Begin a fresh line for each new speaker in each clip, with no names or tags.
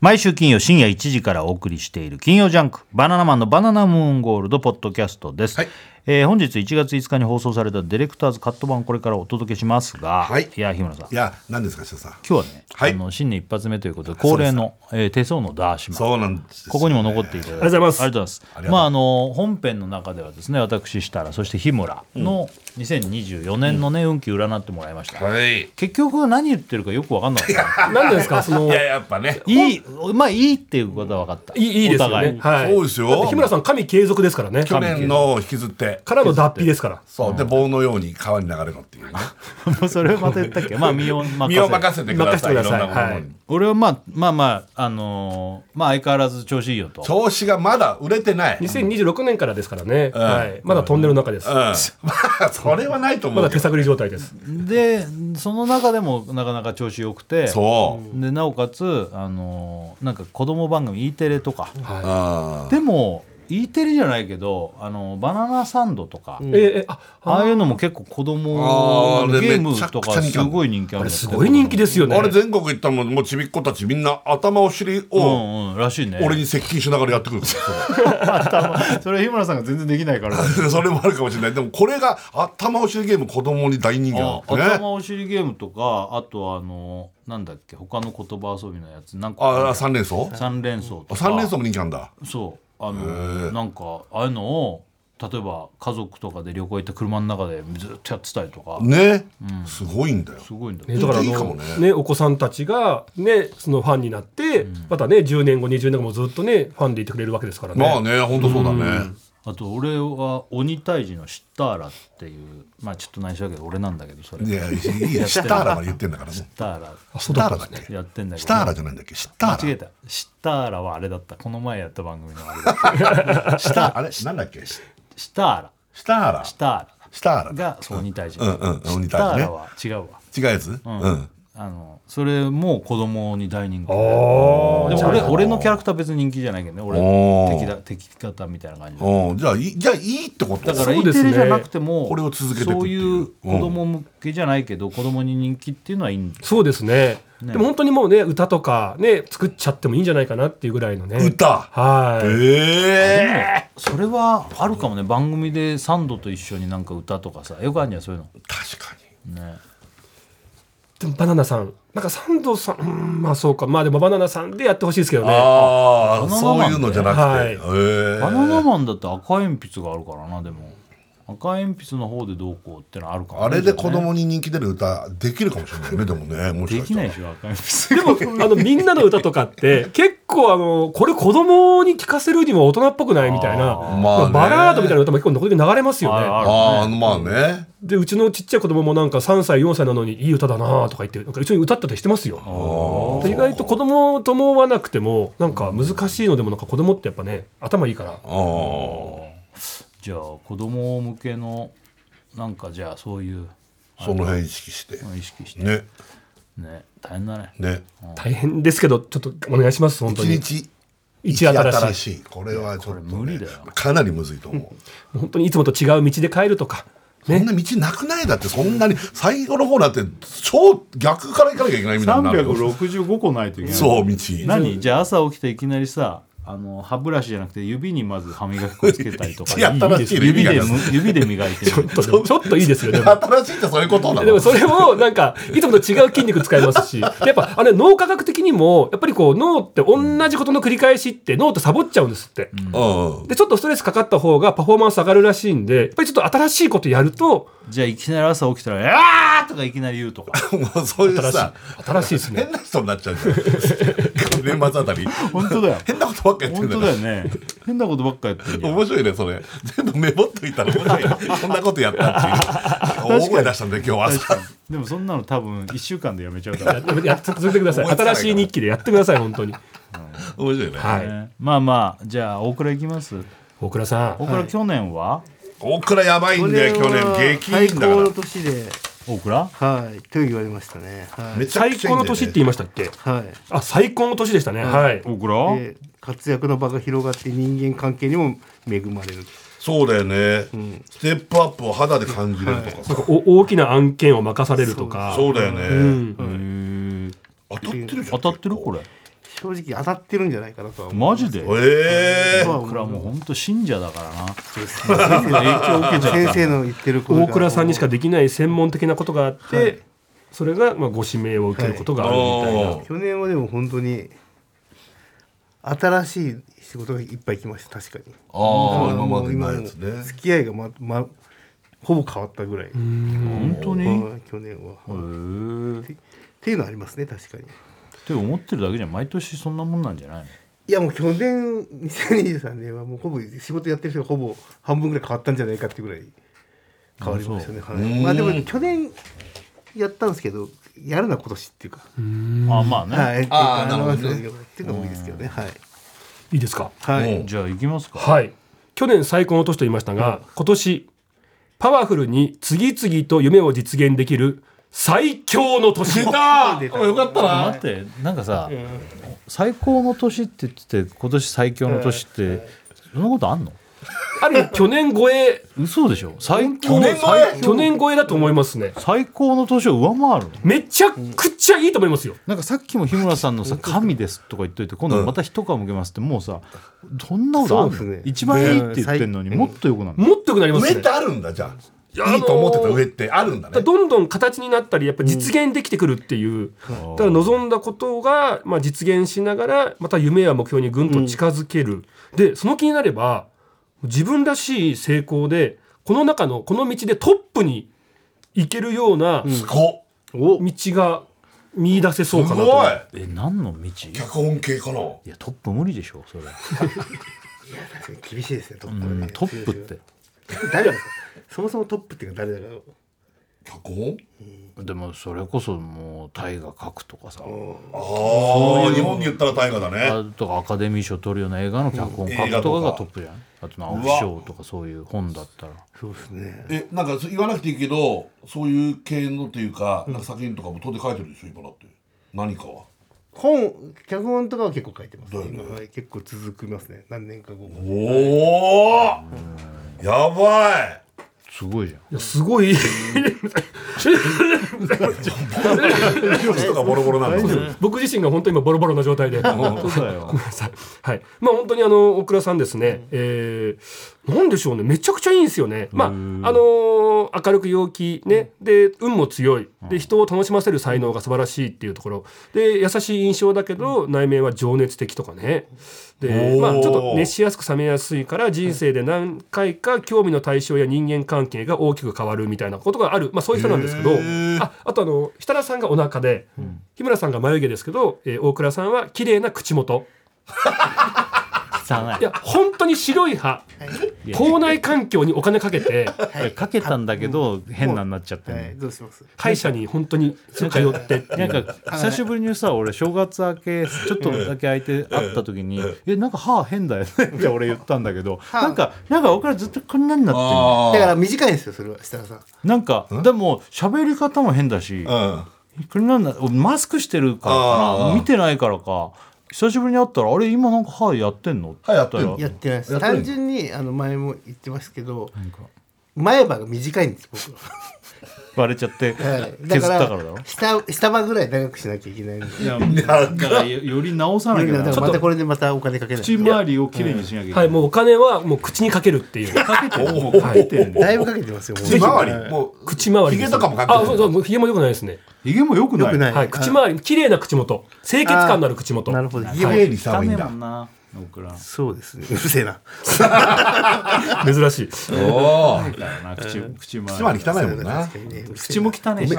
毎週金曜深夜1時からお送りしている金曜ジャンク「バナナマンのバナナムーンゴールド」ポッドキャストです、
はい
えー本日1月5日に放送されたディレクターズカット版をこれからお届けしますが、
はい
や日村さん
いや何ですか社さん
今日はね、
はい
あの新年一発目ということで恒例の、えー手相のダーシマン
そうなんですよ
ここにも残っていただいて
ありがとうございます
ありがとうござい
ありがとうございます
ます。まああの本編の中ではですね、私設楽そして日村の2024年のね、運気占ってもらいました。
はいい
結局何言ってるかよく分かんなかった。
なんでです かその
ややっぱね
いい、まあいいっていうことは分かった。
いいいいです
お
よね。
互い
はい。
そうですよ
だって日村さん、神継続ですからね。
去年の引きずって
からの脱皮ですから。
そうで棒のように川に流れるのっていうね
もうそれをまた言ったっけ。まあ身を任せ。
身を任せてくださいいろん
任せてください
なものに
はい
俺はまあまあまああのーまあ相変わらず調子いいよと。
調子がまだ売れてない
2026年からですからね。はい。まだトンネルの中です。
うん、 まあそれはないと
ま
思う
だ
け
手
ど、
探り状態です。
でその中でもなかなか調子良くて。
そう、
でなおかつあのーなんか子供番組 E テレとか。
は
あ
でも E テレじゃないけどあのバナナサンドとか、
い。えー、えー、あ、
ああいうのも結構子供
あーあれ
ゲームと
めちゃ
か
くちゃ人気
す
ある
ごい人気あるんだって
すごい人気ですよ
い、
ね。
あれ全国行ったもんもうちびっ子たちみんな頭お尻
う
を
んうんらしいね
俺に接近しながらやってくる、
それ日村さんが全然できないから
それもあるかもしれないでもこれが頭お尻ゲーム子供に大人気なんだってね
頭お尻ゲームとかあとあのなんだっけ他の言葉遊びのやつなん
あ
か
あ三連装
三連想とか
三連装も人気なんだ
そうあのなんかああいうのを例えば家族とかで旅行行った車の中でずっとやってたりとか
ね、すごいんだよ
すごいんだよ
ね、だからあ
いいかも
の、
ね
ねお子さんたちが、ね、そのファンになって、またね10年後20年後もずっとねファンでいてくれるわけですからね,、
まあね本当そうだね、
あと俺は鬼退治のシッターラっていうまあちょっと内緒だけど俺なんだけどそれ
い
シ
やいやシターラまで言ってんだからね シ
ッターラ
あそう
ター
だった
ラ
んで
だ
す
っ
ね
け
やってんだけ
シ
ど
ターラじゃないんだっけシター
間違
ラ
えたシッターラはあれだったこの前やった番組のあれだった
シタあれなんだっけシ
シターラ
ターラ
シ
シ
ターラ
ターラ
がそう鬼退治
うんうんうん鬼退治ね
シッターラは違うわ
違うやつうん、
あのそれも子供に大人気で
あ
でも俺俺のキャラクター別に人気じゃないけどね
おー
俺敵だ敵方みたいな感じで
おーじゃあいいじゃあいいってこと
だから
そう
E
です
テ
ね
レじゃなくても
これを続けていくって
そう
い
いうう子供向けじゃないけど子供に人気っていうのはいいんです
そうですね
ね
でも本当にもうね歌とかね作っちゃってもいいんじゃないかなっていうぐらいのね
歌
はい、
ええ
それはあるかもね番組でサンドと一緒になんか歌とかさよくあるんじゃんそういう
確かに
のね
でもバナナさんなんかサンドさんうんまあそうかまあでもバナナさんでやってほしいですけどね
ああ
バナナ
そう
マン
いうのじゃなくて、
はい
え
バナナマンだって赤鉛筆があるからなでも赤鉛筆の方でどうこうってのはあるかも
あれで子
ね
供に人気出る歌できるかもしれないねでもねもし
で
か
き
した
ない
ら
でしょ赤鉛筆
でもあのみんなの歌とか って結構あのこれ子供に聞かせるにも大人っぽくないみたいな
ーまあね
バラードみたいな歌も結構時々流れますよね
あるある
ああまあね
でうちのちっちゃい子供もなんか3歳4歳なのにいい歌だなとか言ってなんか一緒に歌ったりしてますよで意外と子供とも思わなくてもなんか難しいのでもなんか子供ってやっぱね頭いいから
ああ
じゃあ子供向けのなんかじゃあそういう
その辺意識して
のを意識して
ね
ね大変だね
ね
大変ですけどちょっとお願いします本
一
当に
日
一新しい
しいこれはちょっと、ね、
これ無理だよ
かなりむずいと思う
本当にいつもと違う道で帰るとか
そんな道なくないだってそんなに最後の方なんて超逆から行かなきゃいけないみたいになるよ
365個ないといけない
そう道
何じゃあ朝起きていきなりさあの歯ブラシじゃなくて指にまず歯磨き粉つけたりとか
やったらしいね
指
磨き
で
方
む指で磨いてる
ちょっとちょっといいですよ ねでも
新しいってそういうことな
で
の
もそれをなんかいつもと違う筋肉使いま すしやっぱあれ脳科学的にもやっぱりこう脳って同じことの繰り返しって脳ってサボっちゃうんですって。
うん
で、ちょっとストレスかかった方がパフォーマンス上がるらしいんで、やっぱりちょっと新しいことやると、
じゃあいきなり朝起きたら「あー!」とかいきなり言うとか
もうそういう
新しい
さ。
新しい ですね。
変な人になっちゃうじゃん年末あたり
本当 だよ
変なことばっかやってる
本
んだか
当だ
ら
よね変なことばっかやってるよ
面白いねそれ全部メモっといたら面白いねこんなことやったっていう大声出したんで今日は
確か
朝
にでもそんなの多分1週間 でやめちゃうか
や
ら
っやっ続けてください。
思いつかない
新しい日記でやってください、本当に。
面白いね
はい。
ねまあまあじゃあ大倉いきます
大倉さん。
大倉去年は
大倉やばいんだよ去年激いいんだ
最高の
か
年で、
大倉
はい、と言われましたね。は
らめ
い。
ちゃく
最
ちゃいい
高
んだよ
の
ね
年って言いましたっけ
はい。
あ、最高の年でしたね。はい。
大倉
で活躍の場が広がって人間関係にも恵まれる。
そうだよね、ステップアップを肌で感じれるとかさ、
なんかお大きな案件を任されるとか。
そうだよね、
うん。
当たってるじゃん
当たってるこれ
正直当たってるんじゃないかなとは思う
マジで
ええ
とは思う
僕らもう本当信者だからな
そうですね先生の言ってることが
大倉さんにしかできない専門的なことがあって、それがまあご指名を受けることがあるみたいな、
おー
去年はでも本当に新しい仕事がいっぱい来ました確かに
ああ
も
今ま
う
でないやつ
今も
ね
う付き合いがま、ま、ほぼ変わったぐらい
本当にへ
はい去年は、っ
え
てっていうのはありますね確かに
って思ってるだけじゃ毎年そんなもんなんじゃないの
いやもう去年2023年はもうほぼ仕事やってる人がほぼ半分ぐらい変わったんじゃないかってぐらい変わりましたね、はい
うん
まあでも去年やったんですけどやるな今年っていうか、
あまあね、
はい
あー
の
なるほどね
っていうのもいいですけどねはい
いいですか
はい、
うん
じゃあ行きますか
はい去年最高の年と言いましたが、今年パワフルに次々と夢を実現できる最強の年だ
出た
よかった
待っ
な
てなんかさ、最高の年って言ってて今年最強の年って、そんなことあんの
ある意味去年超え
嘘でしょ最
去
強
年超え
去年超えだと思いますね
最高の年を上回るの
めちゃくちゃいいと思いますよ
なんかさっきも日村さんのさ「神です」とか言っといて今度また一皮むけますってもうさそんなことあん
そ
の、
うですね
一番いいって言ってんのに
ね
もっとよくなるの
もっと良くなります
上っ
ね
てあるんだじゃ
やあ
あ
の
い
ー
いと思ってた上ってあるんだね
どんどん形になったりやっぱ実現できてくるっていう、だから望んだことが、まあ、実現しながらまた夢や目標にぐんと近づける、でその気になれば自分らしい成功でこの中のこの道でトップに行けるような
すご
道が見出せそう
っ
か
す
なと、
ごい
え何の道い
脚本系かな
やトップ無理でしょそれ、
厳しいですねト
う
ップはね
ん、トップって
誰なんですかそもそもトップっていうか誰だろ
脚本
でもそれこそもう大河書くとかさ
ああ日本で言ったら大河だね
あとかアカデミー賞取るような映画の脚本書くとかがトップじゃんあと直木賞とかそういう本だったら
そうですね
えなんかそう言わなくていいけどそういう系のというかなんか作品とかも当然書いてるでしょ今だって何かは
本脚本とかは結構書いてます、
だよね
今はい結構続きますね何年か後も
おおやばい
すごいじゃん
いやすごい
表紙とかボロボロなんだ
僕自身が本当に今ボロボロな状 態で。
そうだ よ
ごめんなさい。はい。まあ本当にあの大倉さんですね。えー、なんでしょうね。めちゃくちゃいいんですよね。まああのー明るく陽気ね。で運も強い。で人を楽しませる才能が素晴らしいっていうところ。で優しい印象だけど内面は情熱的とかね。で
おー
まあちょっと熱しやすく冷めやすいから人生で何回か興味の対象や人間関係が大きく変わるみたいなことがある。まあそういう人なんですけど。ああとあの設楽さんがお腹で、日村さんが眉毛ですけど、えー大倉さんは綺麗な口元。
汚
いや本当に白い歯
い
校内環境にお金かけ
い
て
いやかけたんだけど変なになっちゃってんの
はいどうします
歯医者に本当に通ってってい
な
うん
か久しぶりにさ俺正月明けちょっとだけ空いて会った時に「えなんか歯変だよね」って俺言ったんだけどなんかなんか僕らずっとこんなになってんの
あ
だから短いんですよそれは設楽さん
なんかでも喋り方も変だし
あ
これなんだマスクしてるからか
あ
な
ー
見てないからか久しぶりに会ったら「あれ今なんか歯やってんの?」って
歯やってんの
やってない
や
です
ってない
単純にあの前も言ってますけど
なんか
前歯が短いんです僕は、
割れちゃって
はい
削ったからだろ
下下歯ぐらい長くしなきゃいけないんで
いやだからよより直さなきゃな
だからまたこれでまたお金かけない
口周りをきれいにしなきゃいけな
はいいもうお金はもう口にかけるっていう
かけてる
ー
かけてる
だいぶかけてますよもう
口周りもう
口周りです
ひげとかもかけてる
あそうそうもうひげも良くないですね
ひげもよくない
よくない
はい口周り綺麗な口元清潔感のある口元
なるほど
綺麗にした方がいいんだ
汚ねもな僕ら
そうですねうるせえな
珍しい
おお
だよな口口周り
つまり汚いもんな
確かにねうるせえ
口も汚いし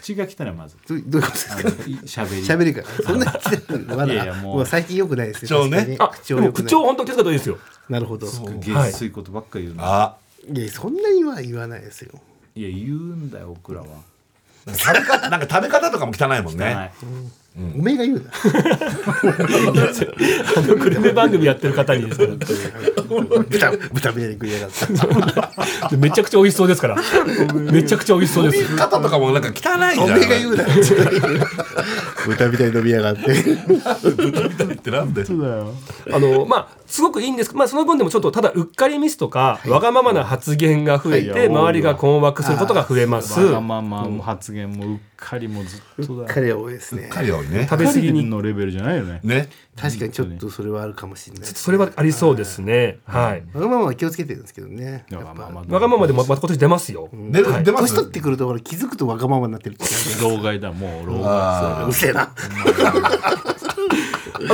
口が汚いまず
どうどういうことです
あ
か
のい喋り
喋りからそんな汚いのま
いやいや
だ
もう
もう最近よくないです
口調ね
確か
あ
に
でも
良く
口
ない
調本当に気遣った方がいいですよ
なるほど
下水ことばっか言うの
あ
いやそんなには言わないですよ
いや言うんだよ僕らは
食べ方なんか 食べ方とかも汚いもん
は
ね
い
おめえが言う な
あのグルメ番組やってる方にですから
豚豚ビラに食いやがって
でめちゃくちゃ美味しそうですからめちゃくちゃ美味しそうで
食
す
べ方とかもなんか汚いじゃん
おめえが言うな豚みたいに飲みやがって
豚みたいってなんで
あの まあすごくいいんですけど、まあ、その分でもちょっとただうっかりミスとか、わがままな発言が増えて、
はい
周りが困惑することが増えます。
わがままも発言もうっかりもずっと
うっ
だ
かりは多いですね
彼多いね
食べ過ぎに
のレベルじゃないよね
ね
確かにちょっとそれはあるかもしれない
それはありそうですねはい
わがままは気をつけてるんですけどね
いや
やっ
わ
ぱ
がままでままた今年出ますよ
出る出ま
年
す
取ってくるとほら気づくとわがままになってるって感じ
老害だもう老害
あ
うるせえな
あだ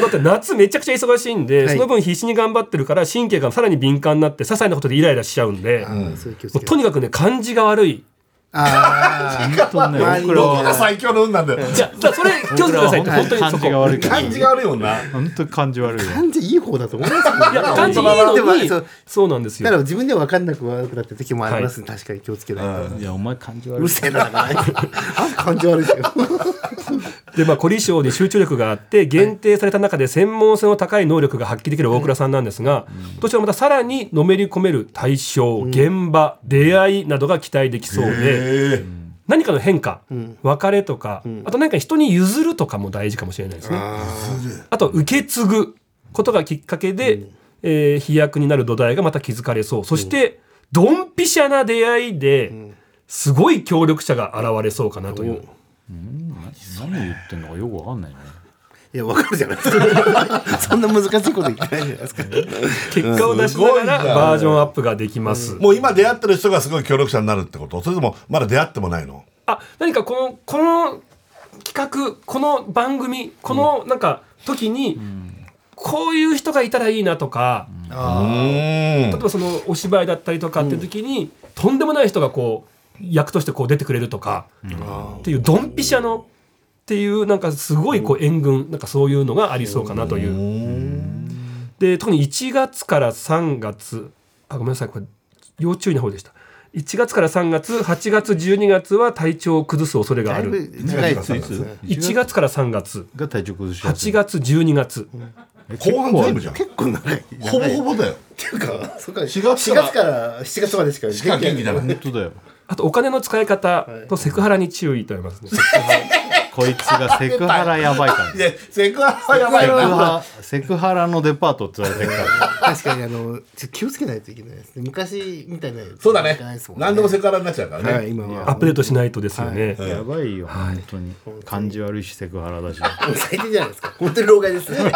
って夏めちゃくちゃ忙しいんで、
はい
その分必死に頑張ってるから神経がさらに敏感になって些細なことでイライラしちゃうんで、も
それ気をつけ
う
て
とにかくね感じが悪い
あー
本当ね
周り
僕
に
ら
僕が最強の運なんだよ
じゃあじゃあそれ気をつけてくださいっ
僕
て
らは
本当にそ
感
こ
じが悪いから
感じがあるよな
本当に感じ悪いよ
感じいい方だと思いますけどね
いや感じいい
でも
のに
そ
そううなんです
だから
よ
自分では分かんなく悪くなってる時もありますね、確かに気をつけないと、
いやお前感じ
う
悪い
るせえなだからあ感じ悪いですよ
でまあ凝り性に集中力があって限定された中で専門性の高い能力が発揮できる大倉さんなんですが、今年はまたさらにのめり込める対象現場出会いなどが期待できそうで。
え
何かの変化、別れとか、あと何か人に譲るとかも大事かもしれないですね。あと受け継ぐことがきっかけで、えー飛躍になる土台がまた築かれそうそして、ドンピシャな出会いで、すごい協力者が現れそうかなという。
何言ってんのかよくわかんないね
いや分かるじゃないですかそんな難しいこと言ってないじゃないですか
結果を出しながら
すごいな
バージョンアップができます。
もう今出会ってる人がすごい協力者になるってことそれともまだ出会ってもないの
あ何かこのこの企画この番組このなんか時に、こういう人がいたらいいなとか、
うー
例え
ん
ばそのお芝居だったりとかっていう時に、とんでもない人がこう役としてこう出てくれるとか、っていうドンピシャのっていうなんかすごいこう援軍なんかそういうのがありそうかなという。で特に1月から3月あごめんなさいこれ要注意の方でした。1月から3月8月12月は体調を崩す恐れがあ
だいぶ
る。
長いですね
1月から3月
が体調崩しやす
8
い
月12月
後半全部じゃん
結構長い
ほぼ
長い
ほぼだよ
っていうかそうか
4月
4
から
月から7月までしか
しか元気じゃない
本当だよ
あとお金の使い方とセクハラに注意とありますね。
こいつがセクハラやばいからセ
でセクハラはやばい
ク
な
ハラセクハラのデパートって言われてるから
確かにあのちょ気をつけないといけないですね昔みたいな
そうだね
いかないですもんね
何でもセクハラになっちゃうから
は
ね
い今は
アップデートしないとですよね。
やばいよ、本当に。感じ悪いし、セクハラだし。
もう最低じゃないですか本当に老害ですね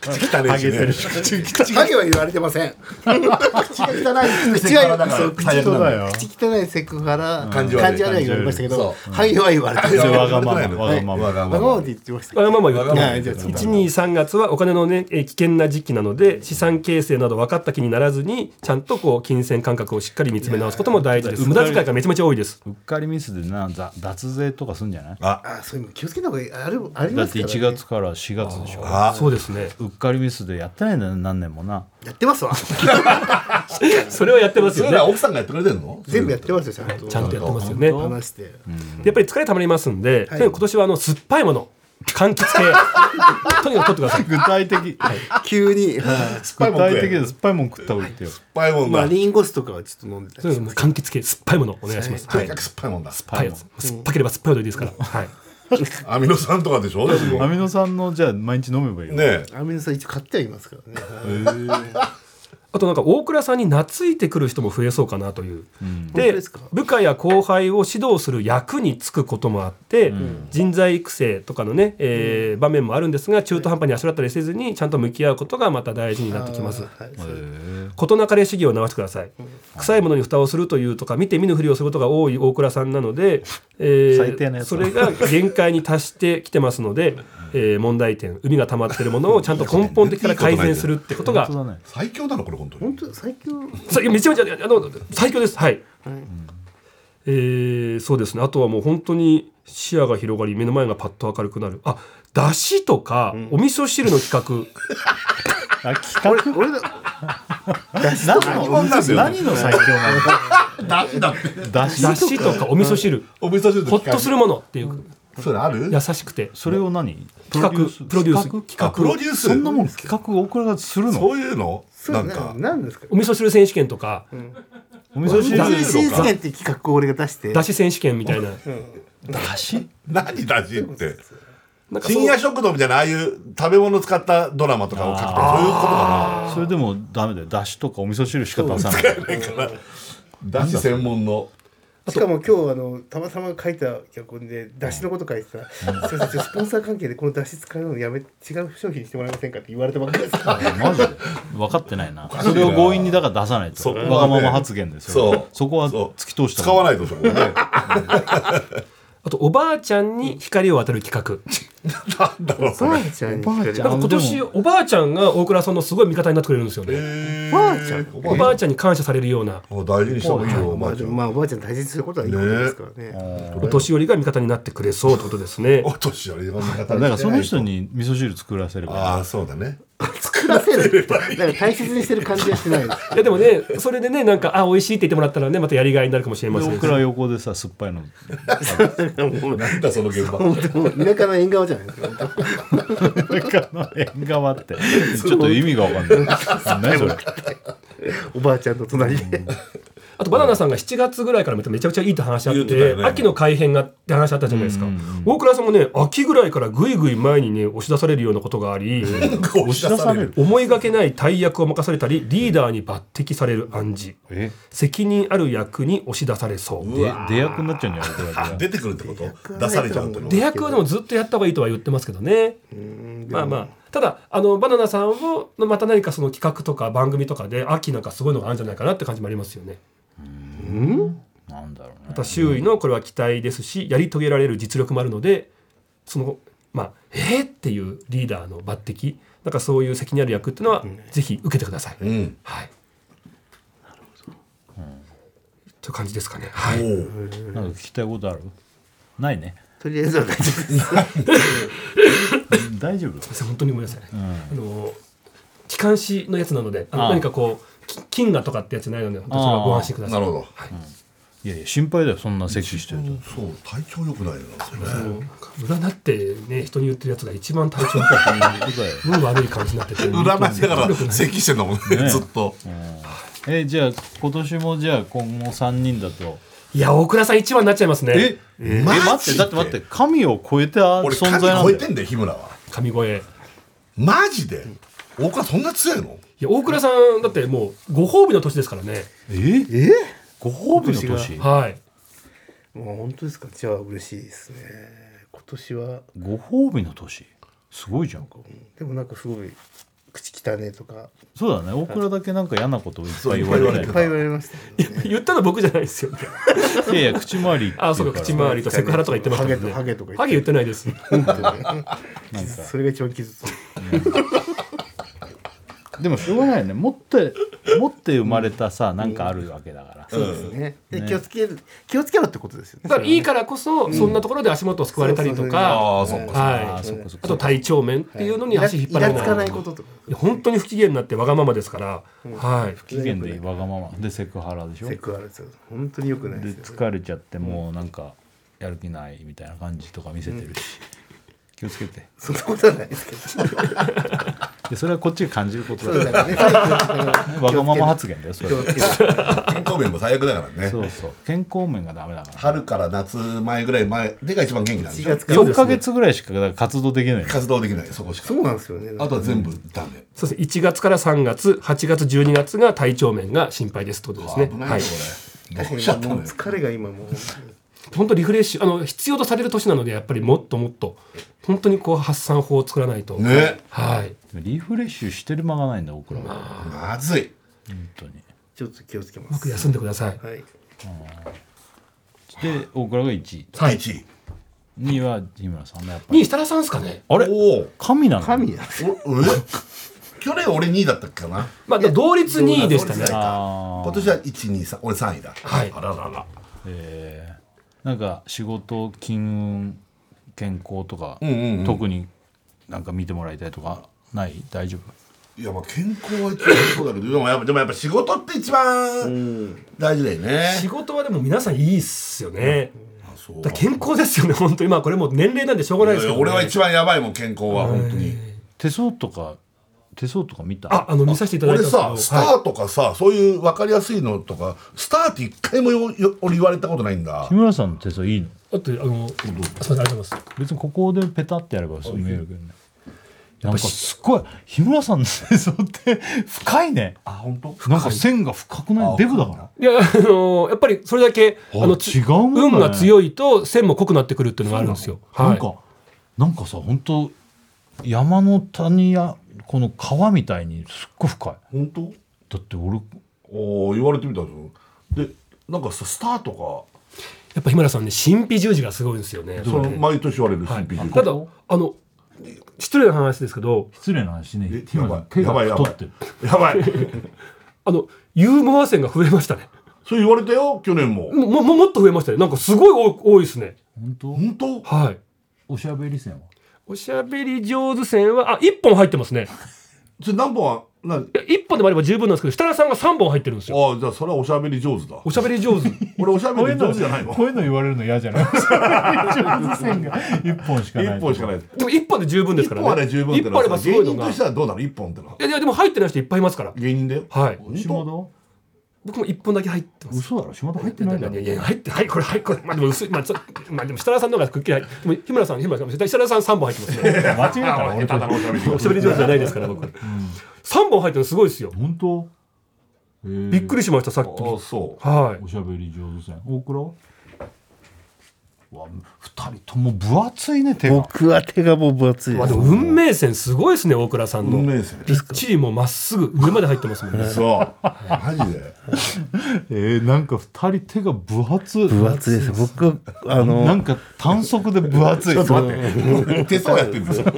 口汚ねえし
ハゲてる
ね
し
影は言われてません口が汚い
セクハラだから
そう口
最悪なんだよ
口汚いセクハラ
感
感
じ
じ
悪い
悪いは言われましたけど
そ
ハゲは言われてま
いや
せん
わがまま
言われて
わがま
ない
ま
のわが
わがままって言ってました
わがまま言
わ
っ
が
て
まま
はいじゃあ次
123月はお金のねえー危険な時期なので資産形成など分かった気にならずにちゃんとこう金銭感覚をしっかり見つめ直すことも大事です
いや
無駄遣いがめちゃめちゃ多いです
うっかりミスでな、ざ脱税とかすんじゃない
あ
あそういうの気をつけた方がいいあれあり
だ
ま
っ
すか
て
ら、ね、
1月から4月でしょ。
あ
そうですね
うっかりミスでやってないんだよ、何年もな。
やってますわ
それはやってます
そ
よ
れら
ね
奥さんがやってくれてんの
全部やってますよちゃんと
ちゃんとやってますよね
話して
やっぱり疲れたまりますんで、
い
とにかく今年はあの酸っぱいもの柑橘 系とにかく取ってください
具体的。
急に
ぱい
具
もん食え
体的で酸っぱいもん食った方がいいってよ。
酸っぱいもん
まあ
だ
リンゴ酢とかはちょっと飲んでた
と
り
に
し
か
ま
く柑橘系酸っぱいものお願いします、
と
は
に
い、
か
酸っ
く酸っぱいもんだ
ぱいやつ酸っぱければ酸っぱいほどいいですから、はい
アミノ酸とかでしょね
アミノ酸の、じゃあ、毎日飲めばいいよ。
え
すアミノ酸一応買ってはいますからね
あとなんか大倉さんに懐いてくる人も増えそうかなという、
本
で
当ですか
部下や後輩を指導する役に就くこともあって、人材育成とかのね、えー場面もあるんですが中途半端にあしらったりせずにちゃんと向き合うことがまた大事になってきます。
はい
事なかれ主義を直してください、臭いものに蓋をするというとか見て見ぬふりをすることが多い大倉さんなので、えー
最低なやつ
そ
だ
れが限界に達してきてますので、えー問題点海が溜まってるものをちゃんと根本的から改善するってことが
本当だね。
最強なのこれ本当に
本当最強
さめちゃめちゃあの最強ですはい、
はい
えーそうですねあとはもう本当に視野が広がり目の前がパッと明るくなるあだしとか、お味噌汁の企
あ、企画
俺だ
何の何の最強なの
だんだって
だ
画だしとかお味噌汁
お味噌汁
ほっとす
る
るものっていう
それある
優しくて
それを何
企画プロデュース
企
あ
画
プロデュース
そんなもん企画大倉がするの
そういうの
そ
な
うん
か
ななんですか
お味噌汁選手権とか、
お味噌汁
水
汁
新試験っていう企画を俺が出して
だし選手権みたいな
だし
何だしって
なんかそう
深夜食堂みたいなああいう食べ物使ったドラマとかを書くとそういうことか
それでもダメだよだしとかお味噌汁しか出さない
なだし専門の
しかも今日あのたまたま書いた脚本で出汁のこと書いてた「すいませんちょっとスポンサー関係でこの出汁使うのやめ違う商品にしてもらえませんか?」って言われたばっかりです
マジで分かってないなそれを強引にだから出さないと
そう
わがまま発言ですよ
そう
そこは
そう
突き通した
使わないとそこね
あとおばあちゃんに光を当てる企画
なんだろう
おばあちゃんに聞かれ
おばあち
る
ゃん
今年おばあちゃんが大倉さんのすごい味方になってくれるんですよね、
え
おばあちゃん
ー
おばあちゃんに感謝されるような
もう大事にした方がいいよお
ま
ば
あ
あち
で
ゃ
も
ん
まあおばあちゃん大切にすることはいいことですからね
お年寄りが味方になってくれそうってことですね
お年寄りの方
だからその人に味噌汁作らせれば
ああそうだね
作らせるだから大切にしてる感じはして ないです
いやでもねそれでねなんかあ美味しいって言ってもらったらねまたやりがいになるかもしれ
で
ません
僕ら横でさ酸っぱいの
なんだその現場
本当もう田舎の縁側じゃないですか本当
縁側ってちょっと意味が分かんない何それ
おばあちゃんの隣で
あとバナナさんが7月ぐらいからめちゃくちゃいいって話あっ
言
て
ってたよね
秋の改編がって話あったじゃないですか、大倉さんもね秋ぐらいからぐいぐい前にね押し出されるようなことがあり
押し出される
思いがけない大役を任されたりリーダーに抜擢される暗示
え
責任ある役に押し出されそう
で出役になっちゃうんじゃない僕ら
出てくるってこと出されちゃうってこと
出役はでもずっとやった方がいいとは言ってますけどねまあまあただあのバナナさんをまた何かその企画とか番組とかで秋なんかすごいのがあるんじゃないかなって感じもありますよね
なんだろう
ま
ね
た周囲のこれは期待ですしやり遂げられる実力もあるのでそのまあ「えーっていうリーダーの抜擢なんかそういう責任ある役っていうのは、ぜひ受けてください。
うん
はいという感じですかね。は
お
い、
う
なんか聞きたいことあるないね
とりあえずは大丈夫です
大丈夫
すいません本当にごめんなさい、あの機関士のやつなのであの
ああ
何かこうき金河とかってやつじゃないので本当にそれはご安心くださ
ないるほど
いやいや心配だよそんなセクシーしてると
そう体調良くないなそれ
あ
ね
の占ってね人に言ってるやつが一番体調
本当だよ
分悪い 感じになってて
占いだから
良くない
咳してんだもんねずっと
えじゃあ今年もじゃあ今後3人だと
いや大倉さん一番になっちゃいますね
え待ってだって待って神を超えた
俺
存在
神
なん
超
だ
え
よ
てんだよ日村は
神声い
マジで大倉そんな強いの
や大倉さんだってもうご褒美の年ですからね
え
え
ご褒美の年
はい
もう本当ですかじゃあ嬉しいですね今年は
ご褒美の年すごいじゃんか
でもなんかすごい口汚ねとか
そうだね大倉だけなんか嫌なことをいっ
そ
ぱ
う
い
いっ
言
ぱ
わ
い言
れ
わ
な
れ
い
て
い
る
っぱい言われましたね
言ったの僕じゃないですよね
いやいや口周りっていうから
あそうか口周りとセクハラとか言ってましたもんね
ハゲとか
ハゲ言ってないです
本当ね
なんか
それが一番傷つく
でもしょうがないよね持って持って生まれたさなんかあるわけだから
そうですねで気をつける気をつけろってことですよね
だからいいからこそそんなところで足元をすくわれたりとか
ああそっか
あー
はい
そっかそっ
あ
か
と体調面っていうのに足引っ張られ
イラつかないこととか
いや本当に不機嫌になってわがままですから、はい
不機嫌でわがままでセクハラでしょ
セクハラですよ本当に良くない
で
ですよ
疲れちゃってもうなんかやる気ないみたいな感じとか見せてるし 気をつけて
そんなことはないですけど
でそれはこっちが感じること
そう
だ
だ
か
からね
らねわがまま発言だよそれ
気をつけろ
健康面も最悪だから
そ
ね
うそう健康面がダメだから
春から夏前ぐらい前でが一番元気なんで
気
しょ
がつかない
4ヶ月ぐらいしかだから活動できない
活動できないそこしか
そうなんですよね
あとは全部ダメ
そうですね1月から3月8月12月が体調面が心配ですってことですね
危ない
は
よ
い
これど
確
うしち
か
ゃっ
に
た
も
の
う
よ
疲れが今もう
本当リフレッシュあの必要とされる年なのでやっぱりもっともっと本当にこう発散法を作らないと、
ね
はい
リフレッシュしてる間がないんだ僕らは本
まずい
当に
ちょっと気をつけま
うますく休んでください、
はい
で大倉が1位
第一位
2位は日村さんだやっぱ
に
り
設楽さんですかね
あれ
おお
神なの
神や
おえ 去年俺2位だったっけかな
まあ同率2位でしたね
あ
今年は123俺3位だ
はい
あららら
えーなんか仕事金運健康とか、
んうんうん
特になんか見てもらいたいとかない大丈夫
いやまあ健康は一番そうだけどでもやっぱでもやっぱ仕事って一番大事だよ
仕
ね
事はでも皆さんいいっすよね、
あそう
だから健康ですよね本当にまあこれもう年齢なんでしょうがないで
い
すけど、
や
ね、
俺は一番やばいもん健康は本当に
手相とか手相とか見た
ああの見させていただいた
俺
んですけど
さスタ
はい
ーとかさそういう分かりやすいのとかスターって一回もよよ俺言われたことないんだ
日村さんの手相いいの
あとあのすみませんありがとうございます
別にここでペタってやればそう見えるけどねなんかすごい日村さんの戦争って 深いね
あ本当
なんか線が深くないデブだから
いや、あのやっぱりそれだけ、あの、
違うもんだね
運が強いと線も濃くなってくるっていうのがあるんですよ。
な
は
ん
い。
かなんかさ本当山の谷やこの川みたいにすっごい深い
本当
だって俺
お言われてみたんですよでなんかさスターとか
やっぱ日村さんね、神秘十字がすごいんですよね。
その毎年言われる
はい
CP
ただ、あの、失礼な話ですけど、
失礼な話ね
え
日村さん手
やばい
が
やばいやばい
太って
や
る
ばい
あの、ユーモア線が増えましたね。
それ言われたよ去年も
も、も、もっと増えましたね。なんかすごい多い多いですね。
本当
本当
はい。
おしゃべり線は
おしゃべり上手線は、あ、一本入ってますね。
それ何本はない
や一本でもあれば十分なんですけど、設楽さんが三本入ってるんですよ。
ああじゃあそれはおしゃべり上手だ
おしゃべ り上手。
俺おしゃべり上手じゃないの
こういうの言われるの嫌じゃない線が一本しかない
一本しかない
でも一本で十分です
一
から
本
ね。
はね十分って
一
の
本あれば
は
す
芸
ごいの
人
が。
と
い
してはどうなの一本ってのは
やいや、でも入ってない人いっぱいいますから。
芸人だよ
はい。
島田
僕も一本だけ入ってます。
嘘だろ島田入ってないだ
いや
ろ
いや入ってはいこれはいこれまあでも薄いまあちょまあでも設楽さんの方がくっきり入ってでも日村さん日村さん絶対設楽さん三本入ってますね。
間違えたら俺と
おしゃべり上手じゃないですから僕。三本入ってるのすごいですよ。
本当
びっくりしましたさっき。
ああそう
はい。
おしゃべり上手線大倉はわ二人とも分厚いね手が
僕は手がもう分厚い
ま
で
あで
す
も運命線すごいですね大倉さん
運
の。
命線
びっちりもうまっすぐ上まで入ってますもんね。
そうマジで
えー、なんか二人手が分厚い
分厚いです僕あ
な
の
んか短足で分厚い
ちょっと待って手相やってるんですよさっ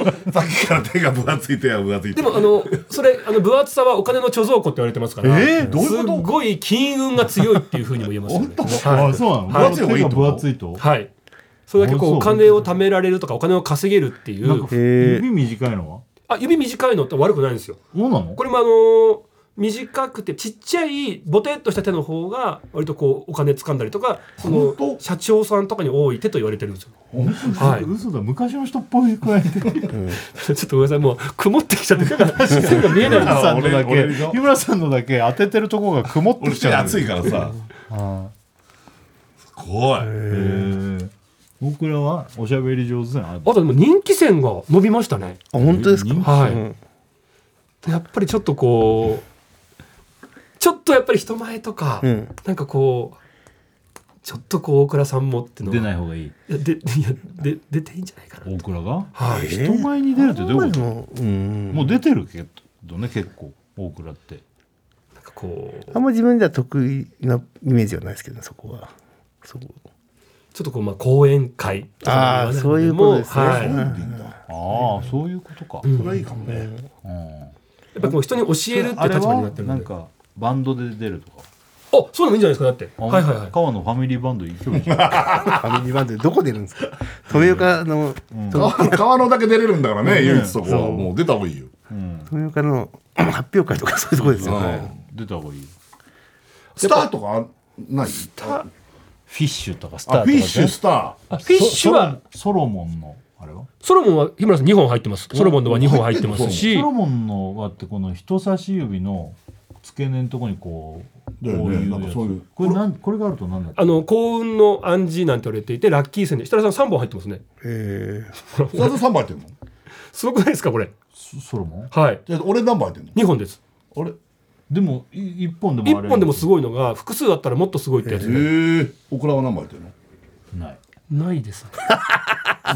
きから手が分厚い手が分厚い
でもあのそれあの分厚さはお金の貯蔵庫って言われてますから、
えーどういうこと
すごい金運が強いっていうふうにも言えますよね。
あそうなの、
はい
手が分厚いと、
はい。それだけこう
あそう
お金を貯められるとかお金を稼げるってい
なん
う
か
へー
指短いのは
あ指短いのって悪くないんですよ。
そうなの
これもあのー短くてちっちゃいボテっとした手の方が割とこうお金掴んだりとかその
本当
社長さんとかに多い手と言われてるんですよ。はい。
嘘だ昔の人っぽいくらいで
ちょっとごめんなさいもう曇ってきちゃって手が線が見えない
日村さんのだ
俺俺
け
でしょ
日村さんのだけ当ててるとこが曇って
俺
きち
手
ゃう
熱いからさ
あ
怖い
ーへー大倉はおしゃべり上手だな
あとでも人気線が伸びましたね。
あ本当ですか
はい
うん
やっぱりちょっとこうちょっとやっぱり人前とか、
うん
なんかこうちょっとこう大倉さんもっていうのは
方がいい
いやでいやで出ていいんじゃないかな
大倉が
はい
人前に出るってどういうこと
もうん
もう出てるけどね結構大倉って
なんかこう
あんま自分では得意なイメージはないですけどねそこはそこ
ちょっとこうまあ講演会とか
ああそういうことですね
はい、
うん
やっ
ああそういうことか、
それはいいかもね
うん
ぱこう人に教えるって
あれ
立場にな
は
ってる
なん
んであ
かバンドで出るとか
そうでもいいんじゃないですかだって
あ
はいはいはい
川のファミリーバンド行けばいいじゃん
ファミリーバンドでどこ出るんですか豊岡の
川川のだけ出れるんだからね唯一そこはもう出た方がいいよ
うん
豊岡の 発表会とかそういうとこですよ
う
ね
ん
出た方がいい
スターとかないスター
フィッシュとかスター
あ
と
フ
か
ィ
ね
ッシュスタ
あフィッシュは
ソソロモンのあれは
ソロモンは日村さん2本入ってますソロモンのは2本入ってます
ソ
し
ロモンのはってこの人差し指の付け根のとこにこう
だよね
こういう
なんかそういう
やつこれなんこれがあると何だっけ
あの幸運の暗示なんて言われていてラッキー線で設楽さん3本入ってますね
へ
ースターと3杯入ってんの
すごくないですかこれ
ソソロモン
はい
じゃあ俺何杯入ってんの
2本です
あれ
でもい一本でもあれ
1本でもす
ご
ごいのが複数あったらもっとすごいってやつ
へえオクラは何杯入ってんの
ない
ないですね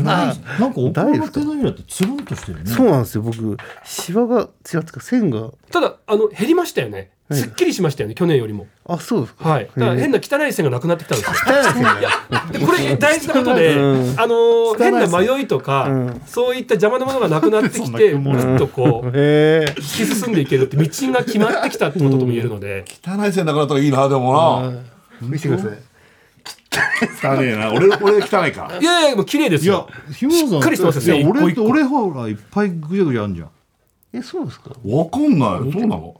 ないなんかお
ダ
前
イレ
の
クト
手のひらってつるんとしてるよ
え
ね
そうなんですよ僕シワが違うっていうか線が
ただあの減りましたよねすっきりしましたよね去年よりも
あそうですか
はいだから変な汚い線がなくなってきたんですよ
汚いですね
でこれ大事なことで、
うん
あのー
い
変な迷いとか、
うん
そういった邪魔なものがなくなってき
なんで
て
そんな雲
ずっとこう
へえ
突き進んでいけるって道が決まってきたってこととも言えるので、
汚い線なくなったらいいなでもな
見せてください
汚ねえな俺俺汚いか
いやいやもう綺麗で
い
す
や
よ
日村さん
しっかりしてますよね
いや俺
一個一個
俺ほらいっぱいぐちゃぐちゃあんじゃん
えそうですか
わかんないそうなの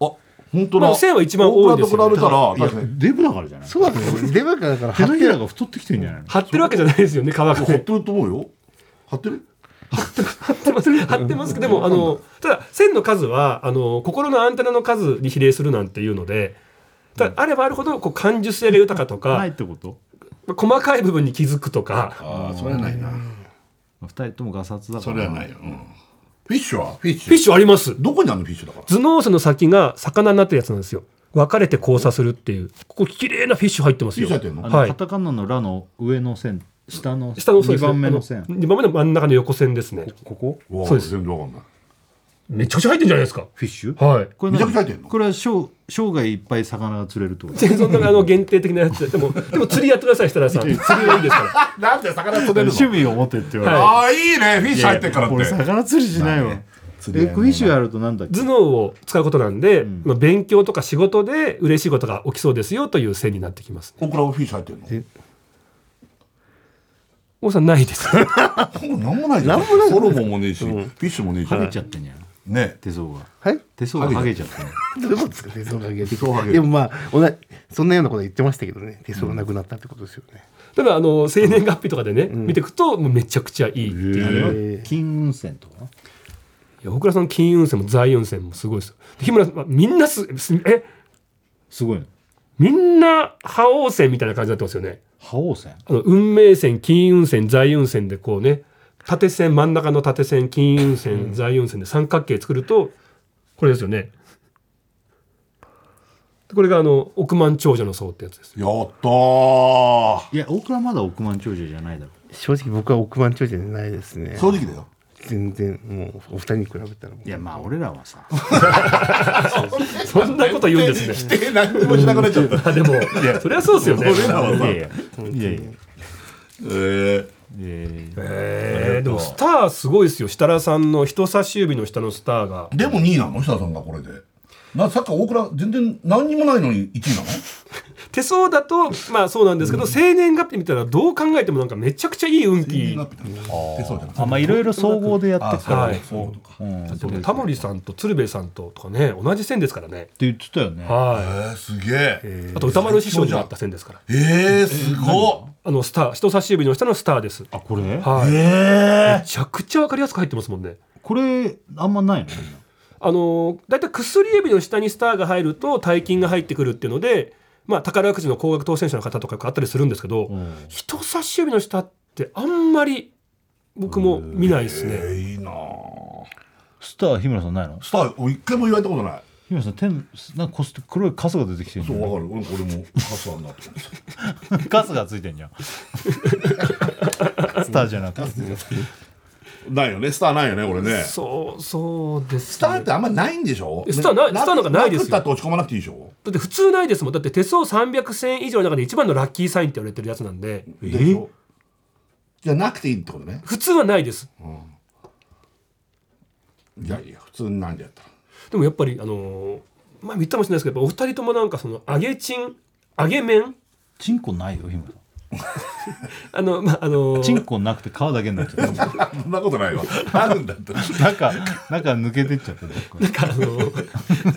あ本当
ま
だ
あ線は一番多いですよね
オクラと比べたら確かに
デブだからじゃない
そうなんですよ出番からだから
手のひらが太ってきてんじゃないの
貼ってるわけじゃないですよね川が
貼っ
ね
てると思うよ貼ってる
貼ってます貼ってますけどでもあのただ線の数はあの心のアンテナの数に比例するなんていうのでただあればあるほどこう感受性が豊かと
ない
か
ってこと
細かい部分に気づくとか
ああそれはないな
二人ともガサツだか
そ
ら
れはないようんフィッシュはフィッシ
フィッシュあります
どこにあるのフィッシュだから
頭脳線の先が魚になってるやつなんですよ分かれて交差するっていうここ綺麗なフィッシュ入ってますよ
フィッシュ入ってん
あ
の
の、
はい
カタカナの「ラ」の上の線下の
下のそうですね
番目の線
あの二番目の真ん中の横線ですね
ここ
うわ
そうです
全然わかんない
めちゃくちゃ入ってるんじゃないですか
フィッシュ
はい
これ
めちゃく
何
ちゃ入ってんの
これは生生涯いっぱい魚が釣れるってこと
全然そんなあの限定的なやつででもでも釣りやってください設 楽さん釣りはいいですから
なんで魚釣れるの
趣味を持ってって言われて、
ああいいねフィッシュ入ってるからっ
これ
て
魚釣りしないわ、
釣
え
り
フィッシュやるとなんだっけ
頭脳を使うことなんで、まあ、勉強とか仕事で嬉しいことが起きそうですよという線になってきますね
オクラはフィッシュ入ってるの
え
大さんないです
ほぼなんもないじゃんなんもないホルモンもねえしフィッシュもねえし
ハゲちゃってんやん
ね
手相が
はい
手相がハゲちゃってんやん
どういうことですか手相が上げて
手相が上げる
でもまあ同じそんなようなこと言ってましたけどね手相がなくなったってことですよね、
ただあの生年月日とかでね、見ていくともうめちゃくちゃいいっていう、
え
金運線とか
いや小倉さんの金運線も財運線もすごいですよで日村さん、まあ、みんなすすえ
すごいの
みんな覇王線みたいな感じになってますよね
覇王線
あの運命線金運線財運線でこう ね縦線真ん中の縦線金運線財運線で三角形作るとこれですよねこれがあの億万長者の層ってやつです
やったー
いや大倉まだ億万長者じゃないだろ
正直僕は億万長者じゃないですね
正直だよ
全然もうお二人に比べたらもう
いやまあ俺らはさ
そんなこと言うんですね
否定何もしなくなっちゃった
あでもそりゃそうですよ ね
俺らはいさ
や
え
いやいやいや
え
えー
えーでもスターすごいですよ設楽さんの人差し指の下のスターが
でも2位なの設楽さんがこれでなサッカー大倉全然何にもないのに1位なの
手相だとまあそうなんですけど生年月日見たらどう考えてもなんかめちゃくちゃいい運
全然
気
なってそうじゃなくて
あまあいろいろ総合でやってっか
あ
ら
はい
そういうことか
うんって
でもタモリさんと鶴瓶さんととかね同じ線ですからね
言ってたよね
は
えー、すげえ
いあと歌丸師匠になった線ですから
えー、すごっ
あのスター人差し指の下のスターです
あこれ
はいめ
え
ちゃくちゃわかりやすく入ってますもんね
これあんまないの
あのだいたい薬指の下にスターが入ると大金が入ってくるっていうのでまあ宝くじの高額当選者の方とかがあったりするんですけど、
ん
人差し指の下ってあんまり僕も見ないですね
ー、いいなあ
スター日村さんないの
スター俺一回も言われたことない
日村さん天なんかこすって黒いカスが出てきてる
そうわかる俺俺もカスワになってる
カスがついてんじゃんスターじゃなくて
ないよねスターないよね俺ねス
そうそうです、ね、
ターってあんまないんでしょ
えスターないスターなんかないですよ
スターって落ち込まなくていいでしょ
だって普通ないですもんだって手相300線以上の中で一番のラッキーサインって言われてるやつなんで
でしょじゃなくていいってことね
普通はないです
いやいや普通になんでやったら
でもやっぱりあのーまあ言ったかもしれないですけどやっぱお二人ともなんかその揚げチン揚げ麺
チンコないよ日村さん
あのまああのー
チンコなくて皮だけになっちゃってる
そんなことない わあるんだって
なんかなんか抜けてっちゃってる
なんかあのー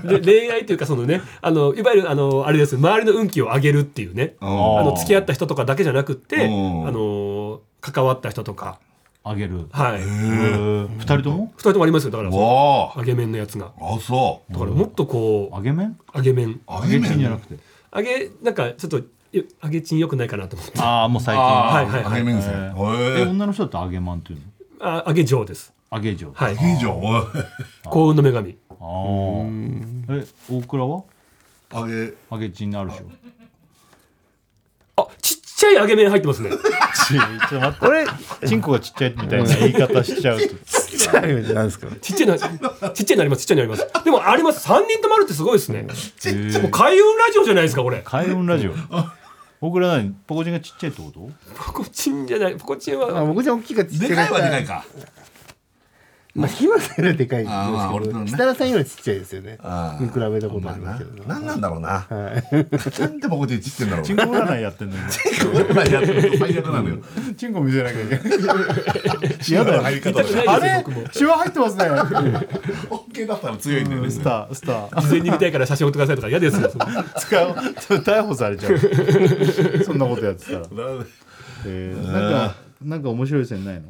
そのれ恋愛というかそのねあのいわゆるあのあれです周りの運気を上げるっていうねあ
あ
の付き合った人とかだけじゃなくってあ
うん
のー関わった人とか
あげる
はい二
二人とも
人ともありますよだからその
わ
揚げ麺のやつが
ああそう
だからもっとこ
揚げ麺
う揚げ麺
あ
揚げチンじゃなくて
揚げなんかちょっとよ揚げチン良くないかなと思って
ああもう最近
あ
は
あ
いはいはい
揚げ麺線
ええ
へえ
女の人だって揚げまんっていうの
あ揚げ上です
揚げ嬢
はい
いいじゃんおい
幸運の女神
ああえ大倉は
揚げ
揚げチンあるでしょ
あちっちゃい揚げ麺入ってますね
ちょっと待って チンコがちっちゃいみたいな言い方しち ゃうと
なんですか
ちっちゃいのちっちゃいのありますちっちゃいのありますでもあります3人ともあるってすごいですねもう開運ラジオじゃないですかこれ
開運ラジオ大倉何ポコチンがちっちゃいってこと
ポコチンじゃないポコチン
あ
は
僕じゃ大きいかちっちゃい
でかいはでか
い
いか
まあ日村さんよりでかいんです
あーまあ俺
け
の
ど
ね
設楽さんよりちっちゃいですよね
あー
見比べたこと
ま
あ
あ
りま
な
すけどね
何なんだろうな
はい
なんでもこっちに散ってんだろう
チンコ占いやってんの今
俺らやってると最悪なのよ
チンコ見せなきゃいけない
嫌だ入り方
痛くない
が
あ
ですよ
れ
僕も
シワ入って ますね
オッケーだったら強いんだよね
スタースター
事前に見たいから写真送ってくださいとか嫌です よ
使う逮捕されちゃう そんなことやってたらえーなんかなんか面白い線ないの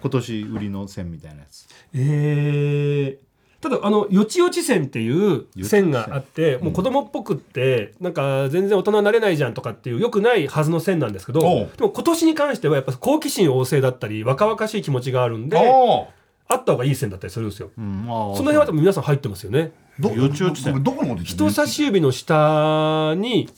今年売りの線みたいなやつ
えーただあのよちよち線っていう線があってもう子供っぽくってなんか全然大人になれないじゃんとかっていうよくないはずの線なんですけど
おう
でも今年に関してはやっぱ好奇心旺盛だったり若々しい気持ちがあるんで
おお
ああった方がいい線だったりするんですよ。
うんまあ
その辺は多分皆さん入ってますよね。
ど
よちよちだよ
ごめんどこのこと言って
人
る
差し指の下に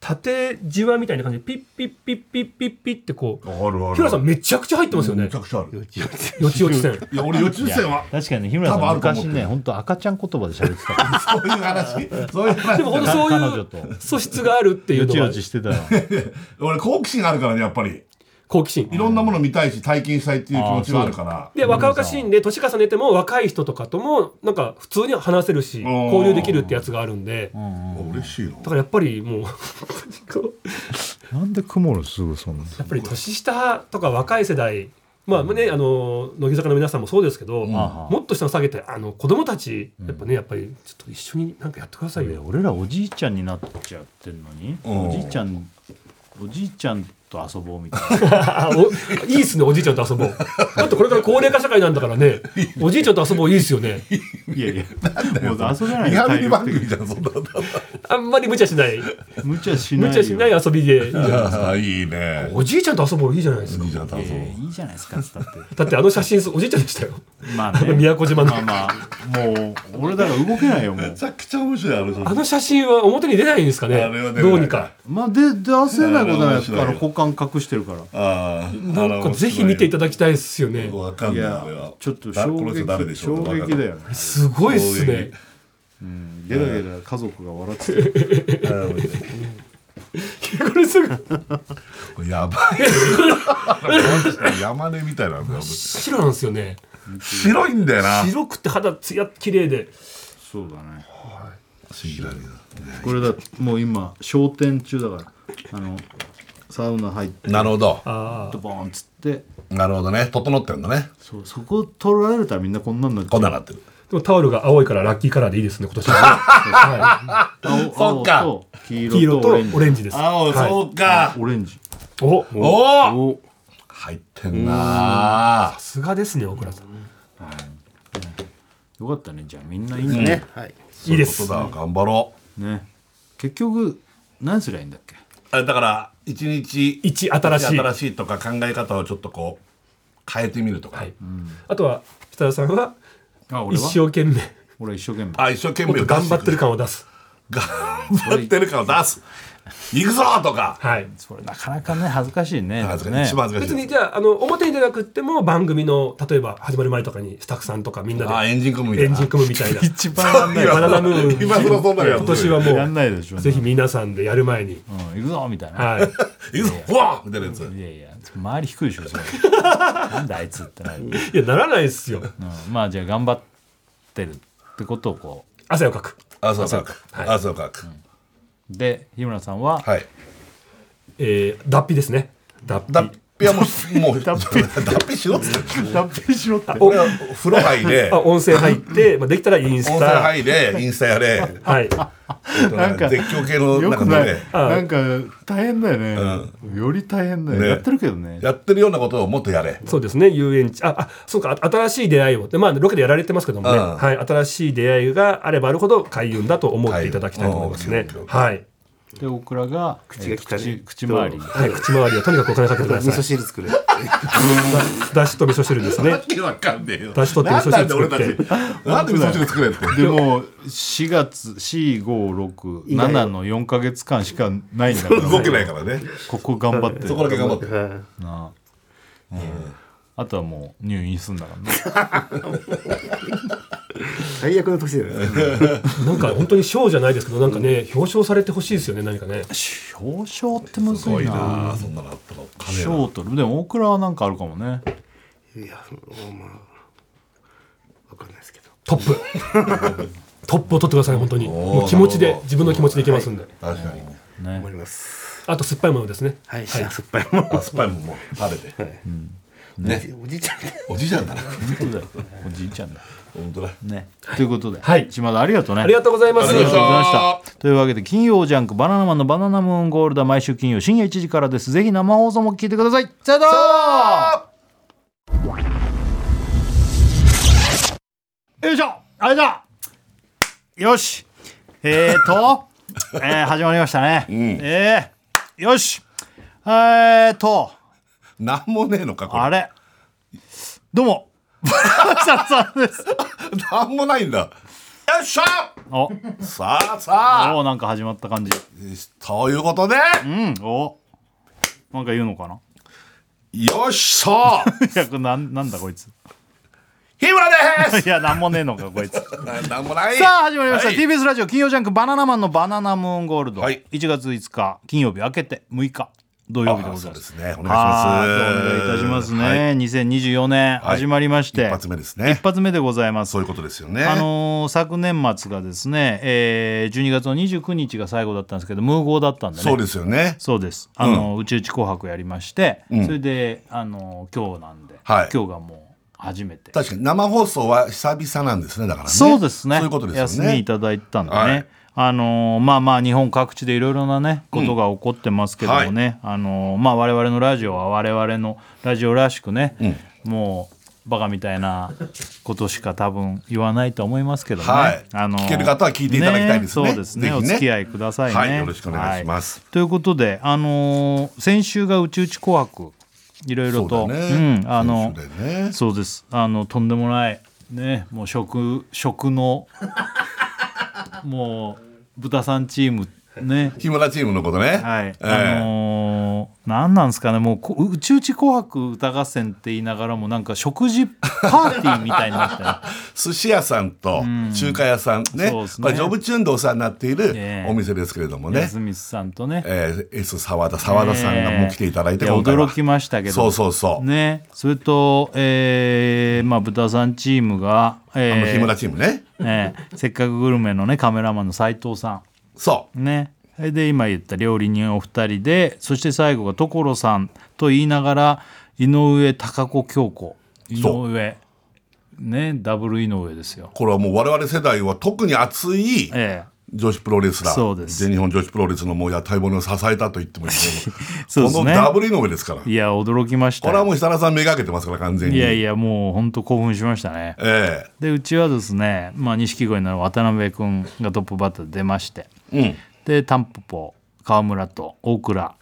縦じわみたいな感じでピッピッピッピッピッピッってこう。
あるある
日村さんめちゃくちゃ入ってますよ
め
ね
ち。ゃくちゃある
よちよち線。
いや俺予知線は
確かにね日村
多分
さ
あ
ん
ると思う
昔ね本当赤ちゃん言葉で喋ってた から
そういう話そういう話
でも本当そう
彼
い
女
う
と
素質があるっていう
よち
の
よ
は
ちしてたよ
俺好奇心あるからねやっぱり
好奇心
い。ろんなもの見たいし体験したいっていう気持ちがあるから
で若々しいんで年重ねても若い人とかともなんか普通に話せるし
ー
交流できるってやつがあるんでだ
あ嬉しいな
からやっぱりもう こう
なんで曇るすぐそんな
やっぱり年下とか若い世代まあねあの乃木坂の皆さんもそうですけど
ああ
もっと下の下げてあの子供たちやっぱねやっぱりちょっと一緒になんかやってください
いや
よ。
俺らおじいちゃんになっちゃってんのに
うん
おじいちゃんおじいちゃんと遊ぼうみたいな
あお いいっすねおじいちゃんと遊ぼう。だってこれから高齢化社会なんだからねおじいちゃんと遊ぼういいっすよね。
いやいやもう遊べない
リ
よ
ハビリ番
体力
組じゃん そんな
あんまり無茶しない
的に無茶しないよ
無茶しない遊びでいいじゃない
ああいいね
おじいちゃんと遊ぼういいじゃないですか
いいじゃん多
いやいや
分
いいじゃないですかつったって
だってあの写真おじいちゃんでしたよ
ま
あ
あ
の
ね
宮古島の
まあまあもう俺だから動けないよもう
めちゃくちゃ面白いあれ
あの写真は表に出ないんですかね
あれは出ない
どうにか
まあで出せないことないですから
あれ面白い
股間隠してるから
ああ
なんかぜひ見ていた
だ
だきたいですよね
わかん
い
ない
や
あれは
ちょっと
だ
衝
この人誰で
撃
しょ
衝
う
撃だよね
すごいっす
衝
ね
撃
ゲラゲラ家族が笑ってる
これすぐ
これやばい 山根みたいなんだよ
白なんですよね
白いんだよな
白くて肌ツヤ綺麗で
そうだね
信じられない
これだもう今焦点中だからあのサウナ入って
なるほど
ああ
ドボーンっつって
なるほどね整ってるんだね
そうそこ取られたらみんなこんなんなっちゃ
こ
うん
なんなってる
でもタオルが青いからラッキーカラーでいいですね今年は、は
青
そっか
青と黄
い、
色
黄色
と
と
オ
オ
レ
レ
ン
ン
ジ
ジです
青
はい
そうか
オレンジ
おお
おお
お
入ってんな
さすがですね小倉さん
よかったねじゃあみんないいんだね,、
はい。
いいです
そういうことだ頑張ろ
ね結局何すりゃいいんだっけ
うあだから一日
一新しい
新しいとか考え方をちょっとこう変えてみるとか、
はいあとは設楽さんは
あ俺
一
は
生懸命
俺は一生懸命
あ一生懸
もっ
命
と頑張ってる
か
感を出す
頑張ってる感を出す行くぞとか
はい
それなかなかね恥ずかしいね
恥ずかしい、
ね
一番恥ずかし
別
い
にじゃああの表に出なくっても番組の例えば始まる前とかにスタッフさんとかみんなで
あエンジン組むみた
エ
い
ン
な
ジン組むみたいな
一番やん ない
や
バナナムーン
今頃そんなのやる
今年は
やん
も
ないでしょ
うぜひ皆さんでやる前に
うん、行くぞみたいな、
はい
行くぞうわーみたいなやつ
い、やいや周り低いでしょそれなんだあいつってなる、うん、
いやならないですよ
まあじゃあ頑張ってるってことをこ
汗をかく
汗をかく
はい
汗をかく、
うで日村さんは、
はい
えー脱皮ですね脱皮
脱皮はもうも う脱皮しろっつって
脱皮しろって
俺は風呂入れ
あ温泉入ってまあできたらイン
温
ス
泉
タ
入れインスタやれ
はい
なんか絶叫系の
よ
なん
く
か
ない、
ね
なんか大変だよね、より大変だよ、
ね
やってるけどね
やってるようなことをもっとやれ
そうですね遊園地ああそうかあ新しい出会いをでまあロケでやられてますけどもね、
うん
はい、新しい出会いがあればあるほど開運だと思っていただきたいと思いますね
開運うん
はい、
でオクラが口
が汚い
口口周り
はい、口周りはとにかくお金かけてくだ
味
さい
噌汁作る。
だしと味噌汁ですね
わけわかんねえよ
出汁取って味噌
な
汁作って
んだよ俺たちなんで味噌汁作れって
でも4月4567の4か月間しかないんだから、
動けないからね
ここ頑張って
そこだけ頑張って
は
なああとはもう入院すんだからね
い最悪の年だよね。
なんか本当に賞じゃないですけどなんかね表彰されてほしいですよね何かね
表彰ってむ
す
ず
ご
い
い
な
なあそんなのあったの金
賞とでも大倉はなんかあるかもね
いや、まあ、わかんないですけど。
トップ トップを取ってください本当に
ー
もう気持ち
なる
で
ほど
自分の気持ちでいけますんで、
確かに
ね
頑張ります。
あと酸っぱいものですね
はい、酸っぱい もん。
あ酸っぱいもんもう食べてね
おじいちゃん。
おじいちゃんだな
そうだよおじいちゃんだ
本当だ
ねということで、
はい
島田ありがとうね
ありがとうございます
ありがとうございまし
ありがとうございま
た。というわけで、金曜ジャンク、バナナマンのバナナムーンゴールドは毎週金曜深夜1時からです。ぜひ生放送も聞いてください。さよならよいしょあれだよしえーと、 えー始まりましたね。えーよしえーと、
なんもねえのかこれ
あれどうも、ささです。
なんもないんだよっしゃ
お、
さあさあ
おなんか始まった感じ。
ということで
うん、お。なんか言うのかな。
よっしゃ
いや、これなん、なんだこいつ。
日村です
いや、なんもねえのか、 こいつ。さ
ななんもない
あ、始まりました。
はい
TBS ラジオ金曜ジャンクバナナマンのバナナムーンゴールド。
はい
1月5日、金曜日明けて6日、土曜日でござ
そう
いま。
ですすねお願いし
あ
ま
あ
す
ー、どんどんいたしますね。
はい
2024年
はい
始まりまして、
一発目ですね
一発目でございます。
そういうことですよね
あのー昨年末がですね、えー、12月の29日が最後だったんですけど、ムーゴーだったんでね。
そうですよね
そうです。あの、うちうち紅白やりまして、それで、あの、今日なんで、
はい
今日がもう初めて。
確かに生放送は久々なんですねだからね
そうですね。
そういうことですよ
休みい
ね
ただいてたんでね。
はい
あのまあまあ日本各地でいろいろなねことが起こってますけどもね、あのまあ我々のラジオは我々のラジオらしくね、もうバカみたいなことしか多分言わないと思いますけどね、
はい聞ける方は聞いていただきたいですね
そうですね
ぜひね
お付き合いくださいね、
はいよろしくお願いします
はいということであの先週が「うちうち紅白」いろいろ
そ
と
うだね
うん、あの
先週だよね
そうです。あのとんでもないね、もう食食のもう豚さんチームね。
日村チームのことね
はい、
え
あ
え
のー、何なんですかねもうこうちうち紅白歌合戦って言いながらもなんか食事パーティーみたいになって
寿司屋さんと中華屋さんね
そうですね
まあジョブチューンでお世話になっている
ええ
お店ですけれども
ね、
ね
スミスさんとね、
えー S 沢田沢田さんがもう来ていただいて
えー
今回は
驚きましたけど
そうそうそう
ねそれとえー、まあ豚さんチームが、え
あ
ー
の日村チームね
えーせっかくグルメのねカメラマンの斉藤さん
そう
ねそれで今言った料理人お二人でそして最後が所さんと言いながら井上貴子京子井
そ
上ねダブル井上ですよ
これはもう我々世代は特に熱い
ええ
女子プロレスラー
そうです
全日本女子プロレスのもう屋台骨を支えたと言ってもいいけど
そうで
こ
す
の
ね
ダブル井上ですから
いや驚きました
こ
よ
れはもう設楽さんめがけてますから完全に
いやいやもう本当興奮しましたね
え
でうちはですねまあ錦鯉の渡辺君がトップバッターで出まして
えうん
でタンポポ川村と大倉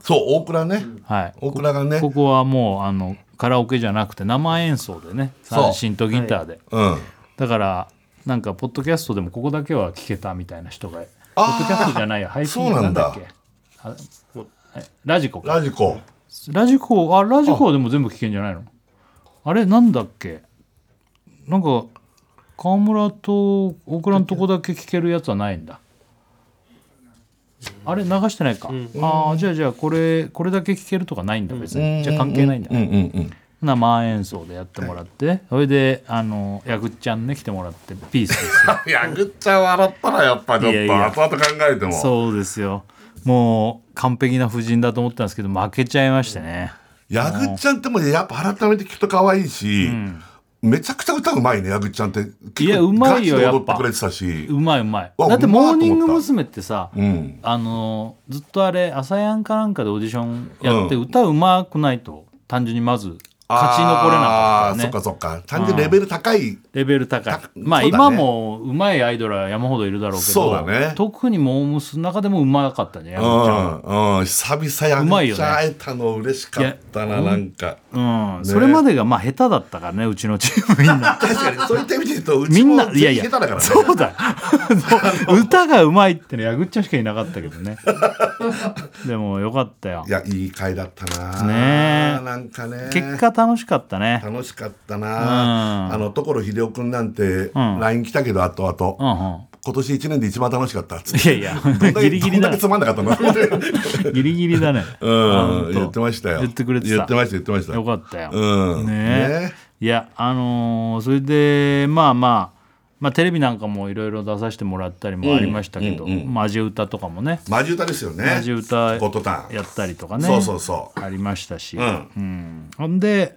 そう大倉ね
はい
大倉がね
ここはもうあのカラオケじゃなくて生演奏でね
そう
三振とギターで、
うん
だからなんかポッドキャストでもここだけは聞けたみたいな人がポ
あー
ッドキャストじゃないや配信
そうなんだ
っけあもうはいラジコか
ラジコ
ラジコあラジコでも全部聞けんじゃないのあれなんだっけなんか川村と大倉のとこだけ聞けるやつはないんだあれ流してないか、ああじゃあじゃあこれこれだけ聞けるとかないんだ別にじゃあ関係ないんだ
うんうんうん
生演奏でやってもらって、それであのやぐっちゃんね来てもらってピースですよ
いやぐっちゃん笑ったらやっぱちょっ
いやい
と
や
後々考えても
そうですよもう完璧な布陣だと思ったんですけど負けちゃいましてね
ヤグちゃんってもうやっぱ改めて聞くと可愛いし、めちゃくちゃ歌うまいねヤグちゃんって
いやうまい
ガ
よ
チで
や
踊っ
っ
て
ぱ
くれてたし
うまいうまい
わ
だって
うまいと思った
モーニング娘。ってさ、
うん
あのずっとあれ朝やんかなんかでオーディションやって、歌うまくないと単純にまず勝ち残れなかった
あーそっ
から
かそっ
ね
か単純にレベル高い
レベル高い
た
まあ、
そうだね
今もうまいアイドルは山ほどいるだろうけど
そうだね
特にモームスの中でもうまかったねや
う
ぐっちゃんは
んうん久々ヤ
うまい
グ
よ
ち
ね
ゃん会えたの嬉しかった
い
な
や
なんか
うんそれまでがまあ下手だったからねうちのチームみんな
確かにそういった意味で言うと う
み
ち
ん
も
ないやいや
全員下手だからね
そうだ そう歌がうまいってのはやぐっちゃんしかいなかったけどねでもよかったよ
いやいい回だったな
ねえ
なんかね
結果楽しかったね
楽しかったな
うん
あの所秀夫君なんて
うん
LINE 来たけど後々
うんうん
今年一年で一番楽しかったっつって
いやいや
どんだけ
ギリギ
ど
リ
ん
だ
だけつまんなかっ たの
ギリギリだね
うん
本当
言ってましたよ
言ってくれてた
言ってました言ってました
よかったよ、
うん
ね
ね
いやあのーそれでまあまあまあテレビなんかもいろいろ出させてもらったりもありましたけど、マジ歌とかもね
マジ歌ですよね
マジ歌
ゴッドタ
や
ン
ったりとかね
そうそうそう
ありましたし、
うん
うんほんで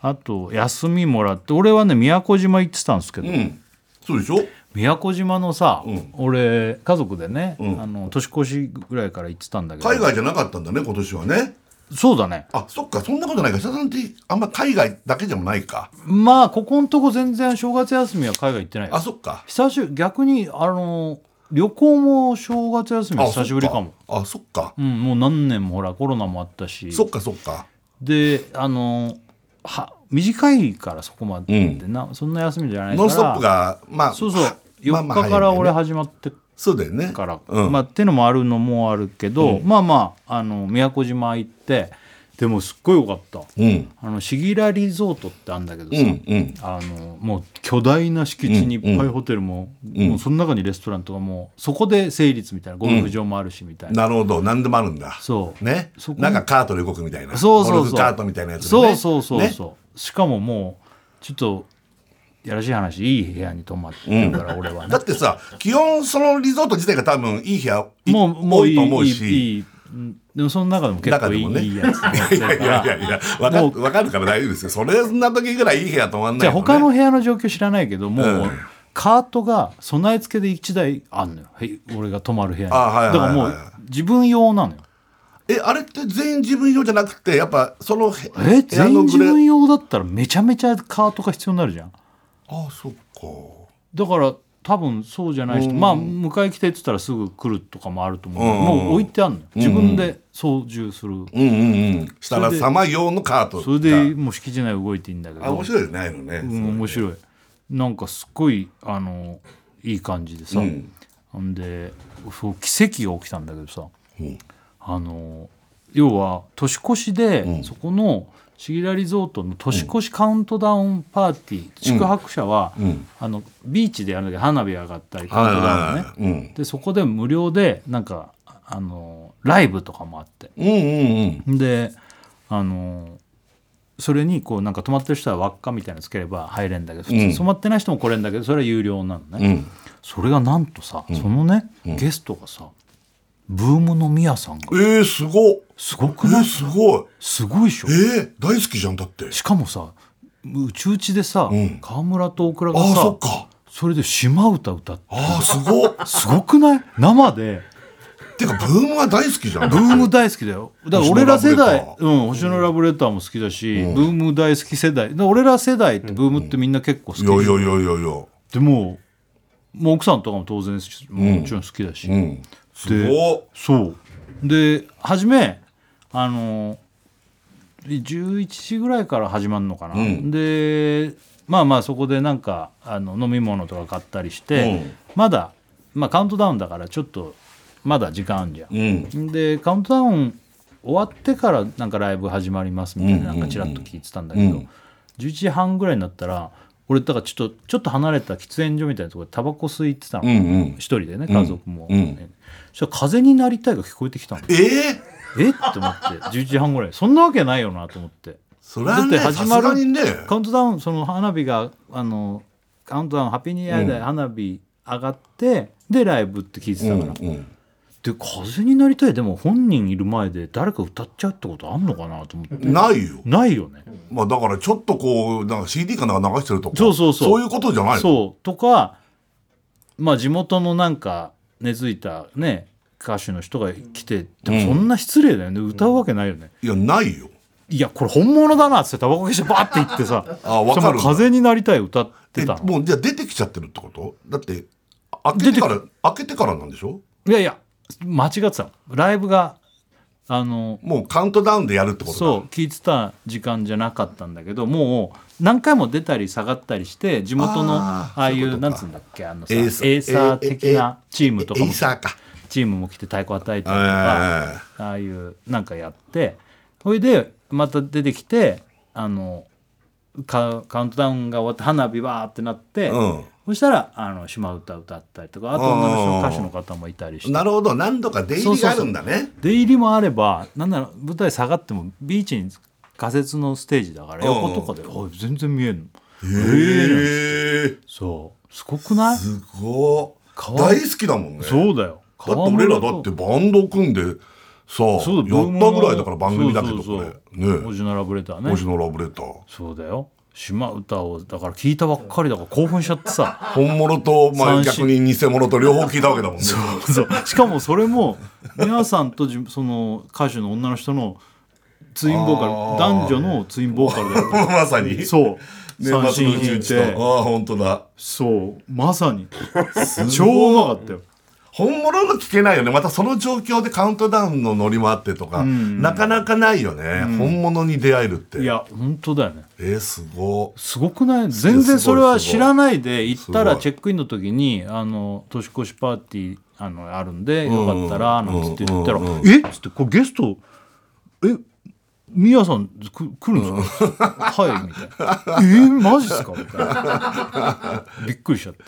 あと休みもらって俺はね宮古島行ってたんですけど、
うんそうでしょ
宮古島のさ、俺家族でね、あの年越しぐらいから行ってたんだけど
海外じゃなかったんだね今年はね
そうだね
あそっかそんなことないか久田さんってあんま海外だけでもないか
まあここのとこ全然正月休みは海外行ってないよ
あそっか
久しぶり逆にあの旅行も正月休み
あ
久しぶりかも
あそっか
うんもう何年もほらコロナもあったし
そっかそっか
であのは短いからそこまでってな、そんな休みじゃないから
ノンストップが、まあ、
そうそう
まあ
4
まあ
日から俺
早いんだよね
始まって
そうだよね。
から、
うん。
まあってのもあるのもあるけど、まあまああの宮古島行ってでもすっごい良かった
うん。
あのシギラリゾートってあるんだけど
う
さ、
ん。うん。
あのもう巨大な敷地にいっぱいホテルも,、もうその中にレストランとかもそこで成立みたいなゴルフ場もあるしみたいな、
なるほど。何でもあるんだ。
そう
ね
そ。こ
なんかカートで動くみたいな。
そうそうそう
ゴルフカートみたいなやつね。
そうそうそう
ね
そう、しかももうちょっとやらしい話いい部屋に泊まってるから、俺はね
だってさ、基本そのリゾート自体が多分いい部屋い
もうも
多
うい
い
い
と思う
いい
し。
いいうんでもその中でも結
中
構
で
いい,、
もね。
いいやつ泊まっ て
いや
る
い
か
や
ら
いやいや、わか
もう
わかるから大丈夫ですよ。それな時ぐらいいい部屋泊まんない
じゃあ
もんね
他の部屋の状況知らないけどもう、
うん
カートが備え付けで1台あんのよはい俺が泊まる部屋に、
あはいはい
だからも
はいう
自分用なのよ
え、あれって全員自分用じゃなくて、やっぱその部部
え
屋
全員
の
自
グレ
分
ー。
用だったらめちゃめちゃカートが必要になるじゃん
ああ、そっか。
だから多分そうじゃない人、まあ迎え来てって言ったらすぐ来るとかもあると思うけど、もう置いてあんのよ自分で操縦する、
うんうんうん。したら様用のカートが。
それでもう敷地内動いていいんだけど
あ、面白いね、ああいうのね。
うん、面白いなんかすっごいあのいい感じでさ、
ん
ほんでそう奇跡が起きたんだけどさ、あの要は年越しで、そこのシギラリゾートの年越しカウントダウンパーティー、宿泊者は、あのビーチでやるんだけど花火上がったりカウントダウンのね、
はいはいはいうん
でそこで無料でなんかあのライブとかもあって
うんうんうん。
であのそれにこうなんか泊まってる人は輪っかみたいなのつければ入れんだけど、普通泊まってない人も来れんだけどそれは有料なのね、
うん
それがなんとさ、そのね、ゲストがさブームのミヤさんが
えー、すごっ。
すごく
え
ない
ー、すごい。
すごいでしょ
えー、大好きじゃん、だって。
しかもさうちうちでさ、
ん
川村と大倉が
ああ、そ
さ
っか。
それで島歌歌って
ああ、すごっ。
すごくない生で
てか、ブームは大好きじゃん。
ブーム大好きだよだから俺ら世代
星
うん星のラブレターも好きだし、ブーム大好き世代だから俺ら世代ってブームってみんな結構好き
い
で
やいやいやいやいや。
でももう奥さんとかも当然しもちろん好きだし、
うん。す
で
ごっ。
そうで初めあの11時ぐらいから始まるのかな、
ん
でまあまあそこでなんかあの飲み物とか買ったりして、まだ、まあ、カウントダウンだからちょっとまだ時間あんじゃん
うん。
でカウントダウン終わってからなんかライブ始まりますみたいな
う
なん
うんん
かちらっと聞いてたんだけど、11時半ぐらいになったら俺だからちょっとちょっと離れた喫煙所みたいなところでタバコ吸いってたの、
うんうん
一。人でね家族も、
うんうん
そしたら「風になりたい」が聞こえてきたの
えー、
えって思って11時半ぐらいそんなわけないよなと思って
それはね、
だっ
さ
て始
す
まる
がにね。
カウントダウンその花火があのカウントダウンハッピーニューイヤーで花火上がって、でライブって聞いてた
う
か
ん
ら、
うん。
で風になりたいでも本人いる前で誰か歌っちゃうってことあんのかなと思って
ないよ。
ないよね
まあだからちょっとこう、なんか CD かなんか流してるとか。
そうそうそう
そういうことじゃないの
そうとかまあ地元のなんか根付いたね歌手の人が来てでもそんな失礼だよね、歌うわけないよね、
いや、ないよ。
いやこれ本物だなっつってタバコ消してバーって行ってさ
あ わかる
そしたらもう風になりたい歌って
え
たの
もうじゃあ出てきちゃってるってことだって、あ開けてから、開けてからなんでしょ
いやいや間違ってたのライブがあの
もうカウントダウンでやるってことだ。
そう聞いてた時間じゃなかったんだけどもう何回も出たり下がったりして地元のあ
あー
あい
そういう
う
ことか
なんつうんだっけあのさエ
エ
ー
ース
サー的なチームとか
エ
も
イサーか。
チームも来て太鼓叩いたりとか
え
ああいうなんかやってそれでまた出てきてあのカカウントダウンが終わって花火わーってなって、
えうん。
そしたらあの島唄歌ったりとかあと女の人の歌手の方もいたりして
なるほど何度か出入りがあるんだね
出入りもあればなんなら舞台下がってもビーチに仮設のステージだから
うん
横とかで、おい全然見えんの
へえ
そうすごくない
すご
か
い
わい
大
い
好きだもんねだ
そうだよ
って俺らだってバンド組んでさやっ
そうだ
たぐらいだから番組だけどこれ
オ
ね
ジナラブレターね
星野ラブレター
そうだよ島唄をだから聞いたばっかりだから興奮しちゃってさ
本物とまあ
三振
逆に偽物と両方聞いたわけだもんね
そうしかもそれも皆さんとじその歌手の女の人のツインボーカル
あー
男女のツインボーカルだ よ
まさ に
そう
年末の
三振
う
引い
ちと
て
ああ本当だ
そうまさに超うまかったよ
本物の聞けないよねまたその状況でカウントダウンのノリもあってとか、なかなかないよね、本物に出会えるって
いや本当だよね
えー、すご
すごくない全然それは知らないで行った
す
ら
ごい
チェックインの時にあの年越しパーティーあのあるんでよかったらなんつって言ったら「えっ?」つって「これゲストえみやさんく来るんですか?」 はい」みたいな「えマジっすか?」みたいな びっくりしちゃって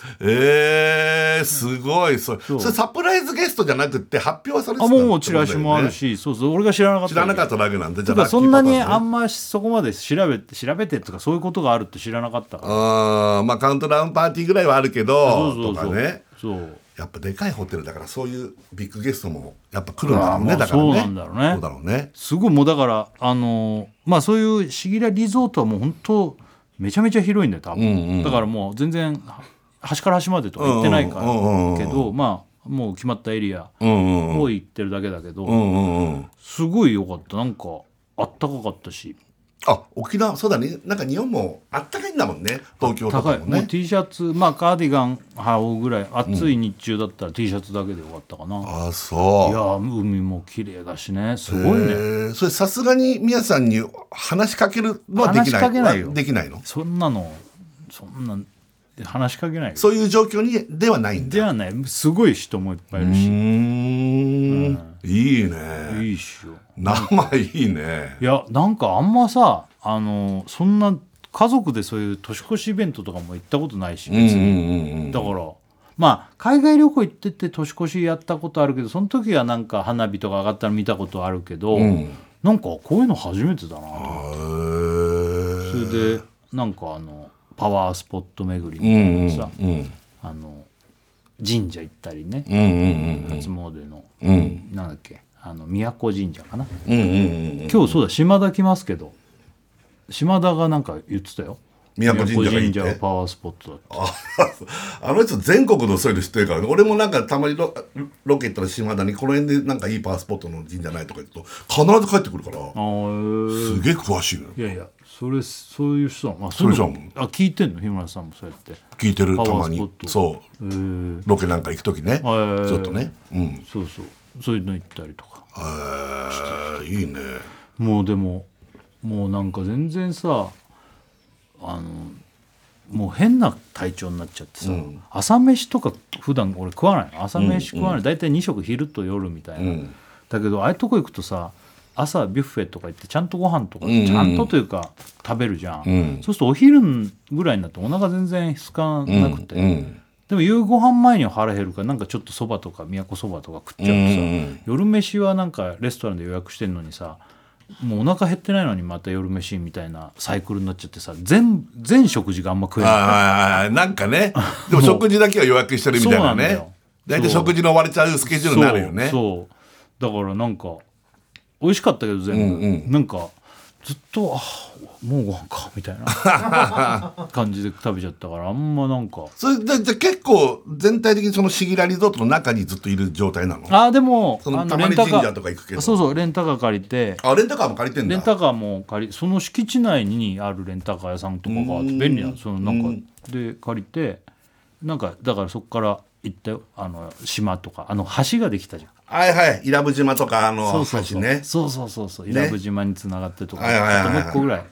えー、すごいそれ
う
それサプライズゲストじゃなくって発表はされてた
あ
ってことだよね
もうチラシもあるしそうそう俺が知らなかった
知らなかっただけなんでじ
て
ゃあ
かそんなにあ
ま
んましそこまで調べて調べてとかそういうことがあるって知らなかったから
あーまあカウントダウンパーティーぐらいはあるけ
そ
ど
うそうそう
とかね
そう
やっぱでかいホテルだからそういうビッグゲストもやっぱ来るんだろう
あ
ね
ーまあ
だからね
そうなんだろうね
そうだろうね
すごいもうだからあのーまあそういうシギラリゾートはもう本当めちゃめちゃ広いんだよ多分、だからもう全然は端から端までとか行ってないか
う
ら
んうんうんうん
けどまあもう決まったエリア
うんうん
を行ってるだけだけど、
うんうんうん
すごい良かったなんかあったかかったし
あ沖縄そうだねなんか日本もあったかいんだもんね東京と
高
か
い
も
もう
ね
T シャツまあカーディガン羽織るぐらい暑い日中だったら T シャツだけでよかったかな、い
ああそう
やー海も綺麗だしねすごい
え
ね
ーそれさすがに宮さんに話しかけるのはでき
話し
ない
かけないよ
できないの
そんなのそんな話しかけないよ
そういう状況にではないんだ
ではないすごい人もいっぱいいる
う
し、
ーんいいね
いいっしょ
生いいね
いやなんかあんまさあのそんな家族でそういう年越しイベントとかも行ったことないし、
うんうんうんうん
だからまあ海外旅行行ってって年越しやったことあるけどその時はなんか花火とか上がったの見たことあるけど、
ん
なんかこういうの初めてだなと
へ
そ
ー
れでなんかあのパワースポット巡り
う
みたい
んうん
なさ、
うん
あの神社行ったりね、
うんうん
初詣の
うんうん
なんだっけあの宮古神社かな、
うんうんうん
今日そうだ島田来ますけど島田がなんか言ってたよ
宮古神社がいいっ
神
て
社はパワースポットだって
ああの人全国のそういうの知ってるからね俺もなんかたまにロロケ行ったら島田にこの辺でなんかいいパワースポットの神社ないとか言うと必ず帰ってくるから
あー
すげえ詳しいのよ
いやいやそれそういう人なのあ
それじゃん
ういうのあ聞いてんの日村さんもそうやってへ
聞いてる
パ
た
ワ
ま
ースポ
に
ット
そう
ー
ロケなんか行く時ねち
ー
ょっとねうん
そうそうそういうの行ったりとか
へーいいね
もうでももうなんか全然さあのもう変な体調になっちゃってさ、朝飯とか普段俺食わないの朝飯食わない、大体2食昼と夜みたいな、だけどああいうとこ行くとさ朝ビュッフェとか行ってちゃんとご飯とか、ちゃんとというか食べるじゃん、そうするとお昼ぐらいになってお腹全然すかなくて、でも夕ご飯前には腹減るからなんかちょっとそばとか宮古そばとか食っちゃうとさ、夜飯はなんかレストランで予約してんのにさもうお腹減ってないのにまた夜飯みたいなサイクルになっちゃってさ全全食事があんま食え
はい
ない
はいはいなんかねでも食事だけは予約してるみたい
そうな
なん
だ
ね
よ
大体食事の終われちゃうスケジュールになるよね
そうそうだからなんか美味しかったけど全部、なんかずっとあもうご飯かみたいな 感じで食べちゃったからあんまなんか
それでじゃあ結構全体的にそのシギラリゾートの中にずっといる状態なの
あーでも
その
あ
たまに
レンタカー
神社とか行くけど
そうそうレンタカー借りて
あレンタカーも借りてんだ
レンタカーも借りその敷地内にあるレンタカー屋さんとかがあって便利なのそのなんかで借りてなんかだからそこから行ったよあの島とかあの橋ができたじゃん
はいはい伊良部島とかあの
そ
橋
うそうそう、
ね
そうそうそうそう伊良部島につながってるとか、
はいはいはいは
あと
い
もう一個ぐらい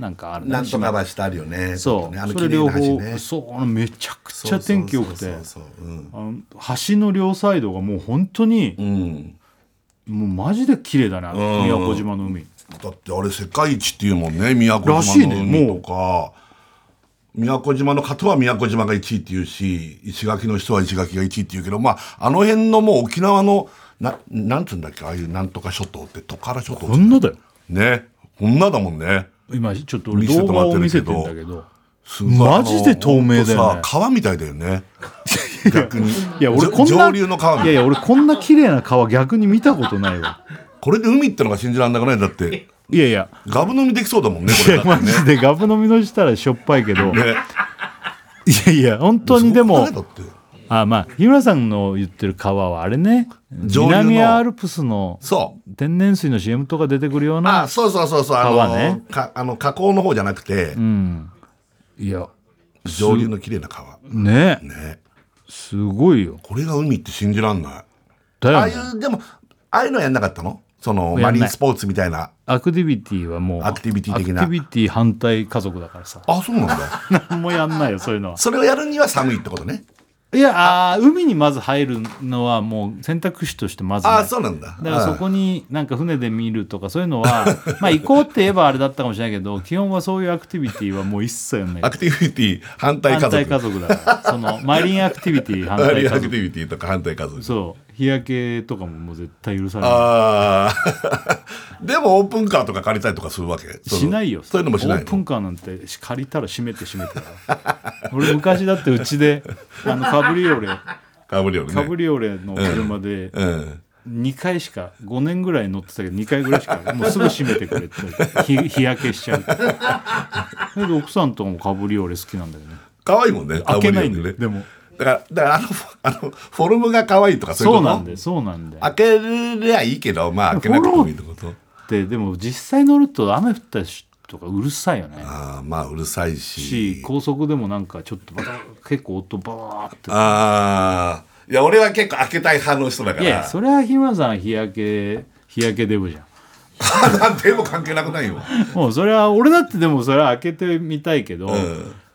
なんかあるね
なんとか橋ってあるよねちょっ
そ
と
う、
ねあの
そ
綺
れ
麗
両
な橋
方、
ね
そうあのめちゃくちゃ天気良くて
そうそうそうそううん
あの橋の両サイドがもう本当に、もうマジで綺麗だねあの宮古島の海、
だってあれ世界一っていうもんね宮古
らしい
島の
ね
海とか、宮古島の方は宮古島が1位っていうし石垣の人は石垣が1位っていうけどまああの辺のもう沖縄のななんつうんだっけああいうなんとか諸島ってトカラ諸島
こんなだよ
ねこんなだもんね
今ちょっと俺
見せて
動
も
画
らっ
を
てる
見
け
せ
ど
てんだけど
すごいあの
マジで透明だ
ほ
よね
んとさ川みたいだよ ね逆に
いや俺
じょ
こんな
上流の川み
い
た
や
い
いや俺こんな綺麗な川逆に見たことないわ
これで海ってのが信じられなくないだって
いやいや
ガブ飲みできそうだもんね こ
い
れだ
やマ
ってね
ジでガブ飲みのしたらしょっぱいけど、
ね
いやいや本当にでも
すごくないだって
あまあ日村さんの言ってる川はあれね
上流の
南アルプスの
そう
天然水の CM とか出てくるような
あそうそうそうそうあ
川
の、
ね
かあの河口の方じゃなくて、
うんいや
上流の綺麗な川
ね
ね
すごいよ
これが海って信じらんない
だ
ああ
よ
い
ね
うでもああいうのやんなかったのそのマ
やんない
リンスポーツみたいな
アクティビティはもう
アクティビティ的な
アクティビティ反対家族だからさ
あそうなんだ
何もやんないよそういうのは
それをやるには寒いってことね
いやあー海にまず入るのはもう選択肢としてまずない
ああそうなんだ
だからそこになんか船で見るとかそういうの はまあ行こうって言えばあれだったかもしれないけど基本はそういうアクティビティはもう一切やんない
アクティビティ反対家族
反対家族だからそのマリンアクティビテ ィ反
マ
対
リンア
家
クテ
族
ィビティとか反対家族
そう日焼けとかももう絶対許されな
あ あでもオープンカーとか借りたりとかするわけ
いしないよ
そういうのもしない
オープンカーなんて借りたら閉めて閉めてだから俺昔だってうちであのカブリオレ
かぶりよね
カブリオレの車で
うん
2回しか5年ぐらい乗ってたけど2回ぐらいしかもうすぐ閉めてくれって日日焼けしちゃうだけど奥さんとかもカブリオレ好きなんだよね
可愛いもんね
開けないんだよ
かぶりよね
でも
だからだからあのあのフォルムが可愛いとかそういうこ
そう
と
なんだよそうなんだよ
開けりゃいいけどまあ開けなくてもいいって こと
ででも実際乗ると雨降ったしとかうるさいよね
ああまあうるさいし
し高速でもなんかちょっとバタ結構音バーって
ああいや俺は結構開けたい派の人だか
いや
ら
それは日村さん日焼け日焼けデブじゃん
でも関係 なくないよ
もうそれは俺だってでもそれは開けてみたいけど、
ん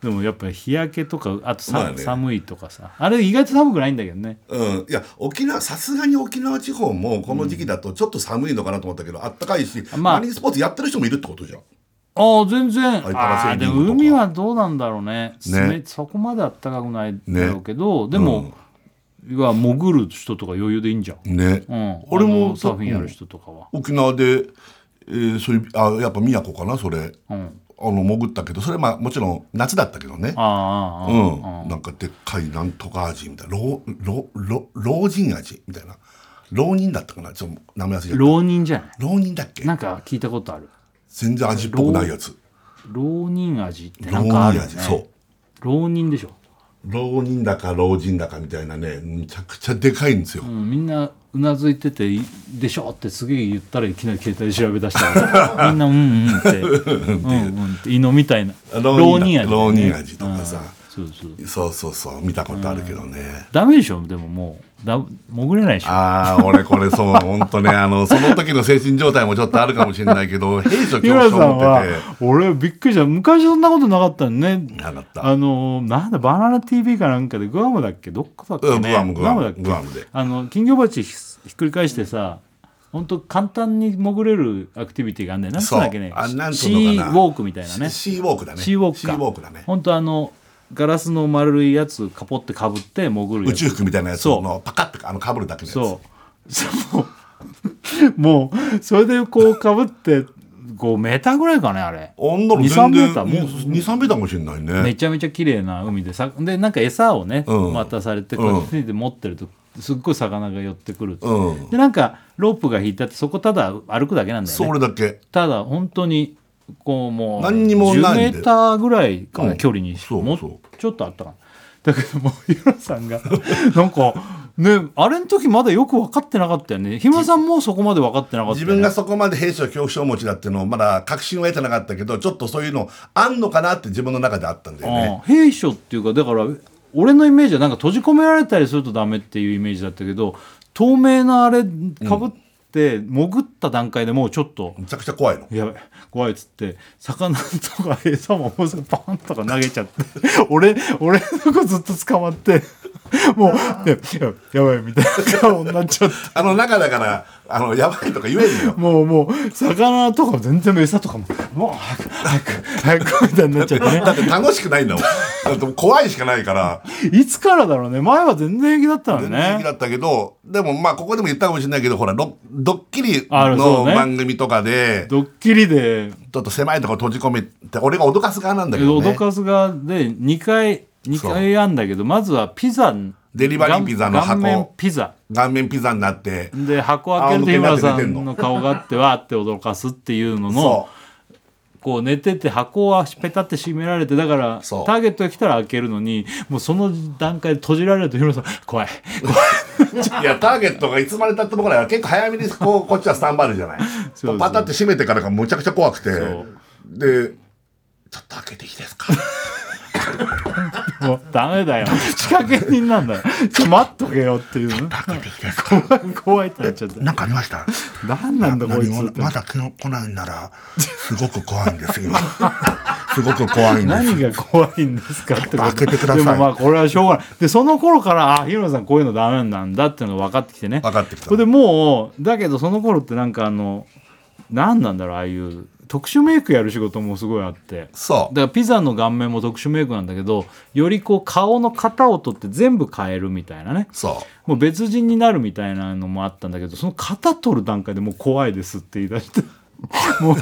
でもやっぱり日焼けとかあとさ、
まあね
寒いとかさあれ意外と寒くないんだけどね
うん、いや沖縄さすがに沖縄地方もこの時期だとちょっと寒いのかなと思ったけど、あったかいし、
ま
マ
あ
リンスポーツやってる人もいるってことじゃん
ああ全然
い
あ
パラセー
あ
リ
で
ングとか
も海はどうなんだろうね
ね
ねそこまであったかくないだろうけど、でも、いや潜る人とか余裕でいいんじゃん、
ね、
うん、
俺
あ
も
の
さ
サーフィンやる人とかは、
うん沖縄で、えーそういうあやっぱ宮古かなそれあ
うん、
の潜ったけどそれまあもちろん夏だったけどね
ああああ
う
ああ
ん、なんかでっかいなんとか味みたいな老老老老人味みたいな浪人だったかなちょっと名前忘れちゃった
浪人じゃない
浪人だっけ
なんか聞いたことある
全然味っぽくないやつ
浪人味ってな
浪
ん
人
かあるよ
味、
ね
そう
浪人でしょ、
浪人だか老人だかみたいなねむちゃくちゃでかいんですよ、
うん、みんなうなずいててい「でしょ」ってすげえ言ったらいきなり携帯で調べ出した らみんな「うんうん」って「うんうん」って犬みたいな浪
だ
人味、ね、
浪人味とかさ、
そうそう
そうそうそう見たことあるけどね、
ダメでしょでももうだ潜れないでしょ
ああ俺これそう本 当ねあのその時の精神状態もちょっとあるかもしれないけど平所
日
恐怖症
村さん
持
は
ってて
俺びっくりした昔そんなことなかったのね
なかった
あのーなんだバナナ TV かなんかでグアムだっけどっかだっけ、
う
ね
んグアムグアム
だっけ
グアムで
あの金魚鉢ひひっくり返してさ本当簡単に潜れるアクティビティがあんだよなんつうんだっけね
あなんつ
シ
うのかな
ーウォークみたいなね
シシーウォークだね
シーウォーク
シ
か
ーウォークだね
本当あのガラスの丸いやつかぽってかぶって潜るや
宇
つ
宙服みたいなやつ
そ
のパカッてあの被るだけのやつ
そう そうもうもうそれでこうかぶって5メーターぐらいかねあれ
女の
2 3メーターもう
23メーターかもしれないね
めちゃめちゃ綺麗な海でさでなんか餌をね、
うん
渡されて
うん
こうやって手で持ってるとすっごい魚が寄ってくるって、
うん
でなんかロープが引いてあってそこただ歩くだけなんだよ
そ
ね
れだけ
ただ本当にこうもう
何にもないんで
10メーターぐらいかな、
うん
距離に
そう
も
そう
ちょっとあったかなだけどもう日村さんが なんかねあれの時まだよく分かってなかったよね日村さんもそこまで分かってなかった
自
よ、ね、
分がそこまで兵士を恐怖症持ちだっていうのをまだ確信は得てなかったけどちょっとそういうのあんのかなって自分の中であったんだよね
ああ兵所っていうかだから俺のイメージはなんか閉じ込められたりするとダメっていうイメージだったけど透明なあれかぶって潜った段階でもうちょっと、
むちゃくちゃ怖いの
やべ怖いっつって魚とか餌ももうすぐパンとか投げちゃって 俺俺の子ずっと捕まってもうねややばいみたいな顔になっちゃって。
あの中だからあのやばいとか言えんの よ
もうもう魚とかも全然餌とかももう早く早く早くみたいになっちゃってね
だって楽しくないんだもんだって怖いしかないから
いつからだろうね前は全然平気だったのよ
全
ね
然平気だったけどでもまあここでも言ったかもしれないけどほらドドッキリ
あるそ
の
うね
番組とかで
ドッキリで、
ちょっと狭いところ閉じ込めて俺が脅かす側なんだけどね
脅かす側で2回二回やんだけどまずはピザ
デリバリーピザの箱
顔面ピザ
顔面ピザになって
で箱開けると日村さんの顔があってわーって驚かすっていうのの
そう
こう寝てて箱はペタって閉められてだからタ
そう
ーゲットが来たら開けるのにもうその段階で閉じられると日村さん怖い怖
い
い
や、ターゲットがいつまでたってもから結構早めにこ うこっちはスタンバイあるじゃない。
そうそう
パタって閉めてからがむちゃくちゃ怖くて
う。
で、ちょっと開けていいですか
もうダメ だよ仕掛け人なんだよちょ待っとけよっていうね怖い怖いってなっちゃった
なんかありました
何なんだこいつ
何
っ
も
て
まだ来来ないならすごく怖いんです今すごく怖 いんです
何が怖いんですかってこと
開けてください
でもまあこれはしょうがないでその頃からあ日村さんこういうのダメなんだっていうのが分かってきてね
分かってきた
これでもうだけどその頃ってなんかあの何なんだろうああいう特殊メイクやる仕事もすごいあって
そ
だからピザの顔面も特殊メイクなんだけどよりこう顔の型を取って全部変えるみたいなね
うそ
もう別人になるみたいなのもあったんだけどその型取る段階でもう怖いですって言い出して もう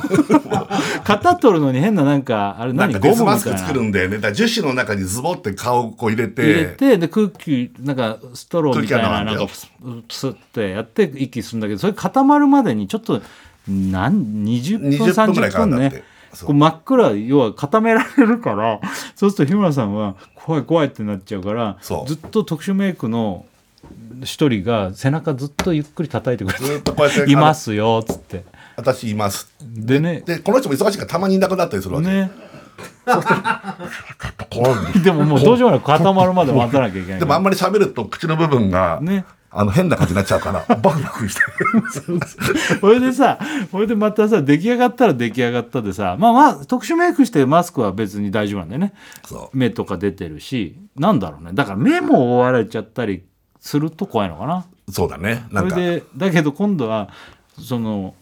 型取るのに変ななんかあれ
うなん
何
か
ゴム
デス
みたいな
マスク作るんだよねだから樹脂の中にズボって顔をこう入れて
入れてで空気なんかストローみたいなな
空気穴
ん
なんだよ
かプスプスってやって息するんだけどそれ固まるまでにちょっとなん20分
20分ぐらい
30
かかるん
分
だって
ね
そう
こう真っ暗要は固められるからそうすると日村さんは怖い怖いってなっちゃうから
そう
ずっと特殊メイクの一人が背中ずっとゆっくり叩いてくれ
ずっとこうやって
て「いますよ」っつって
あの私います
でね
でこの人も忙しいからたまにいなくなったりするわけ、
ね
怖いんです
でももうどうしようもない固まるまで待たなきゃいけな
で
いか
もあ
ら
んまり喋ると口の部分が、
ね
あの変な感じになっちゃう からバクバクして
それでさそれでまたさ出来上がったら出来上がったでさまあまあ特殊メイクしてマスクは別に大丈夫なんだよね
そう
目とか出てるしなんだろうねだから目も覆われちゃったりすると怖いのかな
そうだねなん
そ
か
れでだけど今度はその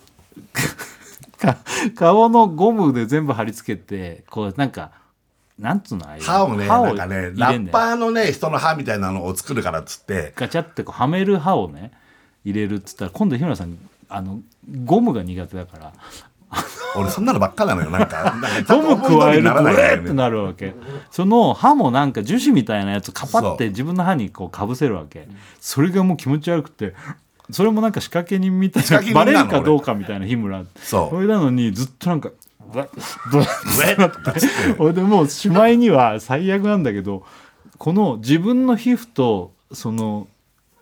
か顔のゴムで全部貼り付けてこうなんかなんつうのああいうの
歯をね
歯
なんかね
入
ラ
れん
ッ
だよ
パーのね人の歯みたいなのを作るからっつって
ガチャってこうはめる歯をね入れるっつったら今度日村さんあのゴムが苦手だから
俺そんなのばっかなのよなんかなん か
ゴム加える
なら
とう
ないんだ
え
よ
ーって
ね
なるわけその歯もなんか樹脂みたいなやつカパっ
そ
て
う
自分の歯にこうかぶせるわけそれがもう気持ち悪くてそれもなんか仕掛け人みた
仕掛
い
け
な
人な
バ
の
レるかどうかみたいな日村
そう
それなのにずっとなんか ブワッブワッ
うえーっつって
俺でもうしまいには最悪なんだけどこの自分の皮膚とその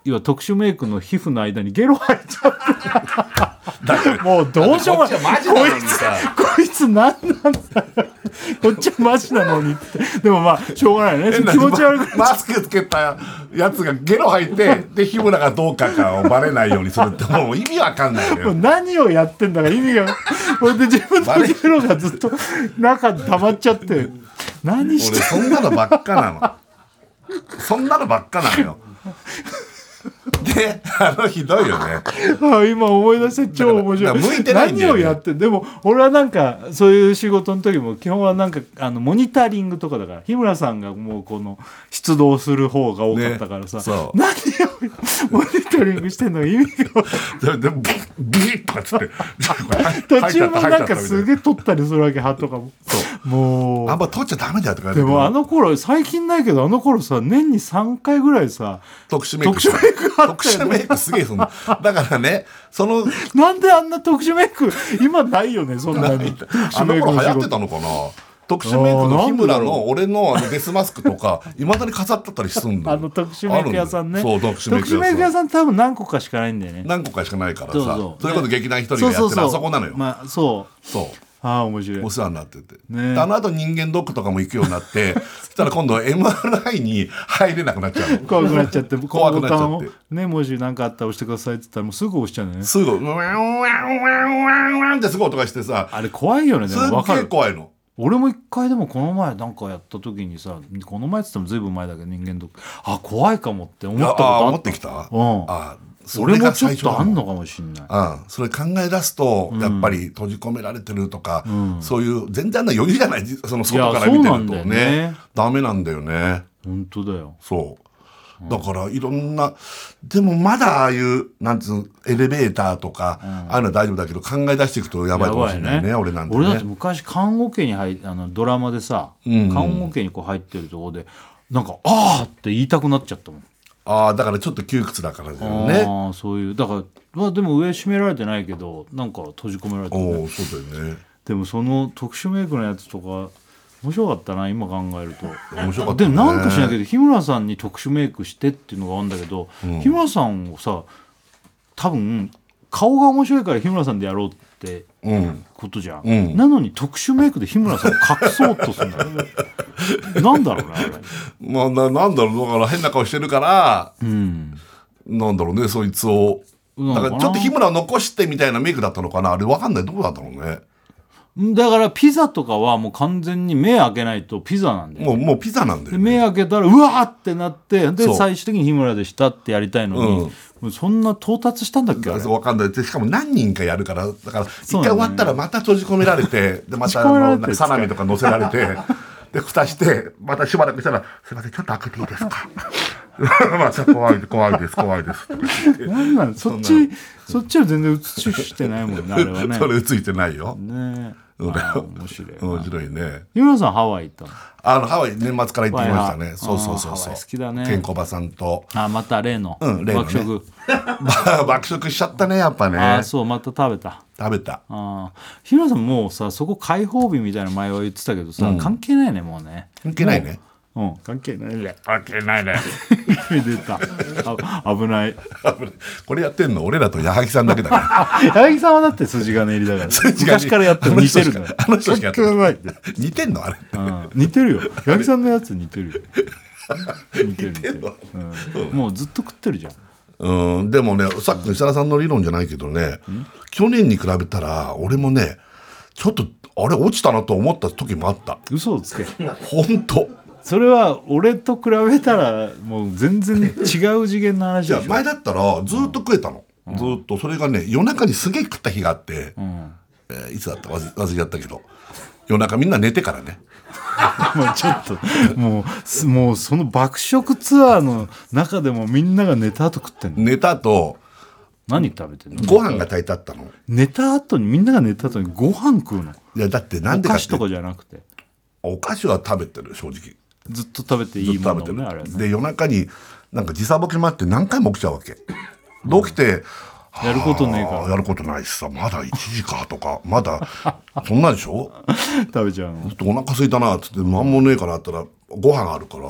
要は特殊メイクの皮膚の間にゲロ入っちゃう
だから
もうどうしようもない
こっちはマジなのにさ
こいつ何なんだよこっちはマジなのにってでもまあしょうがないよね気持ち悪く
マスクつけたやつがゲロ吐い てで日村がどうかかをバレないようにするってもう意味わかんないの
もう
よ
何をやってんだか意味がこれで自分
バレ
のゲロがずっと中に溜まっちゃって何し
俺
て
そんなのばっかなのそんなのばっかなのよであのひどいよね
あ今思い出して超面白
だ
い
から向いてないんだよね
何をやってんでも俺はなんかそういう仕事の時も基本はなんかあのモニタリングとかだから日村さんがもうこの出動する方が多かったからさ、
ねそう
何をモニタリングしてんのか意味が
ででビッビッとかっつって
途中もなんかす
え
げえ取ったりするわけ歯とかももう
あんま取っちゃダメだよとか
でもあ
の
の頃最近ないけどあの頃さ年に3回ぐらいさ
特殊メイク
特殊メイクあったよ
特殊
ね
メイクすげえそのだからねその
なんであんな特殊メイク今ない よねそんなに特
あ
殊
の
メイク
頃
の
流
仕
行って
事
たのかな特殊メイクの日村の俺のあのデスマスクとかいまだに飾ってたりすんだ
あ
よ
の特殊メイク屋さんね
あるだよそう特殊メイク屋さん
さんって多分何個かしかないんだよね
何個かしかないからさ
そ
そう
そう
れこそ劇団一人がやってるあそこなのよ
まあそう
そ
ああ面白いう
お世話になってて、
ね
であの後人間ドックとかも行くようになって そしたら今度 MRI に入れなくなっちゃうの
怖くなっちゃっ て
怖くなっちゃって
このボタンをねもし何かあったら押してくださいって言ったらもうすぐ押しちゃうんだよね
すぐワンワンワンワンワンワンってすごい音がしてさ
あれ怖いよねですも分
っ
か
げえ
る
怖いの
俺も一回でもこの前なんかやった時にさこの前って言ってもずいぶん前だけど人間ドックあ怖いかもって思ったこと
あ
あ
思
っ
ってきた、
うん
あそれ
俺も
が
ちょっ
最初
と
だ
あ
も
ん
ん
のかもしんない
うん、それ考え出すと、やっぱり閉じ込められてるとか、そういう全然あんな余裕じゃないじその外から見て
いやそうなん
ると
だよ
ね
ね
ダメなんだよね
本当だよ
そうだからいろんなでもまだああいうなんつうのエレベーターとか、ああいうのは大丈夫だけど考え出していくとやばいかもしれないね俺なんて
俺だって
ね
昔看護家に入あのドラマでさ、
ん
看護家にこう入ってるところでなんか「ああ!」って言いたくなっちゃったもん
ああだからちょっと窮屈だからだよね
ああそういうだからまあでも上閉められてないけどなんか閉じ込められてる
おおそうだよね
でもその特殊メイクのやつとか面白かったな今考えると
面白かった
で
ね
もなんかしないけど日村さんに特殊メイクしてっていうのがあるんだけど、日村さんをさ多分顔が面白いから日村さんでやろうってことじゃん、なのに特殊メイクで日村さんを隠そうとするんだ よなんだろうねあれ
まあななんだろうだから変な顔してるから、なんだろうねそいつを
なの
だ
か
か
な
らちょっと日村を残してみたいなメイクだったのかなあれわかんないどうだったのね
だからピザとかはもう完全に目開けないとピザなんだよ
もうもうピザなんだ
で
よね
目開けたらうわーってなってで
そう
最終的に日村でしたってやりたいのに
うん、
もうそんな到達したんだっけあれ
わかんないでしかも何人かやるからだから一
う
回
だね
終わったらまた閉じ込められてでまたあ
閉じ込めら
の
れて
なんかサラミとか乗せられてで蓋してまたしばらくしたら「すいませんちょっと開けていいです か? 」まあちょっと怖い怖いです怖いです」とか言って
なんなんそっちそっちは全然映してないもんねあれは ね
それついてないよ
ねえ
うん
あー面白いな
面白いね
日村さんハワイ行ったの
あのハワイ年末から行ってきました
ハワイ
ね
な
そうそうそう
あーハ
そう
ワイ好きだね
ケンコバさんと
あまた例の,、
うん例のね
爆食
爆食しちゃったねやっぱ
ああ
ね
そうまた食べた
食べた
あー日村さんもうさそこ開放日みたいな前は言ってたけどさ、関係ないねもうね
関係ないね
うん関係ないね
関係ないね
出たあ危ない
これやってんの俺らと矢作さんだけだから
八木さんはだって筋金入りだから昔からやってる似てるのよ
あの人しかやって
関係
な
ないい
似てんのあれ
うん似てる よ八木さんのやつ似てるよ似てる似てる
の
うんもうずっと食ってるじゃん
うんでもねさっきの設楽さんの理論じゃないけどね去年に比べたら俺もねちょっとあれ落ちたなと思った時もあった
嘘をつけ
本当
それは俺と比べたらもう全然違う次元の話
じゃあ
でしょ
前だったらずーっと食えたの、ずーっとそれがね夜中にすげえ食った日があって、えーいつだったか忘れ忘れちゃったけど夜中みんな寝てからね
もう ちょっともうすもうその爆食ツアーの中でもみんなが寝た後食ってんの
寝た後
何食べてんの
ご飯が炊いてあったの
寝た後にみんなが寝た後にご飯食うの
いやだってなん
お
でか
菓
っ
子
て
とかじゃなくて
お菓子は食べてる正直
ずっと食べてい
ず
い
っ
も
と食
のを
べ
ねあれは
てる
ね
で夜中になんか時差ボケもあって何回も起きちゃうわけで起きて、
やることねえから
あーやることないしさまだ1時かとかまだそんなでしょ
食べちゃうの
ちょっとお腹空いたなっつって何もねえからあったらご飯あるから、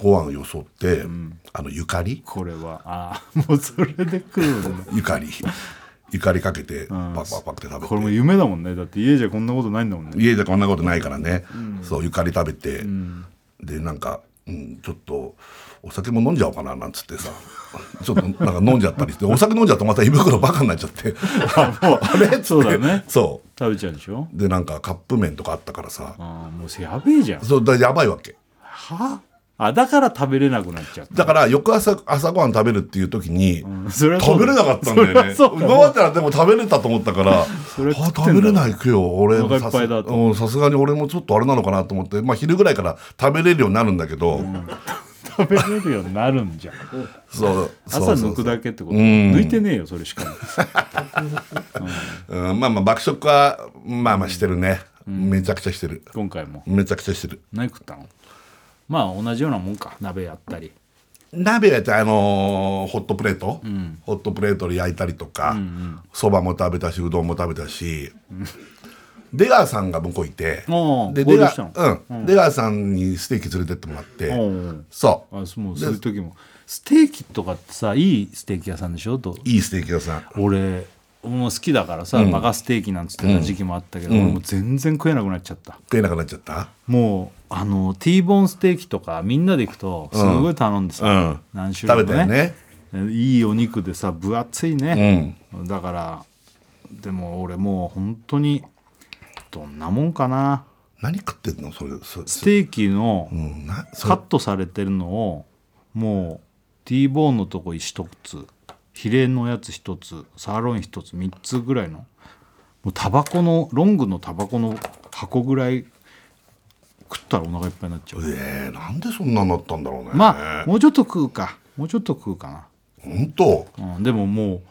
ご飯よそって、あのゆかり
これはああもうそれで食うんだ
ゆかりゆかりかけてパクパクパクって食べて、
これも夢だもんねだって家じゃこんなことないんだもんね
家でこんなことないからね、そうゆかり食べて、でなんか、うん、ちょっとお酒も飲んじゃおうかななんつってさ ちょっとなんか飲んじゃったりしてお酒飲んじゃうとまた胃袋バカになっちゃって
あれ そうだ ね
そ
食べちゃうでしょ
うでなんかカップ麺とかあったからさ、
ああもうやべえじゃん
そうだやばいわけ
あだから食べれなくなっちゃった
だから翌朝朝ごはん食べるっていう時に、
それはそう
食べ
だ
れなかったんだよね
それはそうだ
今までたらでも食べれたと思ったからあ
それ食ってんだ
食べれないくよ俺
お腹いっ
さ
ぱ
す
いだと
うんさすがに俺もちょっとあれなのかなと思って、まあ、昼ぐらいから食べれるようになるんだけど、
食べれるようになるん じゃん
そうそう
朝
そうそう
抜くだけってこと
うん
抜いてねえよそれしかも
うんまあまあ爆食はまあまあしてるね、めちゃくちゃしてる
今回も
めちゃくちゃしてる
何食ったのまあ同じようなもんか鍋やったり
鍋はやってあのーホットプレート、ホットプレートで焼いたりとかそば、も食べたしうどんも食べたし、出川さんが向こういて
おー
で
合
出
流したの
川うん出川さんにステーキ連れてってもらって、
おー
そう
あそうもうそういう時もステーキとかってさいいステーキ屋さんでしょと
いいステーキ屋さん
俺もう好きだからさ、バカステーキなんつってた時期もあったけど、俺もう全然食えなくなっちゃった
食えなくなっちゃった
もうあの T ボーンステーキとかみんなで行くとすごい頼んでさ、
うん
何種類も、
食べたよ
いいお肉でさ分厚いね、だからでも俺もう本当にどんなもんかな
何食ってんのそれそ
ステーキの
うんなそ
カットされてるのをもう T ボーンのとこ一つヒレのやつ一つサーロイン一つ三つぐらいのもうタバコのロングのタバコの箱ぐらい食ったらお腹いっぱいになっちゃう
えーなんでそんなになったんだろうね
まあもうちょっと食うかもうちょっと食うか
本当
な、うん、でもも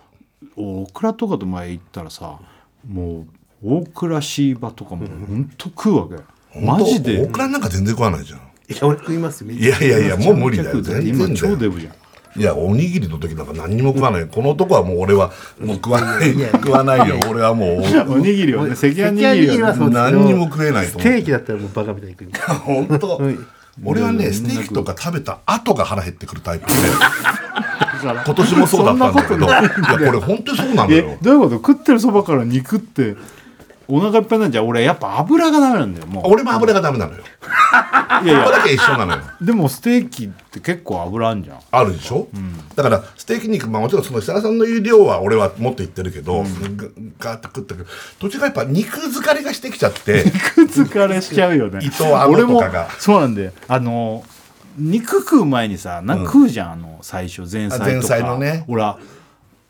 うオクラとかと前行ったらさもう大倉シーバとかもほんと食うわけマジ
オ
で
クラなんか全然食わないじゃん
いや俺食いますよ
いやいやいやもう無理だよ
めちゃくちゃ食う
全然
今
だよ
超デブじゃん
いやおにぎりの時なんか何にも食わない、この男はもう俺はもう食わない食わないよ俺はもう
おにぎりをね赤飯握
赤飯
り
握り
をね
はそうですけど
何にも食えないと
ス
思って
テーキだったらもうバカみたいに食います
本当、俺はねステーキとか食べた後が腹減ってくるタイプで今年もそうだったんだけどいやこれ本当にそうなの
え
よ
どういうこと食ってるそばから肉ってお腹いっぱいなんじゃ俺やっぱ油がダメなんだよも
俺も油がダメなのよ
ういやい
ここ
や
だけ一緒なのよ
でもステーキって結構油あんじゃん
あるでしょ、だからステーキ肉、まあ、もちろんその設楽さんの言う量は俺はもっと言ってるけど、ガーッと食ったけど途中からやっぱ肉疲れがしてきちゃって
疲れしちゃうよね
伊藤あの
俺
と
も
かが
そうなんだよあの肉食う前にさなんか食うじゃん、あの最初前菜とか
あ前菜のね
ほら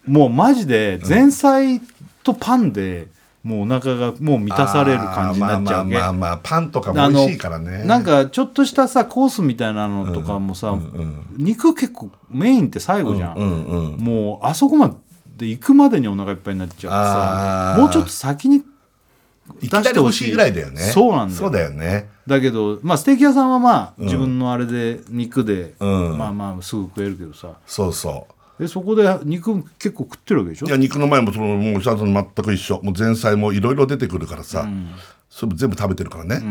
もうマジで前菜とパンでもうお腹がもう満たされる感じになっちゃう
あー
け
まあまあまあパンとかも美味しいからね
なんかちょっとしたさコースみたいなのとかもさ、肉結構メインって最後じゃん、
うんうん
もうあそこまで行くまでにお腹いっぱいになっちゃ
あ
う
ー
とさもうちょっと先に
いきなり欲しいぐらいだよね
そうなんだよ
そうだよね
だけど、まあ、ステーキ屋さんはまあ、自分のあれで肉で、
うん
まあまあすぐ食えるけどさ
そうそ
でそこで肉結構食ってるわけでしょ
ういや肉の前もそのもう設楽さんと全く一緒もう前菜もいろいろ出てくるからさ、それも全部食べてるからね、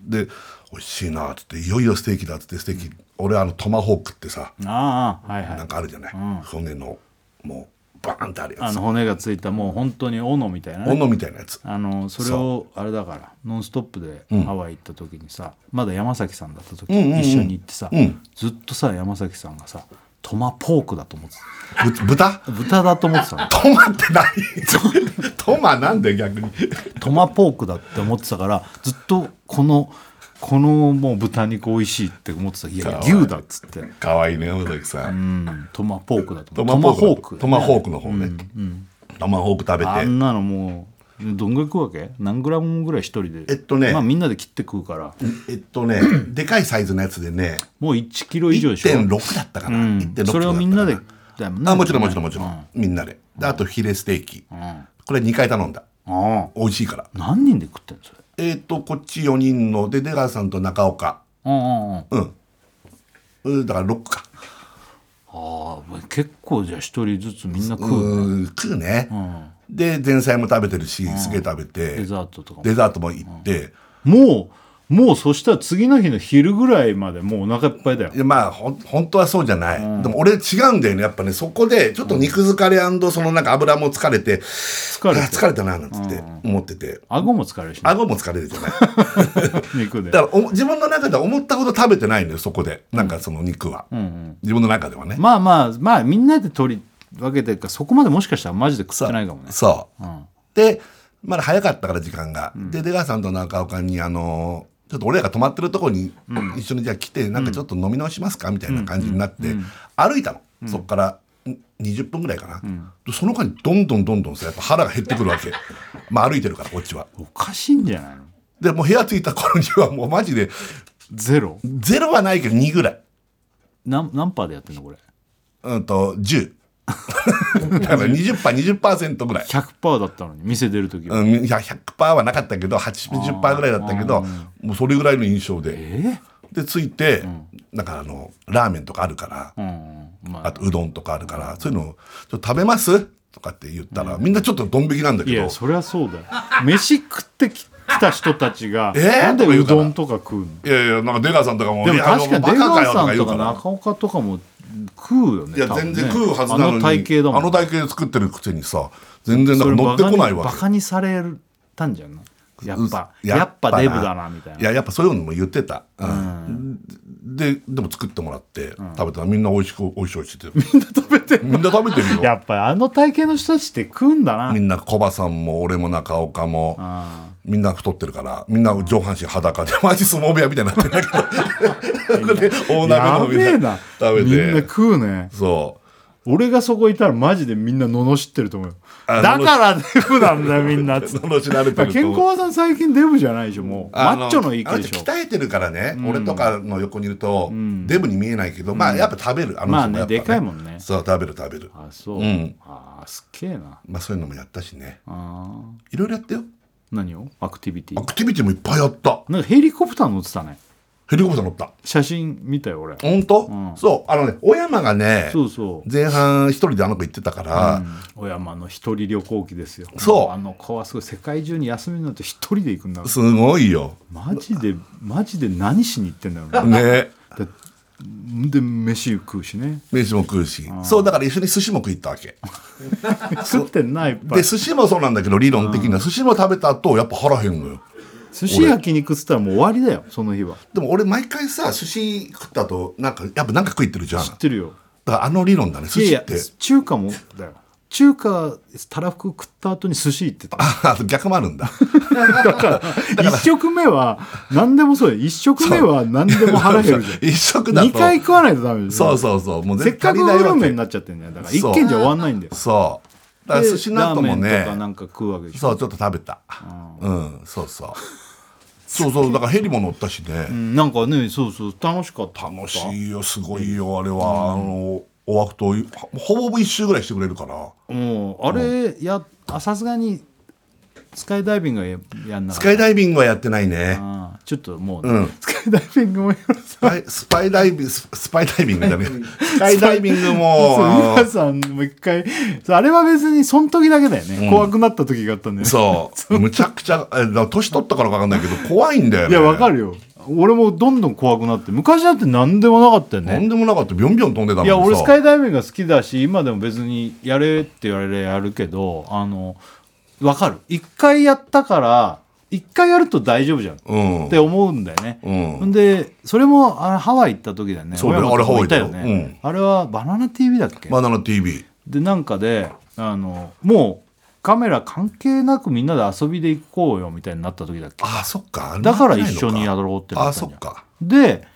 で美味しいなっつっていよいよステーキだっつってステーキ、俺あのトマホークってさ、
ああはいは
ないんかあるじゃない、骨のもうバーンってあるや
あ
つ
の骨がついたもう本当に斧みたいなね、
斧みたいなやつ
あのそれをあれだから「ノンストップ!」でハワイ行った時にさ、まだ山崎さんだった時、一緒に行ってさ、ずっとさ山崎さんがさトマポークだと思って
ぶ豚
た豚だと思ってたの
トマって何トマなんで逆に
トマポークだって思ってたからずっとこのこのもう豚肉美味しいって思ってたいやいや牛だっつって、
かわいいね山崎さん、
うん、トマポークだと
ト
思
マ
う
ホーク
ト
ト
マホーク
マホークの方ね、トマホーク食べ
あ
て
んなのもうどんぐらい食うわけ何グラムぐらい一人で
えっとね
まあみんなで切って食うから
えっとねでかいサイズのやつでね
もう1キロ以上でしょ
1.6だったかな、
うん
1.6
それをみんなでだよね
あもちろんもちろんもちろん、みんなでであとヒレステーキ、これ2回頼んだ
ああ
美味しいから
何人で食ってんのそれ
えっ、とこっち4人ので出川さんと中岡
うんうんうんあ
うんうんだから6か
あ結構じゃあ一人ずつみんな食う、
うん食うね、で前菜も食べてるしすげえ食べて、
デザートとかも
デザートも行って、
もうもうそしたら次の日の昼ぐらいまでもうお腹いっぱいだよ
いやまあほん本当はそうじゃない、でも俺違うんだよねやっぱねそこでちょっと肉疲れそのなんか油も疲れて、
疲れ
あ
て
疲れたななんつって思ってて、
顎も疲れるし、ね、
顎も疲れるじゃない
肉で
だからお自分の中では思ったほど食べてないのよそこでなんかその肉は、自分の中ではね、
まあまあまあみんなで取り分けてるからそこまでもしかしたらマジで食ってないかもね
そう、でまだ早かったから時間が、で出川さんと中岡にあのちょっと俺らが泊まってるとこに一緒にじゃあ来て、なんかちょっと飲み直しますかみたいな感じになって、歩いたの、そっからん20分ぐらいかな、でその間にどんどんどんどんさやっぱ腹が減ってくるわ けまあ歩いてるからこっちは
おかしいんじゃないの
でもう部屋着いた頃にはもうマジで
ゼロ
ゼロはないけど2ぐらい
なん何パーでやってんのこれ
うんと10 だから20パー20%ぐらい
100パーだったのに店出る時は、
うん、いや100%はなかったけど80%ぐらいだったけどもうそれぐらいの印象で
え
でついて、なんかあのラーメンとかあるから、
うんま
あ
あ
とうどんとかあるから、そういうのを「ちょっと食べます?」とかって言ったら、みんなちょっとドン引きなんだ
い
けど
やそりゃそうだよ飯食ってきた人たちが、
えー
なんで
とか言
う
うから
どんとか食うの
いやいやなんか出川さんとかも「
で
い
も
や
確かに出川さんとか
ら
中岡とかも食うよね
いや
多
全
分ね
然食うはずなのに
あの体型だもん
あの体型で作ってるくせにさ全然
そ
なん
れ
か乗ってこないわ
バ
け
カにされたんじゃないやっぱ
うん
やっぱデブだなみたい
い
な
ややっぱそういうのも言ってた、うんででも作ってもらって、食べたらみんな美味しく美味しい美味しいってみんな 食べてるみんな食べてるよ
やっぱあの体型の人たちって食うんだな
みんなコバさんも俺も中岡もみんな太ってるからみんな上半身裸でマジ相撲部屋みたいになってるんだけど で大鍋
や
のみ
べえ
ん
な
な食べ
みんな
て
食うね
そう
俺がそこいたらマジでみんな罵ってると思うよ
あ
だからデブな んだよみんなつって
罵られてると
健康はさん最近デブじゃないでしょもうマ
あの
ッチョのいい
あ
系
の
でし
人
ょ
鍛えてるからね、俺とかの横にいると、デブに見えないけど、まあやっぱ食べるあの人も
ま
や
あ
っぱ、
ねでかいもんね
そう食べる食べる
あそう、
ん
あーすっげえな
まあそういうのもやったしね
あー
いろいろやったよ
何をアクティビテ
ア
ィ
クティビティもいっぱいやった
なんかヘリコプター乗ってたね
ヘリコプター乗った
写真見たよ俺
本当、
ん
そうあのね小山がね
そうそう
前半一人であの子行ってたから、
小山の一人旅行記ですよ
そう
あの子はすごい世界中に休みになると一人で行くんだから
すごいよ
マジでマジで何しに行ってんだろうね
ね
だで飯食うしね
飯も食うしそうだから一緒に寿司も食いっ たわけ
食ってんないっぱ
で
い
寿司もそうなんだけど理論的には寿司も食べた後やっぱ腹減るのよ
寿司焼肉っつったらもう終わりだよその日は
でも俺毎回さ寿司食った後なんかやっぱなんか食いってるじゃん
知ってるよ
だからあの理論だね寿
い
司
や
っ
い
て
や中華もだよ中華たらふく食った後に寿司行ってた
あ逆もあるんだ
だから一食目は何でもそうよ一食目は何でも腹減るじゃ
一食だ
ん
と
二回食わないとダメです
そうそうそうもう
せっ
絶
か
対
く
足りない
グル
わ
メに
け
なっちゃってんだよだから一軒じゃ終わんないんだよ
そうだから寿司なんかも
でラーメン
ね
とかなんか食うわけでしょ
そうちょっと食べたうんそうそうそうそうだからヘリも乗ったしね、
うんなんかねそうそう楽しかった
楽しいよすごいよあれは、あのお枠とほぼほぼ一周ぐらいしてくれるから
もうあれやあさすがにスカイダイビングはややんな
ス
か
カ
っ
イダイビングはやってないね
たなちょっともう、
うん
スカイダイビングもやら
スパイスパイダイビングススパイダイビングだねスカイダイビングも
そう
あ
皆さんも一回そうあれは別にその時だけだよね、怖くなった時があったんだよ
の
ね
そう むちゃくちゃえだから年取ったからかわかんないけど怖いんだよ
い
ね
やわかるよ俺もどんどん怖くなって昔だって何でもなかったよ
とん
ね
でもなかったビョンビョン飛んでたもん
いや俺スカ
イ
イダイビングが好きだし今でも別にやれって言われればやるけどあのわかる一回やったから一回やると大丈夫じゃん
うん
って思うんだよね、
うん
ん、でそれもあハワイ行った時だよね
そうだよ
小山君も
あれハワイだよ
いたよね、あれはバナナ TV だっけ、
バナナ TV
でなんかであのもうカメラ関係なくみんなで遊びで行こうよみたいになった時だっけ
ああそっか
だから一緒にやろうって
あ
な
あ
った
そ
んじ
っ
ゃん
か
で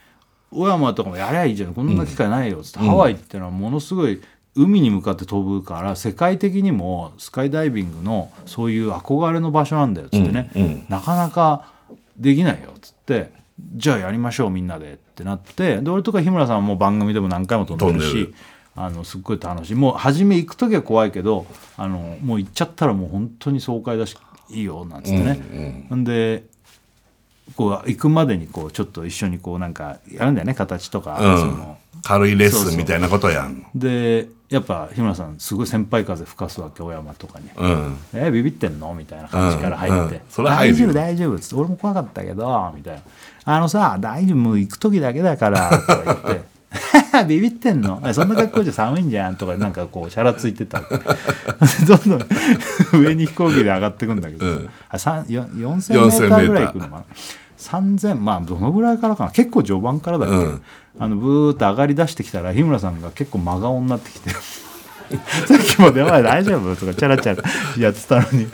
小山とかもやりゃいいじゃんこんな機会ないよっつって、ハワイってのはものすごい海に向かって飛ぶから世界的にもスカイダイビングのそういう憧れの場所なんだよっつってね、なかなかできないよっつってじゃあやりましょうみんなでってなってで俺とか日村さんはもう番組でも何回も飛んでる
飛んで
し
る
あのすっごい楽しいもう初め行く時は怖いけどあのもう行っちゃったらもう本当に爽快だしいいよなんつってね。んでこう行くまでにこうちょっと一緒にこうなんかやるんだよね形とか、
う
そ
ん
の
軽いレッスンみたいなことやん
でやっぱ日村さんすごい先輩風吹かすわけ小山とかに「
うん
えビビってんの?」みたいな感じから入って
う
「
んうんそれは入
大
る
丈夫
よ
大丈夫」っつって「俺も怖かったけど」みたいな「あのさ大丈夫もう行く時だけだから」とか言って ビビってんのえそんな格好じゃ寒いんじゃんとかなんかこうシャラついてたどん どん上に飛行機で上がってくんだけど、
うん
あさんよ4000メーターぐらい行くのかな3000まあどのぐらいからかな結構序盤からだよね、
うん
あのブーッと上がり出してきたら日村さんが結構真顔になってきてさっきまで「お前大丈夫?」とかチャラチャラやってたのに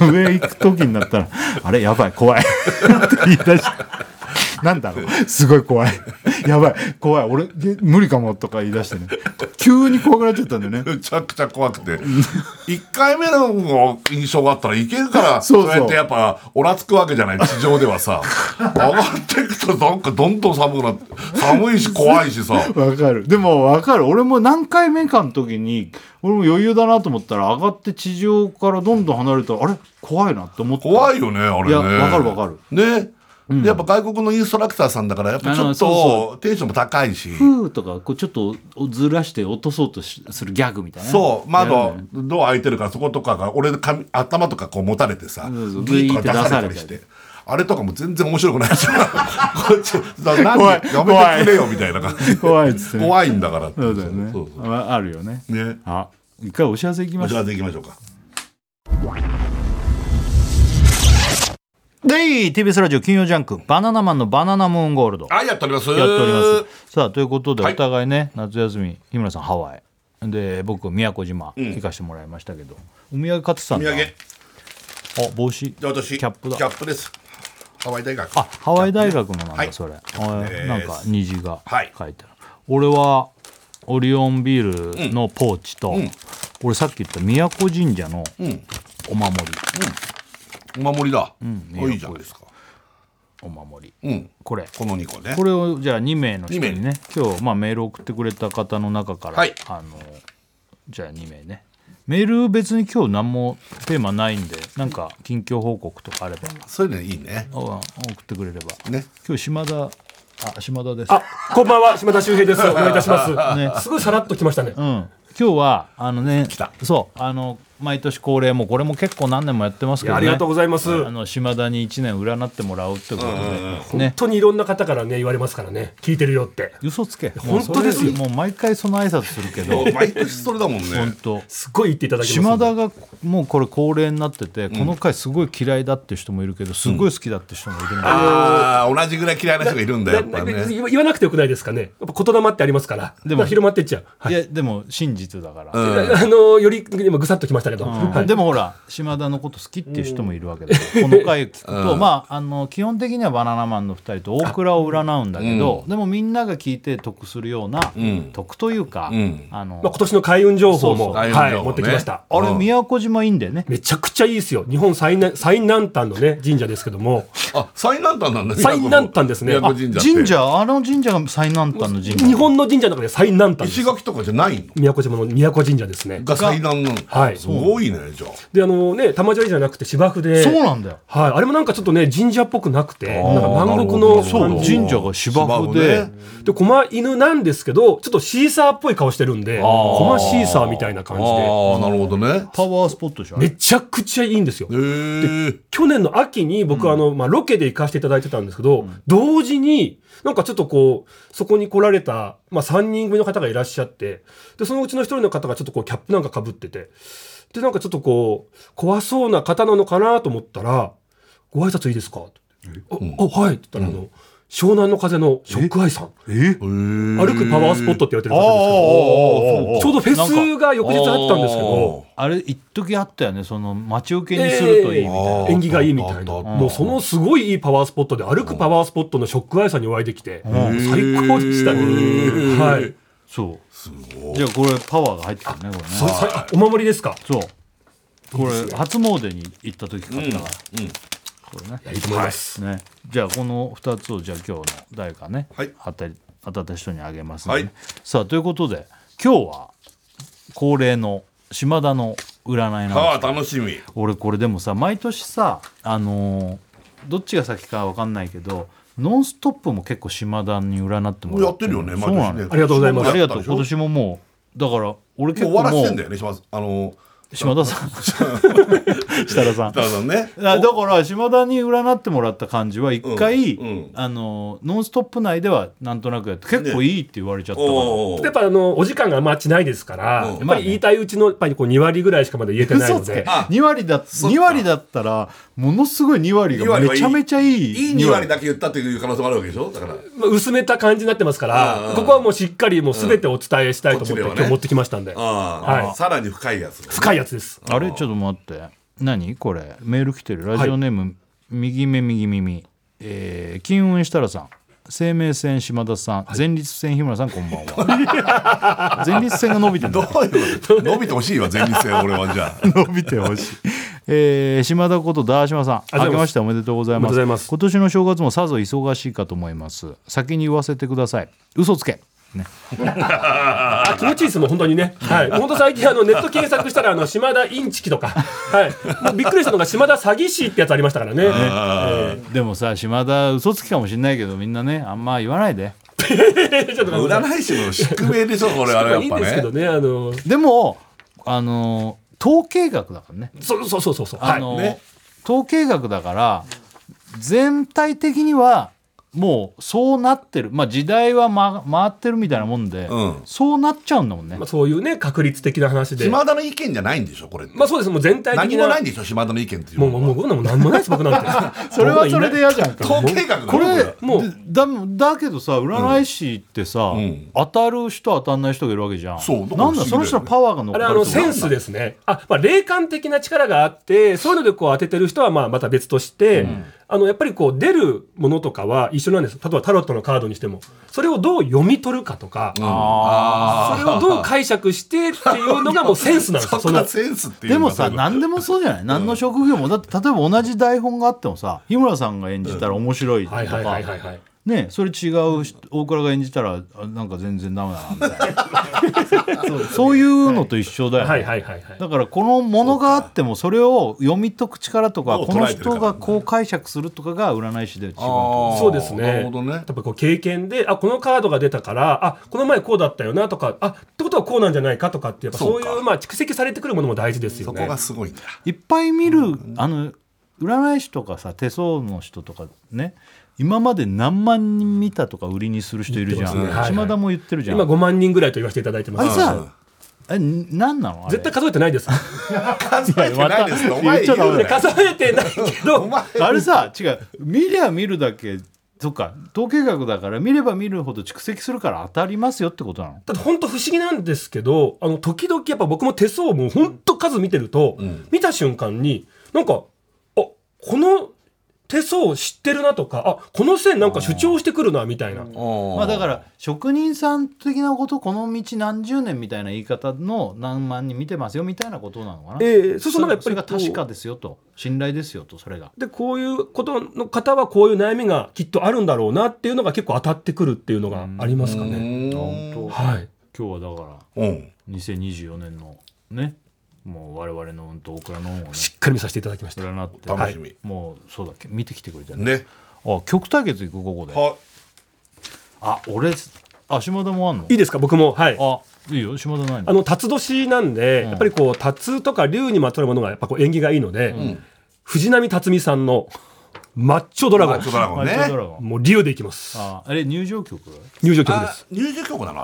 上行く時になったら「あれやばい怖い」って言い出して。なんだろうすごい怖いやばい怖い俺げ無理かもとか言い出してね急に怖くなっちゃったんだよね
めちゃくちゃ怖くて1回目の印象があったらいけるから
そ
そうう
そう
やってやっぱおらつくわけじゃない地上では さ上がっていくとなんかどんどん寒くなって寒いし怖いしさ
わかるでもわかる俺も何回目かの時に俺も余裕だなと思ったら上がって地上からどんどん離れたらあれ怖いなって思って
怖いよねあれね
いやわかるわかる
ね、でやっぱ外国のインストラクターさんだからやっぱちょ
あの
っ
そ
とテンションも高いし
ふーとかこうちょっとずらして落とそうとしするギャグみたいな
そう
や
窓
るんだよね
ドア開いてるからそことかが俺の髪頭とかこう持たれてさ
そうそう
ギーとか出されたりしてあれとかも全然面白く ないしこっちだ何
怖い
やめてくれよみたいな感じ
怖いっつってね
怖いんだからって
そうだよね
そうそう
ああるよね
ね
あ一回お知らせいきま
お
し
知
ょう
らせいきましょうか
で TBS ラジオ金曜ジャンク「バナナマンのバナナムーンゴールド」
はいやっております
やっております。さあということで
は
お
い
互いね、夏休み日村さんハワイで僕宮古島行かしてもらいましたけど、お土産買ってたん
お
だ
土産で
あ帽子キ
私
ャップだ
キャップですハワイ大学
あハワイ大学のなん
は
だ
い
それ、
です
あなんか虹が書
はい
いてある、俺はオリオンビールのポーチと、俺さっき言った宮古神社のお守り、
お守りだ
ん
おいいじゃないですか
お守り
うん
これ
この2個ね
これをじゃあ2名の人
二
にね今日まあメールを送ってくれた方の中から、
はい
あのじゃあ2名ねメール別に今日何もテーマないんでなんか近況報告とかあれば
そういうのいいね
あ送ってくれれば
ね
今日島田あ島田です
あこんばんは島田秀平ですお願いいたします、
ね
すごいさらっときましたね
うん今日はあのね
来た
そうあの毎年恒例もうこれも結構何年もやってますけど、ね、
ありがとうございます。
あ
本
の島田に1年占ってもらうってことでね
当にいろんな方からね言われますからね聞いてるよって
嘘つけ
本当ですよ
もうそれもう毎回その挨拶するけど
毎年それだもんね
本当
すっごい言っていただきます
島田がもうこれ恒例になってて、この回すごい嫌いだって人もいるけどすごい好きだって人もいるんだ、
ああ同じぐらい嫌いな人がいるんだよやっぱ
なな
ね
言わ言わなくてよくないですかねやっぱ言霊ってありますから
で
で
も
も広まってっちゃう、はい
いやでも真実だから、
うん
あのより今ぐさっときましたけど、
うん
はい
でもほら島田のこと好きっていう人もいるわけだからこの回聞くと、まあ、あの基本的にはバナナマンの2人と大倉を占うんだけど、でもみんなが聞いて得するような、
ん
得というか、
ん
あの
まあ、今年の開運情報も
そうそう開運情報
は
ね
い、持ってきました
あれ
うん
宮古島いいんだよね
めちゃくちゃいいですよ日本最南最南端のね神社ですけども
あ最南端なんだ
最南端ですね
宮古
神
神社
社
って
あの神社が最南端の神社
日本の神社の中で最南端で
石
す
垣とかじゃないの
宮古島の宮古神社ですね
が最南なの
はい
すごいねじゃあ
であのね玉砂利じゃなくて芝生で
そうなんだよ
はい、あれもなんかちょっとね神社っぽくなくてなんか
な
南国
るほど
の
そう
感じ
神社が芝生で
芝生ね
で狛犬なんですけどちょっとシーサーっぽい顔してるんで狛シーサーみたいな
あ
感
あ
じで
ーなるほどね
パワースポットでしょあれ
めちゃくちゃいいんですよ
へえ
去年の秋に僕、あの、まあ、ロケで行かせていただいてたんですけど、同時に、なんかちょっとこう、そこに来られた、まあ、3人組の方がいらっしゃって、で、そのうちの一人の方がちょっとこう、キャップなんか被ってて、で、なんかちょっとこう、怖そうな方なのかなと思ったら、ご挨拶いいですかってあ、あはいって言ったら、あの、湘南の風のショックアイさん、
え
歩くパワースポットって言われてる
ああああああ
方
ああ
ですけど、ちょうどフ
なん
ェ
か
スが翌日あったんですけど、
あれ一時あったよねその待ち受けにするといいみたいな、
あー
縁起がいいみた
あ
い
った
な
あった
もうそのすごいいいパワースポットで歩くパワースポットのショックアイさんにお会いできて最高でしたね
へー
はい
そうじゃあこれパワーが入ってくるねこれね
ささお守りですか
そうこれ初詣に行った時買ったから、これね
いいと思います
ね、じゃあこの2つをじゃあ今日の誰かね、
はい
当たり当たった人にあげますので
は
ね、
い
さあということで今日は恒例の島田の占いなんです
ああ楽しみ
俺これでもさ毎年さあのーどっちが先かわかんないけど「ノンストップ!」も結構島田に占ってもら
やってるよね
そう
毎年
なの
ね
よ
ありがとうございます
ありがとう
やったでしょ
今年ももうだから俺結
も
構
う
も
終
う
わらしてんだよね島津あの
島 田さん 設楽さん
北川さんね
あだから島田に占ってもらった感じは一回、
うんうん
あのノンストップ内ではなんとなくやって結構いいって言われちゃったから、
お
やっ
ー
ぱあのお時間があんまちないですから、
うん
やっぱり言いたいうちのやっぱりこう2割ぐらいしかまだ言えてない
嘘
の
つけ
で
あ
2割だ二割だったらものすごい2割
二
が
割は
めちゃめちゃいい
いい2割だけ言ったっていう可能性もあるわけでしょだから
まあ薄めた感じになってますか
うん
ら
うん
ここはもうしっかりもう全てお伝えしたいと思って
うんこっちでは
今
ね
日持ってきましたんで
あ
は
あ
い
さらに深いやつ
深いやつです
あれちょっと待って何これメール来てるラジオネーム、右目右耳、えー、金運設楽さん生命線島田さん、前立腺日村さんこんばんは前立腺が伸びてる
どういうこと伸びてほしいわ前立腺俺はじゃあ
伸びてほしい。えー島田ことダーシマさん
あ
明
りがとうござい
け
ます
ましておめでとうござい
おめ
ま
でとう
す
ございます
今年の正月もさぞ忙しいかと思います先に言わせてください嘘つけ、ね、
あ気持ちいいですもん本当にね、はい、本当最近あのネット検索したらあの島田インチキとか、はい、もうびっくりしたのが島田詐欺師ってやつありましたからね、え
でもさ島田嘘つきかもしれないけどみんなねあんま言わないで
ー、ちょっとごめんなさい
占い師の宿命でしょこれあれや
まあ
っ
いいん
ぱ
ですけ
ね
どねあの
でもあのー統計学だからね
そうそうそうそうそう
あ
はい
のー、
ね
統計学だから全体的にはもうそうなってるまあ時代は、ま、回ってるみたいなもんで、
うん
そうなっちゃうんだもんね
まあ、そういうね確率的な話でま
島田の意見じゃないんでしょこれって
あそうですもう全体
何
的
も
な
ないんでしょ島田の意見っていう
もう
の
も
は
うもうこんなもん何もないです僕なんて
それはそれで嫌じゃんか
統計学だ
これ
もう
だ だけどさ占い師ってさ、
ん
当たる人当たんない人がいるわけじゃん
そうだから
なんだその人のパワーが乗っ
あれ
か
あ
る
の
ってこと
センスですねあ、まあ、霊感的な力があってそういうのでこう当ててる人はまあまた別として、あのやっぱりこう出るものとかは一緒なんです例えばタロットのカードにしてもそれをどう読み取るかとか、それをどう解釈してっていうのがもうセンスなんで す
そ
よそ
こ
の
がセンスっていう
でも
のが
さ何でもそうじゃない何の職業もだって例えば同じ台本があってもさ日村さんが演じたら面白いと
はいはいは
か
いはいはい
ねそれ違う人大倉が演じたらあなんか全然ダメだなみたいな
そうです
そういうのと一緒だよね、
はいはいはいはい
だからこのものがあってもそれを読み解く力とか
どう
こ
捉
の
えてるか
人がこう解釈するとかが占い師で違うと
あー
そうですね
なるほどね
やっぱこう経験であこのカードが出たからあこの前こうだったよなとかあってことはこうなんじゃないかとかってやっぱそうい
そう
うまあ蓄積されてくるものも大事ですよ
そ
ね
こがすごいんだ
いっぱい見るあの占い師とかさ手相の人とかね今まで何万人見たとか売りにする人いるじゃん、
言ってますねはい
島田も言ってるじゃん、
今5万人ぐらいと言わせていただいてま
あれ
す
さえ何なのあれ
絶対数えてないです
数えてないですよお
言
前
っちゃダ
言
メ
う
だ
な
よ
数えてないけど
お前
あれさ違う見りゃ見るだけとか統計学だから見れば見るほど蓄積するから当たりますよってことなの
だって本当不思議なんですけど、あの、時々やっぱ僕も手相も本当数見てると、見た瞬間に、なんか、あ、この手相知ってるなとか、あ、この線なんか主張してくるな、みたいな。
まあだから職人さん的なことこの道何十年みたいな言い方の何万人見てますよみたいなことなのかな、
ええそうするとなんかやっぱり
それが
こう
確かですよと信頼ですよとそれが
で、こういうことの方はこういう悩みがきっとあるんだろうなっていうのが結構当たってくるっていうのがありますかね。
本
はい。
当今日はだか
うん
ら2024年のねもう我々の運と大倉の運をね
しっかり見させていただきました。
占って
楽しみ
はいもうそうだっけ見てきてくれたね
ね
あ曲対決行くここで
は
あ俺あ島田もあんの
いいですか僕も。はい。
あいいよ島田ないの
あの辰年なんで、
ん
やっぱりこう辰とか龍にまつわるものがやっぱこう縁起がいいので、藤波辰巳さんのマッチョドラゴ
マ
ン
ッチョドラゴン
マイケルドラ
ね
ゴン
もう龍でいきます
ああれ入場曲
入場曲で
あ
す
入場曲なの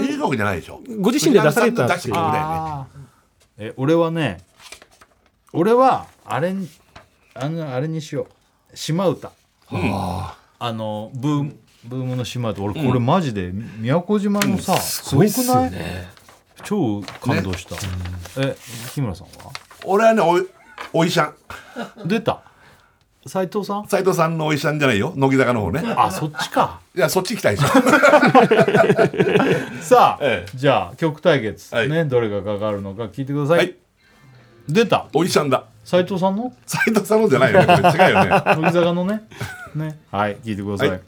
入場曲じゃないでしょ
ご自身で出された
出してる曲だよね
え俺はね俺はあれにあのあれにしよう島唄、あのブームブームの島唄俺これマジで宮古島のさ、すごくない、超感動した、え日村さんは
俺はねおいお医者
出た斉藤さん
斎藤さんのお医者じゃないよ乃木坂の方ね
あそっちか
いやそっち行きたいでしょ
さあ、
え
じゃあ曲対決、
はい
ねどれがかかるのか聞いてください、
はい
出た
お医者だ
斉藤さんの
斎藤さんのじゃないよねこれ違うよね
乃木坂のねねはい聞いてください、
はい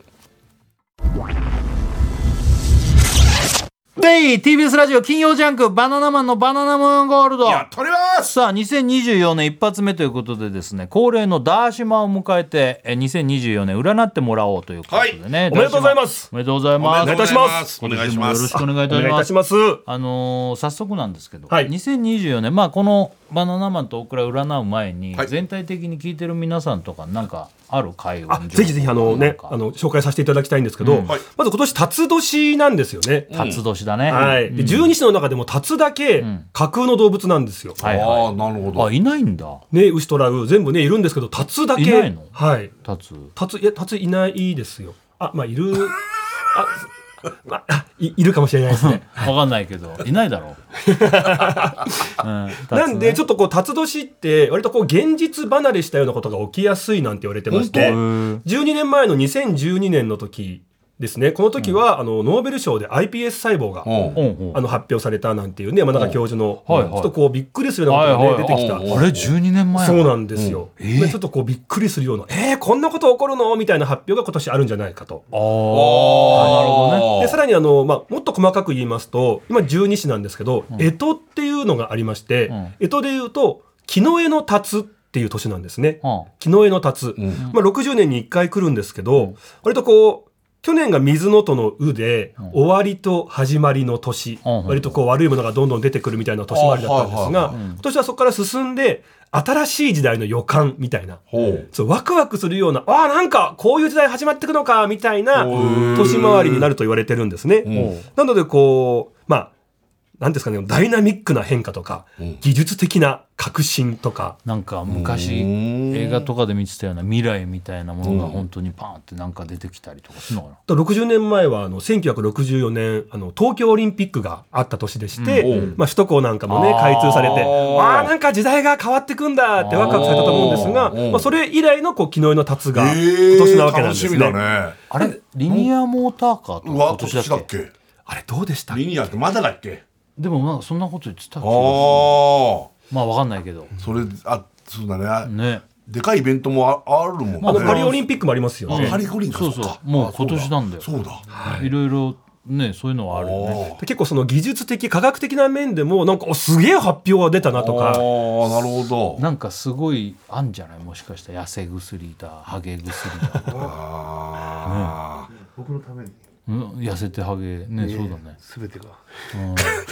デイ TBS ラジオ金曜ジャンク「バナナマンのバナナムーンゴールド
い」や取ります
さあ2024年一発目ということでですね恒例のダーシマを迎えてえ2024年占ってもらおうということでね、
おめでとうございます
ダーシマおめでとうございます
おめでとうござますお
今年も
願いしま
よろ
す
しくお願いい
お
た
願い
し
い
ま
た
す
します
あのー早速なんですけど、
はい
2024年、まあ、この「バナナマンとオクラ」占う前に、
はい
全体的に聞いてる皆さんとかなんかある会話
あぜひぜひあのねあの紹介させていただきたいんですけど、
はい
まず今年辰年なんですよね、
辰年だね、
はい、で十二支の中でも辰だけ架空の動物なんですよ、
はいはい
ああなるほ
あいないんだ
ね牛とラウ全部ねいるんですけど辰だけ
いないの
はい
辰
タツいやタツいないですよ。あまあいるあ まあいいるかもしれないですね。
分かんないけどいないだろ う、うん
なんでちょ
っ
っとこう辰年って割とこう現実離れしたようなことが起きやすいなんて言われてまして、12年前の2012年の時ですね。この時は、あのノーベル賞で iPS 細胞が。
ど
うんうん
あの発表されたなんていうね山中教授の、
はいはい
ちょっとこうびっくりするようなことが、ね出てきた
ああれ12年前
そう
の
なんですよ、でちょっとこうびっくりするようなえー、こんなこと起こるのみたいな発表が今年あるんじゃないかと
ああなるほどね
でさらにあの、まあ、もっと細かく言いますと今十二支なんですけど、干支っていうのがありまして、
ん
干支でいうと木の絵の立つっていう年なんですね。
うん
木の絵の立つ、まあ、60年に1回来るんですけど、割とこう去年が水のとの「う」で、終わりと始まりの年、
うん
割とこう悪いものがどんどん出てくるみたいな年回りだったんですが、
あはいはい
今年はそこから進んで新しい時代の予感みたいな。
ほう
そうワクワクするようなああなんかこういう時代始まってくのかみたいな
ー
年回りになると言われてるんですね。なのでこうまあなんですかねダイナミックな変化とか、技術的な革新とか
なんか昔映画とかで見てたような未来みたいなものが本当にパーンってなんか出てきたりとかするのかな
と60年前はあの1964年あの東京オリンピックがあった年でして、まあ、首都高なんかもね
あー
開通されてああなんか時代が変わってくんだってワクワクされたと思うんですがまあ、それ以来のこう昨日の達が今年なわけなんですね。
えー楽しみだね
あれリニアモーターカーと
う
か
わ
今
今
年
年
だ
だ
っ
っ
け
け
あれどうでした
リニアってまだだっけ
でもなんかそんなこと言ってた気が
ああ
するまあわかんないけど
それあそうだね
ね
でかいイベントもああるもんね、
ま
ま
あ
あ
のパリ
あ、
オリンピックもありますよね
パリ五輪か
そうそう
っか
もう
あそうだ
今年なんだよ
そうだ
いろいろねそういうのはあるよね
おー
で結構その技術的科学的な面でもなんかおすげえ発表が出たなと
あ
か
ーなるほど
なんかすごいあんじゃないもしかしたら痩せ薬だハゲ薬だ、
あ
僕のために
うん、痩せてハゲねそうだね
全 てが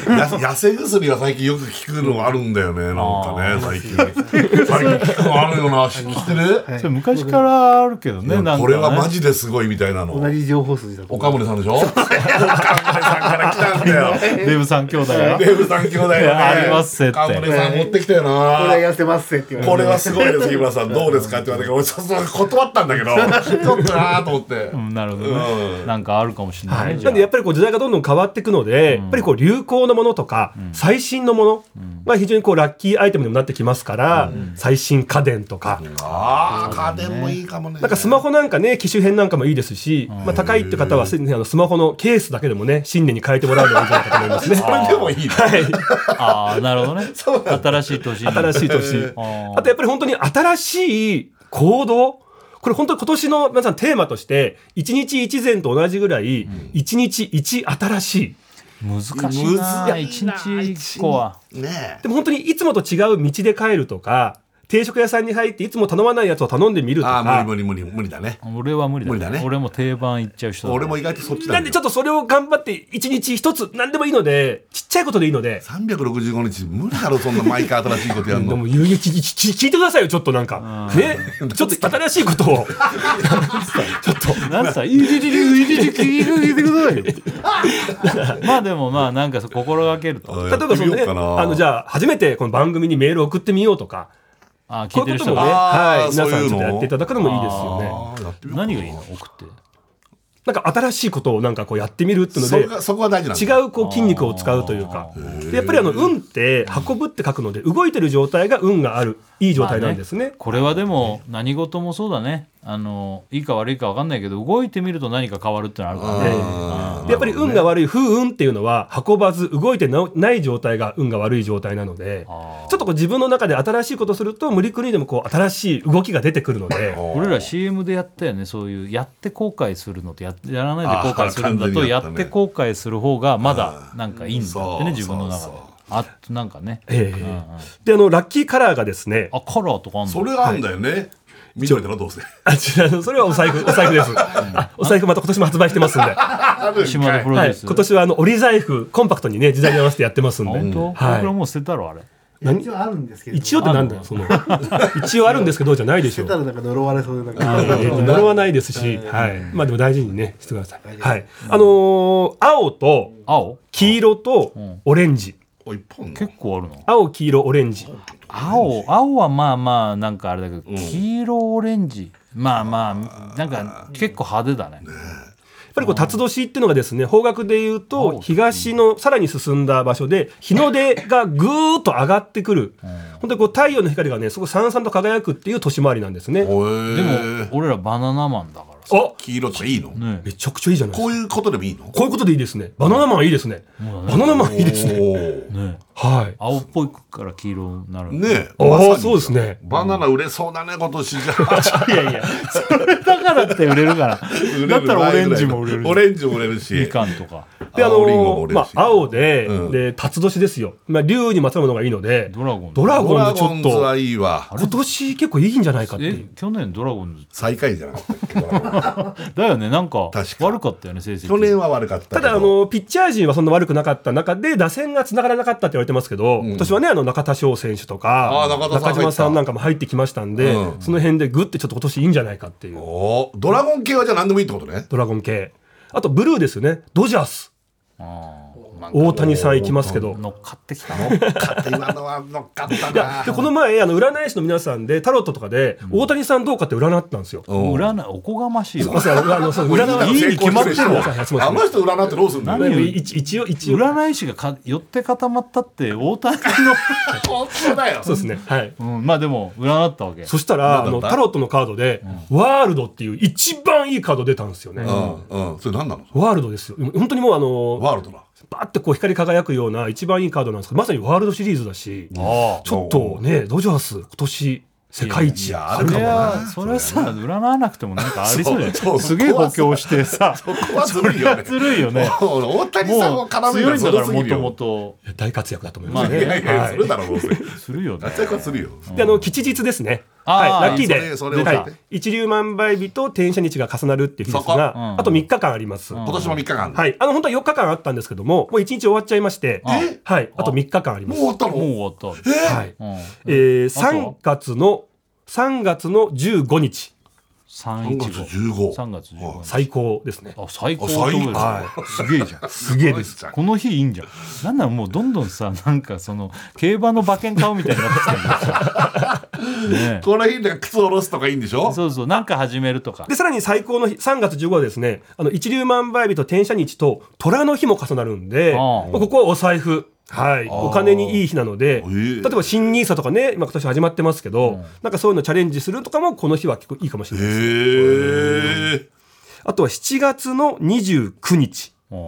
ーや痩せ薬が最近よく聞くのあるんだよねなんかね最近最近聞くのあるよな知ってる
それ昔からあるけどねなんかね
これはマジですごいみたいな
同
の
じ情報筋だと
岡森さんでし ょ岡森さんから来たんだよ
デブ三兄 弟が
デーブさん兄弟がね
ありますって
岡森さん持ってきたよ
これ
な
は痩せますぜって言われて
これはすごいです日村さんどうですかって言われたけど俺ちょっと断ったんだけどちょっとなーと思って
うんなるほどね、なんかあるかもしれないね、じゃ
な
あ
んでやっぱりこう時代がどんどん変わっていくので、やっぱりこう流行のものとか、最新のものが非常にこうラッキーアイテムにもなってきますから、最新家電とか、
ああ家電もいいかもね
なんかスマホなんかね、機種変なんかもいいですし、まあ、高いって方はすでにあのスマホのケースだけでもね、新年に変えてもらうのがいいんじゃないかと思います ね。
それ でもいいね
ああなるほどね新しい年に
新しい 年。
あー
あとやっぱり本当に新しい行動。これ本当に今年の皆さんテーマとして、一日一善と同じぐらい、一日一新しい。
難しいな
難し
一
いな
日一個は
ねえ
でも本当にいつもと違う道で帰るとか、定食屋さんに入っていつも頼まないやつを頼んでみると
ああ
か、
無理無理無理無理だね
俺は無理だ,、
無理だね
俺も定番いっちゃう人だ
俺も意外とそっちだ
なんでちょっとそれを頑張って一日一つ、何でもいいので、ちっちゃいことでいいので、
365日無理だろそんな毎回新しいことやる
で
の
も有益聞聞聞いてくださいよちょっとなんかねちょっと新しいこ とをちょっと
なんさ、いじりりいじりりいじりくださいよ。まあでもまあなんかそう心がけると。
例
例えばそのねあのじ
ゃ
ゃあ初めてこの番組にメールを送ってみようとか
あ聞
こ
いうて
い
る
うこ
人
とも
が
ね
聞
ね。
あー
はい皆さんちょっとやっていただくのもいいですよね
あやってみよう
何がいいの送って。
なんか新しいことをなんかこうやってみるっていうの
そ
で
こがそこが大事なんだ
違うこう筋肉を使うというかでやっぱりあの運って運ぶって書くので動いてる状態が運があるいい状態なんですね
これはでも何事もそうだね。あの、いいか悪いか分かんないけど、動いてみると何か変わるってのあるからね。
でやっぱり運が悪い不運っていうのは運ばず動いてなない状態が運が悪い状態なのでちょ
あ
っとこう自分の中で新しいことすると無理くりでもこう新しい動きが出てくるので
俺ら CM でやったよねそういうやって後悔するのとややらないで後悔するんだ
あー完全
と
にや
や
ったね
って後悔する方がまだなんかいいんだって
そう
ね自分の中
そう
で
そう
あとなんかね
ええ
うんうんあ
であのラッキーカラーがですね
カラーとかあんの
それがあるんだよね緑だろどうせ
あちらのそれはお財布 お財布ですあお財布また今年も発売してますんで、は
島田プロデュー
い、
ス
今年はあの折り財布コンパクトにね時代に合わせてやってますんで
本当、
はい
僕らもう捨てたろあれ
一応あるんですけど
一応ってなんだよその一応あるんですけどじゃないでし ょ
出たらなんか呪われそうでなんか
えー呪わないですし、はい、まあでも大事にねしてください。はい、あのー青と
青
黄色とオレンジ、
お一本
結構あるの
青黄色オレンジ、
青青はまあまあなんかあれだけど、黄色オレンジまあまあなんか結構派手だね
やっぱりこう辰年っていうのがですね、方角で言うと東のさらに進んだ場所で日の出がぐーっと上がってくる、本 当にこう太陽の光がね、すごいさんさんと輝くっていう年回りなんですね。
お
でも
え
俺らバナナマンだからさ
あ、
黄色とかいいの
ね
めちゃくちゃいいじゃないです
こ
か。
ういうことでもいいの
こういうことでいいですね。バナナマンいいですね。バナナマンいいですね。
おー
ね
はい。
青っぽいから黄色になる
ねえ
あ
まさに
あ、そうですね。
バナナ売れそうだね今年じゃ
いやいやそれだからって売れるからだったらオレンジも売れる
オレンジも売れるし
みかんとか
で、あ
青りんごも売
の
れる
ま
し
あ、青で、
うん
で、辰年ですよ。まあ、竜にまつわるものがいいので、
ドラゴンズ
ドラ
ド
ゴ
ラ
ンズち
ゴ
ょっ
ンズ
と、
はいいわ
今年結構いいんじゃないかってい
え
う。
去年ドラゴンズ
最下位じゃなかったっけドラゴンズ
だよねなんか
確か
悪かったよね成績
去年は悪かったけ
た
ど
だ、あの、ピッチャー陣はそんな悪くなかった中で、打線が繋がらなかったって言われてますけど、今年はね、あの、中田翔選手とか
あ、ー中田さん入
中
った
島さんなんかも入ってきましたんで、
うん
その辺でグッてちょっと今年いいんじゃないかっていう、
おードラゴン系はじゃあ何でもいいってことね
ドラゴン系。あと、ブルーですよね。ドジャース。
あーなんか
大谷さん行きますけど。
乗っかってきた
乗っかった今のは乗っかった
いや
な
でこの前あの占い師の皆さんでタロットとかで大谷さんどうかって占ったんですよ。
うん
占いおこがましい
すいま
わ
せんあのあのそう
もう
占いはい
いに決まってるわ
はいすいません
あの人占ってどうすんだよ
何を
一一応一応
占い師がか寄って固まったって大谷の、
本当だよ
そうですねはい
うん、まあでも占ったわけ
そしたらあ
なん
の
だ
タロットのカードで、ワールドっていう一番いいカード出たんですよね、
うんうんそれ何なの
ワールドですよ本当にもうあの
ワールドだ
バーってこう光り輝くような一番いいカードなんですけどまさにワールドシリーズだし
ああ
ちょっとねドジャース今年世界
い
一
や
あ
ある
る
か
い
も
や
な
それはさ占わなくてもなんかありそうじゃ
そうそう
ないすげえ補強してさ
そこはずるいよね
ずるいよね
もう大谷さん
も
を
う
絡め
強いんだからもとも
と
と
大活躍だと思い
ま
ま
あ
す
ね
ね。
いやいや
はい
するだろうどうせ
するよね
活躍はするよ
であの吉日ですね。
あー
はい、ラッキ
い
ー
い
で、
それそれを
はい、一粒万倍日と転写日が重なるっていう日で
そ
す
こう
が、
ん
あと3日間あります。
今年も3日間
はい、あの本当は4日間あったんですけども、もう1日終わっちゃいまして、
え
はい、あと3日間ありま
もう
す。
終わった
もう
の
終わっ
え
た
はい、
うん
えー、
あとは
3月の3月の15日
3
3
月
月
15
3月15日
最高ですね。
あ最高
あ
ってこと
最
です
高
よすげえじゃん
すげえです。
す
この日いいんじゃんなんならもうどんどんさなんかその競馬の馬券買うみたいになってきてるんね
この日で靴下ろすとかいいんでし ょ
そうそうなんか始めるとか
で、さらに最高の日、3月15日はですね、あの、一粒万倍日と転写日と虎の日も重なるんで、
ああ
まあここはお財布。はい、お金にいい日なので、
ええ
例えば新ニーサとかね、今今年始まってますけど、なんかそういうのチャレンジするとかも、この日は結構いいかもしれないです。
へえ
あとは7月の29日。
うん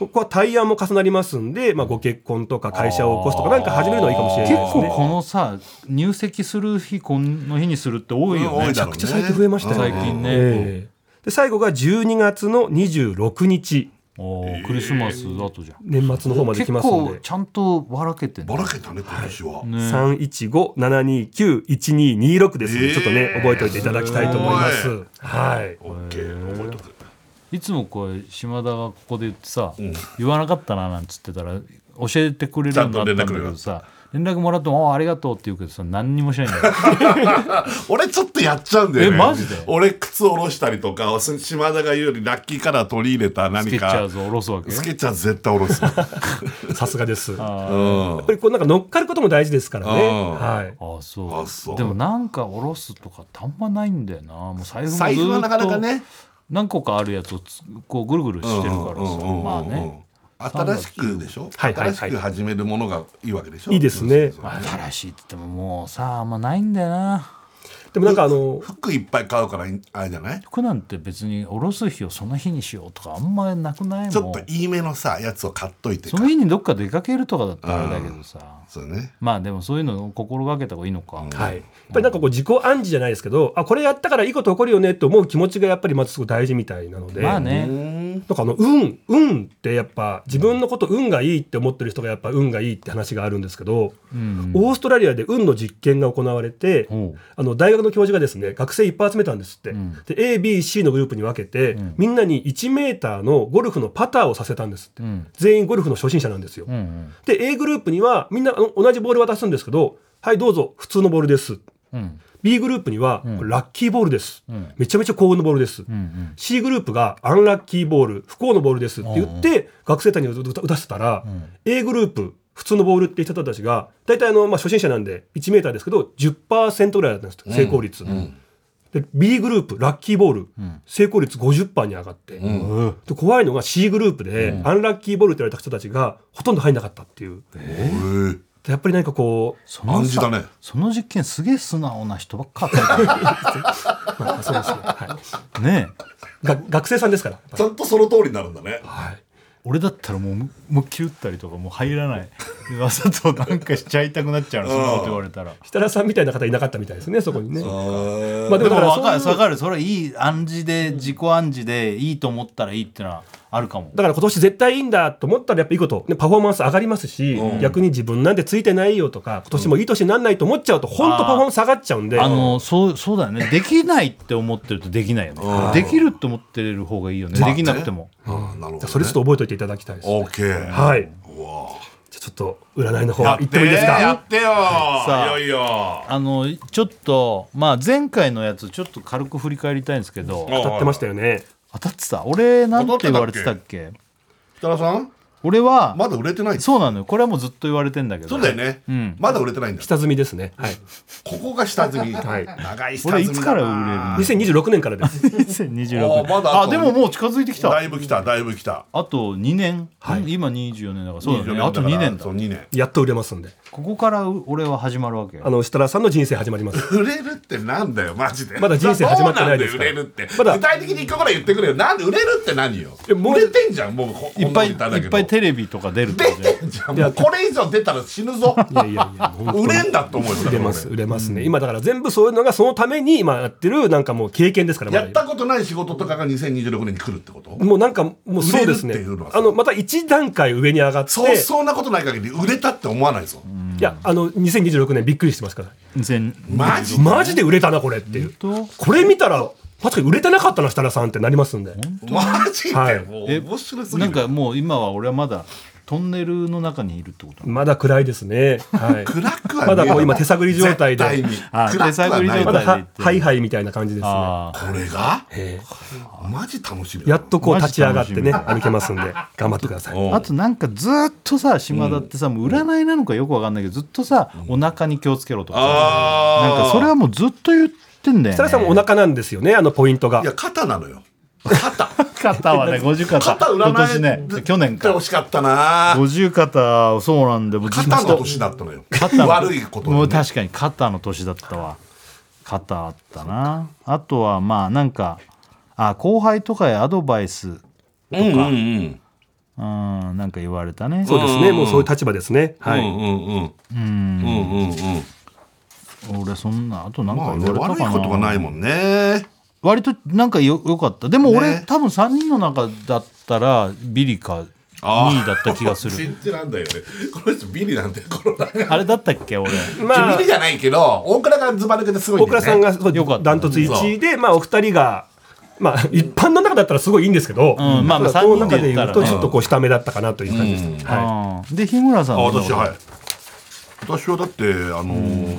ここは対案も重なりますんで、まあ、ご結婚とか会社を起こすとか、なんか始めるのはいいかもしれない
結
です
構
ね。
このさ入籍する日この日にするって多いよね
多い
めち
だ
ゃ
ろうね
くちゃ最近増えましたよね。
最近ね、
ええで最後が12月の26日、
おークリスマスだとじゃん、
年末の方までき
結
ますん
構
で。
ちゃんとばらけてん
ば
ね
らけたね今年は
ね
三一五七二九一二二六です、
ええ
ちょっとね覚えておいていただきたいと思います。はい。
オッケー覚えとく
いつもこれ島田がここで言ってさ、言わなかったななんつってたら教えてくれるようになったんだけどさ連絡もらっても「あありがとう」って言うけどさ何にもしないんだよ
俺ちょっとやっちゃうんだよね
えマジで
俺靴下ろしたりとかす島田が言うよりラッキーカラー取り入れた
ス
何
ケッチャー
か
ズを下ろすわけ
スケッチャーズ絶対下ろす
さすが です。や
うん
っぱりこうなんか乗っかることも大事ですからね。
うん
はい。
ああそう
あそう
でもなんか下ろすとかってあんまないんだよなもう財布もず
財布は
っ
なかなか
と
ね
何個かあるやつをつこうぐるぐるしてるからさ
うんうんうんうん
まあね
新しくでしょ、
はいはいはい
新しく始めるものがいいわけでしょ
いいですね
そうそうそう
新しいって言ってももうさあんまないんだよな
でもなんかあの
服いっぱい買うからあれじゃない
服なんて別に下ろす日をその日にしようとかあんまなくないもん
ちょっといいめのさやつを買っといて
その日にどっか出かけるとかだったらあれだけどさ、
そうね
まあでもそういうのを心がけた方がいいのか、
はい、やっぱりなんかこう自己暗示じゃないですけどあこれやったからいいこと起こるよねって思う気持ちがやっぱりまずすごい大事みたいなので、
まあね
うん
なんかあの運運ってやっぱ自分のこと運がいいって思ってる人がやっぱ運がいいって話があるんですけど、
うん
オーストラリアで運の実験が行われて、
おう
あの大学の教授がですね学生いっぱい集めたんですって、
ん
で ABC のグループに分けて、
ん
みんなに1メーターのゴルフのパターをさせたんですって、
うん
全員ゴルフの初心者なんですよ、
うんうん
で A グループにはみんなあの同じボール渡すんですけどはいどうぞ普通のボールです
うん
B グループには、これラッキーボールです、
ん
めちゃめちゃ幸運のボールです、
うんうん
C グループがアンラッキーボール不幸のボールですって言って、学生たちに打たせたら、A グループ普通のボールって人たちが大体あの、まあ、初心者なんで1メーターですけど10%ぐらいだったんですよ成功率、で B グループラッキーボール、成功率50%に上がって、で怖いのが C グループで、アンラッキーボールって言われた人たちがほとんど入んなかったっていう
へえ
でやっぱり何かこ う
そ
暗
の
示
さ
だね
その実験すげえ素直な人ばっか集めた
まあそうですね、 は
ねえ
い、が学生さんですから、
ちゃんとその通りになるんだね
はい、
俺だったらもうむ思いっきり打ったりとかもう入らないわざとなんかしちゃいたくなっちゃうのそんなこと言われたら。
設楽さんみたいな方いなかったみたいですねそこにね。
ま
まあ
でも
だら
分か
そう
る
い
分
う
かるそれはいい暗示で自己暗示でいいと思ったらいいってのはあるかも
だから今年絶対いいんだと思ったらやっぱいいこと、ね、パフォーマンス上がりますし、逆に自分なんてついてないよとか今年もいい年にならないと思っちゃうと本当パフォーマンス下がっちゃうんで
あのそうそうだよねできないって思ってるとできないよ ねできるって思ってる方がいいよね
まあ
で
ね
きなくても
あなるほどね
それちょっと覚えておいていただきたいです。
オーケー
はい、
うわ
じゃあちょっと占いの方
や
行ってもいいです
や
か
ってよ
さあ
いよいよ
あのちょっとまあ前回のやつちょっと軽く振り返りたいんですけど
当
当たってましたよね。
当たってた俺なんて言われてたっけ
北田さん
俺は
まだ売れてない
そうなのよこれはもうずっと言われてんだけど
そうだよね
ん
まだ売れてないんだ
下積みですね。はい。
ここが下積み
はい
長い下積みだな
俺いつから売れるの
2026年からです。
2026
あまだあと
あでももう近づいてきた
だいぶ来ただいぶ来た
あと2年、ん今24年だからそうだ
24
ね
だ
あと2年だ
そう2年
やっと売れますんで。
ここから俺は始まるわけよ
あの設楽さんの人生始まります。
売れるってなんだよマジで
まだ人生始まってないですから
どうなんだよ売れるって
まだ
具体的に一個ぐらい言ってくれよなんで売れるって何よ
いやもう
売れてんじゃんもうこ
いっぱいい
こんなの言たんだけ
っ
ど
ぱい
テレビとか出るって こと
出てんじゃんもうこれ以上出たら死ぬぞ
いやいやいや 本当に
売れんだと思うよ
売れます売れますね、今だから全部そういうのがそのために今やってるなんかもう経験ですからまだ
やったことない仕事とかが2026年に来るってこと
もうなんかもうそうですね
売れるっていうのはさ
あのまた一段階上に上がって
そうそんなことない限り売れたって思わないぞ
いやあの2026年びっくりしてますから
全
マジ
マジで売れたなこれっていう
本当
これ見たら確かに売れてなかったな設楽さんってなりますんで
マジ
は
で
い
もう
え
面白すぎ
な
る
んかもう今は俺はまだトンネルの中にいるってこと
まだ暗いですね、は い、
暗くはねえ
まだもう今手探り状態で
絶対に
あ
暗くはない
手探り状
ま
態
だははいはいみたいな感じですね
ああ
これがマジ楽しみだ
やっとこう立ち上がってね
マ
歩けますんで頑張ってください
おう
あとなんかずっとさ島田ってさ、もう占いなのかよくわかんないけどずっとさお腹に気をつけろとかさ
あー
なんかそれはもうずっと言ってんだよ、ね、
設楽さんもお腹なんですよねあのポイントが
いや肩なのよ肩
肩はね50肩
肩
今年
占
ね
い
去
っ
年
て
か
欲しかったな
50肩そうなんでもうずっと
肩の年だったのよ
肩の
悪いこと
もう
にね
確かに肩の年だったわ肩あったなあとはまあなんかあ後輩とかへアドバイス
うんうんうん
うんなんか言われたね
そうですねもうそういう立場ですね
う
はい、
んうんうんうんうんうん
俺そんなあとなんか
まあね
言われ
悪
た
い
かな、
ことがないもんね
割となんかよよかったでも俺、
ね
多分3人の中だったらビリか
あー
2位だった気がす る
信じらんだよねこの人ビリなんだよこの中
あれだったっけ俺
まあ
ビリじゃないけど大倉がズバ抜けてすごい
大
んだよ
倉
ね
さんが
よかった
ダントツ1位で、まあ、お二人が、まあ、一般の中だったらすごいいいんですけど、
んまあまあ
ただこ
三人
の中
で
で
言
言
った
う
ら
と
ね
ちょっとこう下目だったかなという感じです、は
うんで日村さん
あ
は
私はいい私はだってあのー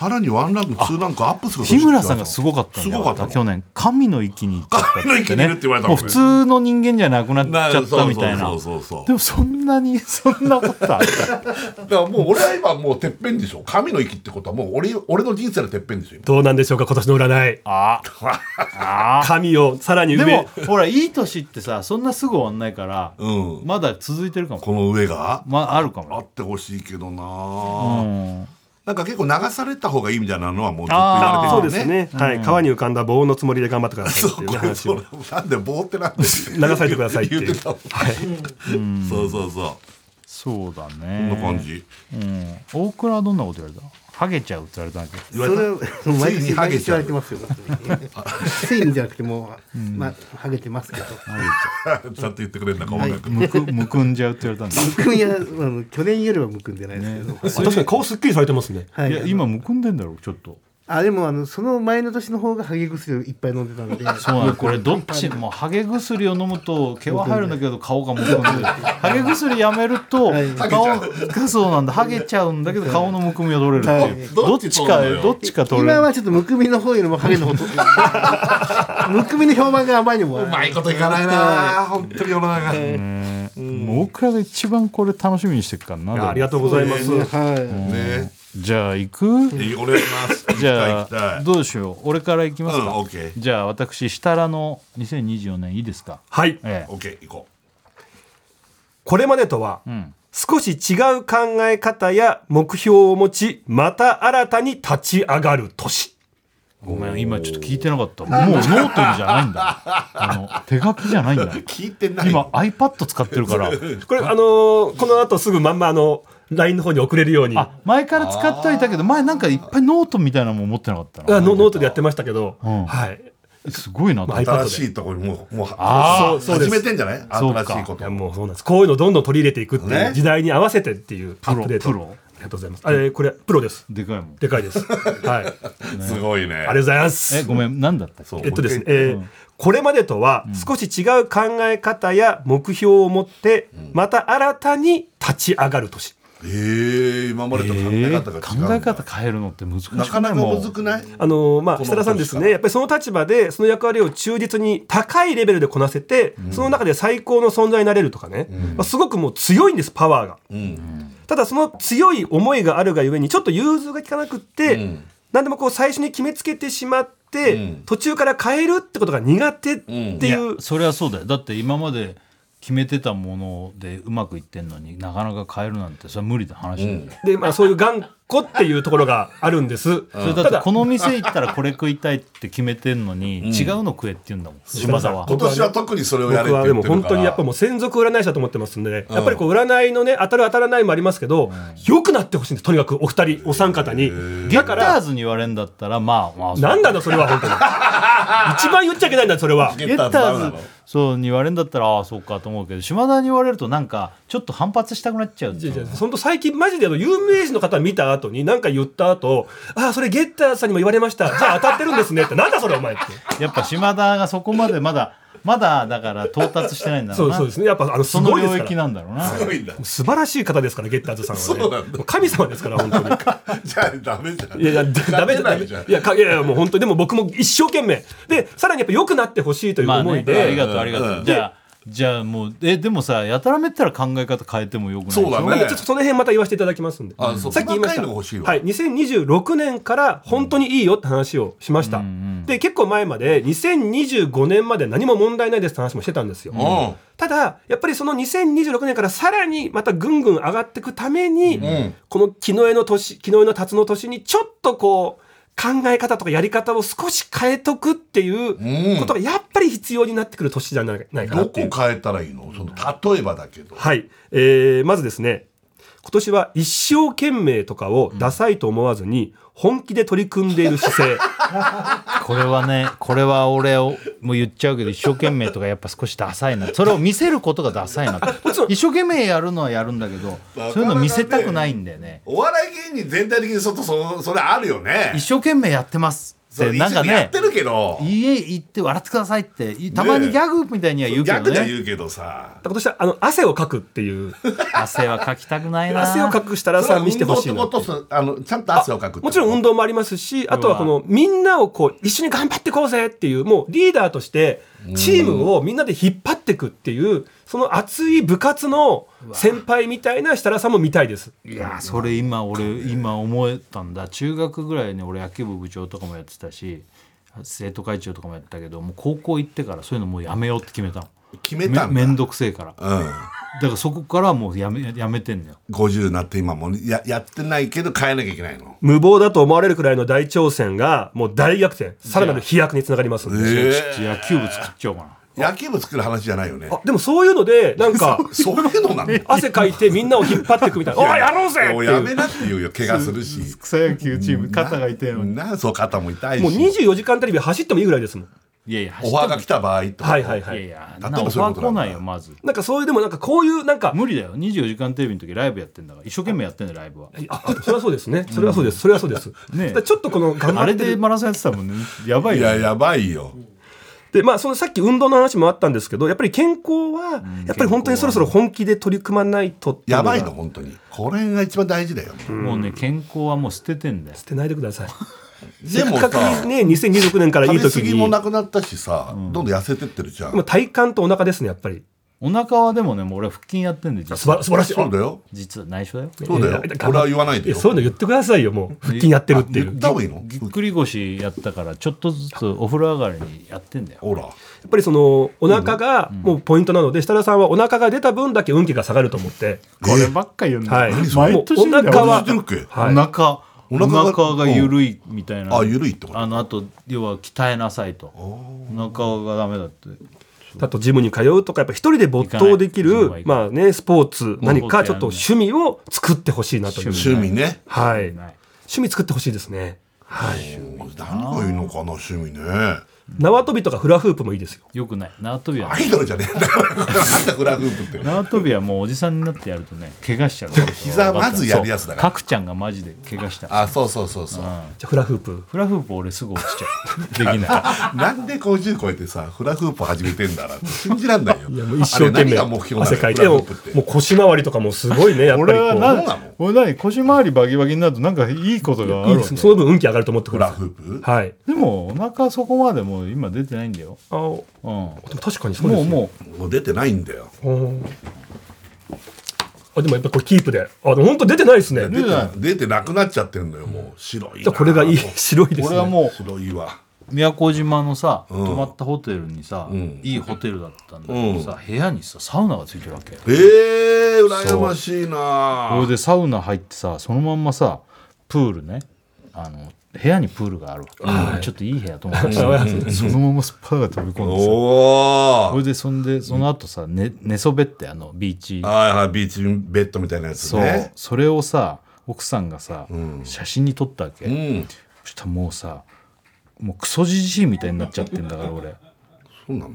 さらにワンランクツーランクアップする
日村さんがすごかったんだよ
すごかったの
去年神の域に行っちゃ った
神の域にいるって言われたもん
もう
ね
普通の人間じゃなくなっ ちゃったみたいな
そうそうそう
で
そう
もそんなにそんなことあった
だからもう俺は今もうてっぺんでしょ神の域ってことはもう俺俺の人生のてっぺんでしょ
い、どうなんでしょうか今年の占い
ああ
神をさら に
で
上
もほらいい年ってさそんなすぐ終わんないから、
今うん
まだ続いてるかも
この上が
まああるか
あ
も
ってほしいけどな
う
あ、
ん
なんか結構流された方がいいみたいなのはもうずっと言
あー
わ
そう
れて
で
る
す
よね
ね、はい、川に浮かんだ棒のつもりで頑張ってくださいって
そ
いうう、
こ
ね、
れ
話
そ
を
れなんで棒ってなんで
流されてくださいっていう
言ってたもんそうそうそう
そうだ
こん
ね
な感じ
うん、大倉はどんなこと言われたハゲちゃうって言われたんだけ
言
そ
わ
れ
れ
は
たつ
毎
いに
年
ハ
毎
ゲ
年
ちゃ
言わ
う
れてますよ本当 についにじゃなくてもう、まあハゲてますけど
ちゃんと言ってくれるんだか音楽
どむくむくんじゃうって言われたんだ
むくんやあの去年よりはむくんでないですけど、
確かに顔すっきりされてますね
はい
いや今むくんでんだろちょっと
あでもあのその前の年の方がハゲ薬をいっぱい飲んでたの で
そうなのこれどっちもハゲ薬を飲むと毛は入るんだけど顔がむくんでるハゲ薬やめると
はい
顔がそうなんだハゲちゃうんだけど顔のむくみは取れるっていう、
はい
どっち
どっち取るの
か
よ
どっちか取れ
今
る
はちょっとむくみの方よりもハゲの方とむくみの評判があまりにも
うまいこといかないな本当に世の中ね
もう大倉が一番これ楽しみにしてるから
いや
な
ありがとうございます、
は
じゃあ行く
いいお願いし ます
じゃ
行きたい
あ
行き
どうしよう俺から行きま
たいう
す
ん
か、
オッケー
じゃあ私設楽の2024年いいですか
はい
ええ
オッケー行こ
これまでとは
うん
少し違う考え方や目標を持ちまた新たに立ち上がる年
ごめん今ちょっと聞いてなかったもうノートにじゃないんだあの手書きじゃないんだ
う聞いて ない
今 iPad 使って るから
これあのーこの後すぐまんまあの LINE の方に送れるようにあ
あ前から使ってはいたけど前なんかいっぱいノートみたいなのも持ってなかったな
のノートでやってましたけど、
ん
はい
すごいなと思って
ま
新しいところにもうもう
あ
ーそうで
始
す
めてんじゃない
そうか
新しいこ
い
と
やもうそうなんですこういうのどんどん取り入れていくっていう
ね
時代に合わせてっていうア
ロ
ップデート
プロ
ありがとうございますあれこれプロです
でかいもん
でかいです はいありがと
すごいね
うございます
えごめん何だったっけ
そう
えっとですね、えーこれまでとは少し違う考え方や目標を持って、また新たに立ち上がる年。
えー今までと考え
え
方が違うんだ
ー考え方変えるのって難しく
なかなか
も
むずくない
あのーまあ、
この
設楽さんです
年か
ねやっぱりその立場でその役割を忠実に高いレベルでこなせて、その中で最高の存在になれるとかね、まあ、すごくもう強いんですパワーが。
うん
ただその強い思いがあるがゆえにちょっと融通が利かなくって、
うん
何でもこう最初に決めつけてしまって、
うん
途中から変えるってことが苦手っていう、
いやそれはそうだよだって今まで決めてたものでうまくいってんのになかなか変えるなんてそれは無理な話だよ、
うん
で、まあ、そういう頑個っていうところがあるんです。
それだってこの店行ったらこれ食いたいって決めてんのに、違うの食えって言うんだもん島田は
今年は特にそれをやれ
僕
って
は
言
で
っ
も
てる
本
か
当にやっぱ
ら
もう専属占い師だと思ってますんで、やっぱりこう占いのね当たる当たらないもありますけど、良くなってほしいんですとにかくお二人お三方に
ゲ
だ
ッタ
か
ー
ら
ズに言われんだったらまあまあそう
なんだよそれ は本当に一番言っちゃいけないんだそれは
ゲ
ゲ
ッタ
ッ
ーズ
タ
ダメな
ー
の
ズそうに言われんだったらああそうかと思うけど島田に言われるとなんかちょっと反発したくなっちゃう
いやいや本当最近マジであの有名人の方見た後に何か言った後ああそれゲッターさんにも言われましたじゃあ当たってるんですね」って「なんだそれ お前」って
やっぱ島田がそこまでまだまだだから到達してないんだろ
そうう
な
そうですねやっぱあのす
その
ごいで
領
すか
域
ら
なんだろうな
すごいんだ
素晴らしい方ですからゲッターズさんは、ね、
そうなんだ
もう神様ですから本当に。
じゃあダメじゃん
いやいや、だめじゃ
な
ないい
じゃん
いや、かいやいや、もう本当に、でも僕も一生懸命。で、さらにやっぱ良くなってほしいという
まあ
思い
ね
で、
ありがとうありがと
う
うんじゃあじゃあもうえでもさやたらめったら考え方変えてもよくない
そうだね
まあちょっとその辺また言わせていただきますんで。
あそう
さっき言いまし
細かいの
た。
が欲しいわ
はい、2026年から本当にいいよって話をしました。で、結構前まで2025年まで何も問題ないですって話もしてたんですよ。
うん
ただ、やっぱりその2026年からさらにまたぐんぐん上がっていくために、
ん
この木の絵の年、木の絵の辰の年にちょっとこう、考え方とかやり方を少し変えとくっていうことがやっぱり必要になってくる年じゃないないかな
ど
っ
こ
ていう。
変えたらいいのその例えばだけど
はい。えー、まずですね、今年は一生懸命とかをダサいと思わずに、本気で取り組んでいる姿勢。
これはねこれは俺をもう言っちゃうけど一生懸命とかやっぱ少しダサいなそれを見せることがダサいなって一生懸命やるのはやるんだけどそういうの見せたくないんだよね
お笑い芸人全体的にちょっとそそれあるよね
一生懸命やってますっ
そう
てなんか
一緒にやっ
ね
てるけど
家行って笑ってくださいってたまにギャグみたいには言うけ
逆
ど
じゃ
ね
言うけどさ
今年は、あの、汗をかくっていう、
汗はかきたくないな
汗をかく設楽さん見せてほし
それ
いな
は
っ
運
て
動
い
っ
う
てことそあのちゃんと汗をかくってこと
もちろん運動もありますし、あとはこのみんなをこう一緒に頑張ってこうぜっていう、もうリーダーとしてチームをみんなで引っ張っていくっていう、その熱い部活の先輩みたいな設楽さんも見たいです。
いやーそれ今俺今思えたんだ中学ぐらいに俺野球部部長とかもやってたし生徒会長とかもやってたけどもう高校行ってからそういうのもうやめようって決めたの
決めたんだ
めめんどくせえからだ
うん
からそこからもうやめやめてんのよ
50になって今もうややってないけど変えなきゃいけないの
無謀だと思われるくらいの大挑戦が、もう大逆転、さらなる飛躍につながりますんで。
ちょっと野球部作っちゃおうかな
野球部作る話じゃないよね
あでもそういうので、なんか、
そういうのな の
汗かいてみんなを引っ張っていくみたいな、おい、やろうぜって
もうや
いう
めなって言うよ怪我するし
草野球チーム 肩が痛いのに
なそう肩も痛いし
もう24時間テレビ走ってもいいぐらいですもん。
いやいや走
オ
っ
ファーが来た場合と
はいはいはい
や
い
い。や
例えば
なオフ
そうい
ァ
う
ー
ことな
来
んだ
ないよまず
なんかそういうでもなんかこういうなんか
無理だよ24時間テレビの時ライブやってんだから一生懸命やってんだよライブは
ああそれはそうですね。それはそうです。それはそうです。
ねえ
だからちょっとこの頑
あ
張
れ
って
で
る。
マラソンやってたもんねやばい
い
よ
や
ね
やばいよ
で、まあ、そのさっき運動の話もあったんですけど、やっぱり健康は、やっぱり本当にそろそろ本気で取り組まないとってう
や
が
ばいの。本当にこれが一番大事だよ
もうね健康はもう捨ててんだよ
捨てないでください。
でも
せっか
さ
くね、2026年からいい
食べ
時
過ぎも
に。
なくなったしさどんどん痩せてってるじゃ
まあ
ん
体幹とお腹ですね、やっぱり。
お腹はでもねもう俺は腹筋やってんで実
素晴
は
ら素晴らしい。
そうだよ
実は内緒だよ
そうだよ
いや
これは言わない
い
で
や
よ
そういうの言ってくださいよ、もう。腹筋やってるってい
言
う。
っ
や
た方がいいの
ぎっくり腰やったからちょっとずつお風呂上がりにやってんだよ
ほら
っぱりその、お腹がもうポイントなので、設楽さんはお腹が出た分だけ運気が下がると思って。
こればっか言うん
はい。も
毎
う
年
お
言うんだよ
腹は
知ってるっけ、
はい
お腹
お
お
腹が
腹が緩いみたいな
あ緩いってこと
あのあと要は鍛えなさいとお腹がダメだって
あとジムに通うとかやっぱ一人で没頭でき
行か
る
ない
まあねスポーツ何かちょっと
ス
趣味を作ってほしいなという
趣味ね
はい
ない
趣味作ってほしいですねはい
何がいいのかな趣味ね
縄跳びとかフラフープもいいですよ
よくない縄跳びは
アイドルじゃねえんだからなんだフラフープって
縄跳びはもうおじさんになってやるとね怪我しちゃうから
膝まずやるやつだから
そう角ちゃんがマジで怪我した
あそうそうそうそう
じゃあフラフープ
フラフープ俺すぐ落ちちゃうできない
なんで50超えてさフラフープ始めてんだなって信じらんないよ
いやもう一生懸
あれ何
命
が目標なの
汗かい
フ
て
ラフ
も
ープって
もう腰回りとかもすごいねやっぱりこう
なそうの
俺何腰回りバギバギになるとなんかいいことが
いいですその分運気上がると思ってく
フ
る
ラフープ
はい
でもお腹そこまでもう今出てないんだよ、
あお
うん、も
でも確かにそうです
う
ね
も
もう出てないんだよ
うんあでもやっぱこれキープであでも本当出てないですね
出
じ
て出てなくなっちゃってるのよもう白い
ゃあこれがいい
もう
白いです
う
ね
俺はも
白いわ
う宮古島のさ、
ん
泊まったホテルにさ、
ん
いいホテルだったんだけどさ、部屋にさサウナがついてるわけ
えー、羨ましいな
それでサウナ入ってさそのまんまさ
プールねあの部屋にプールがあるわけちょっといい部屋と思ってそのままスパーが飛び込んでさ
お
そ
お
れでそんでその後さ、ね、寝そべってあのビーチ
はいはいビーチベッドみたいなやつ
そう、
ね
それをさ奥さんがさ、写真に撮ったわけ、
うん
そしたらもうさもうクソじじいみたいになっちゃってんだから俺
そうなの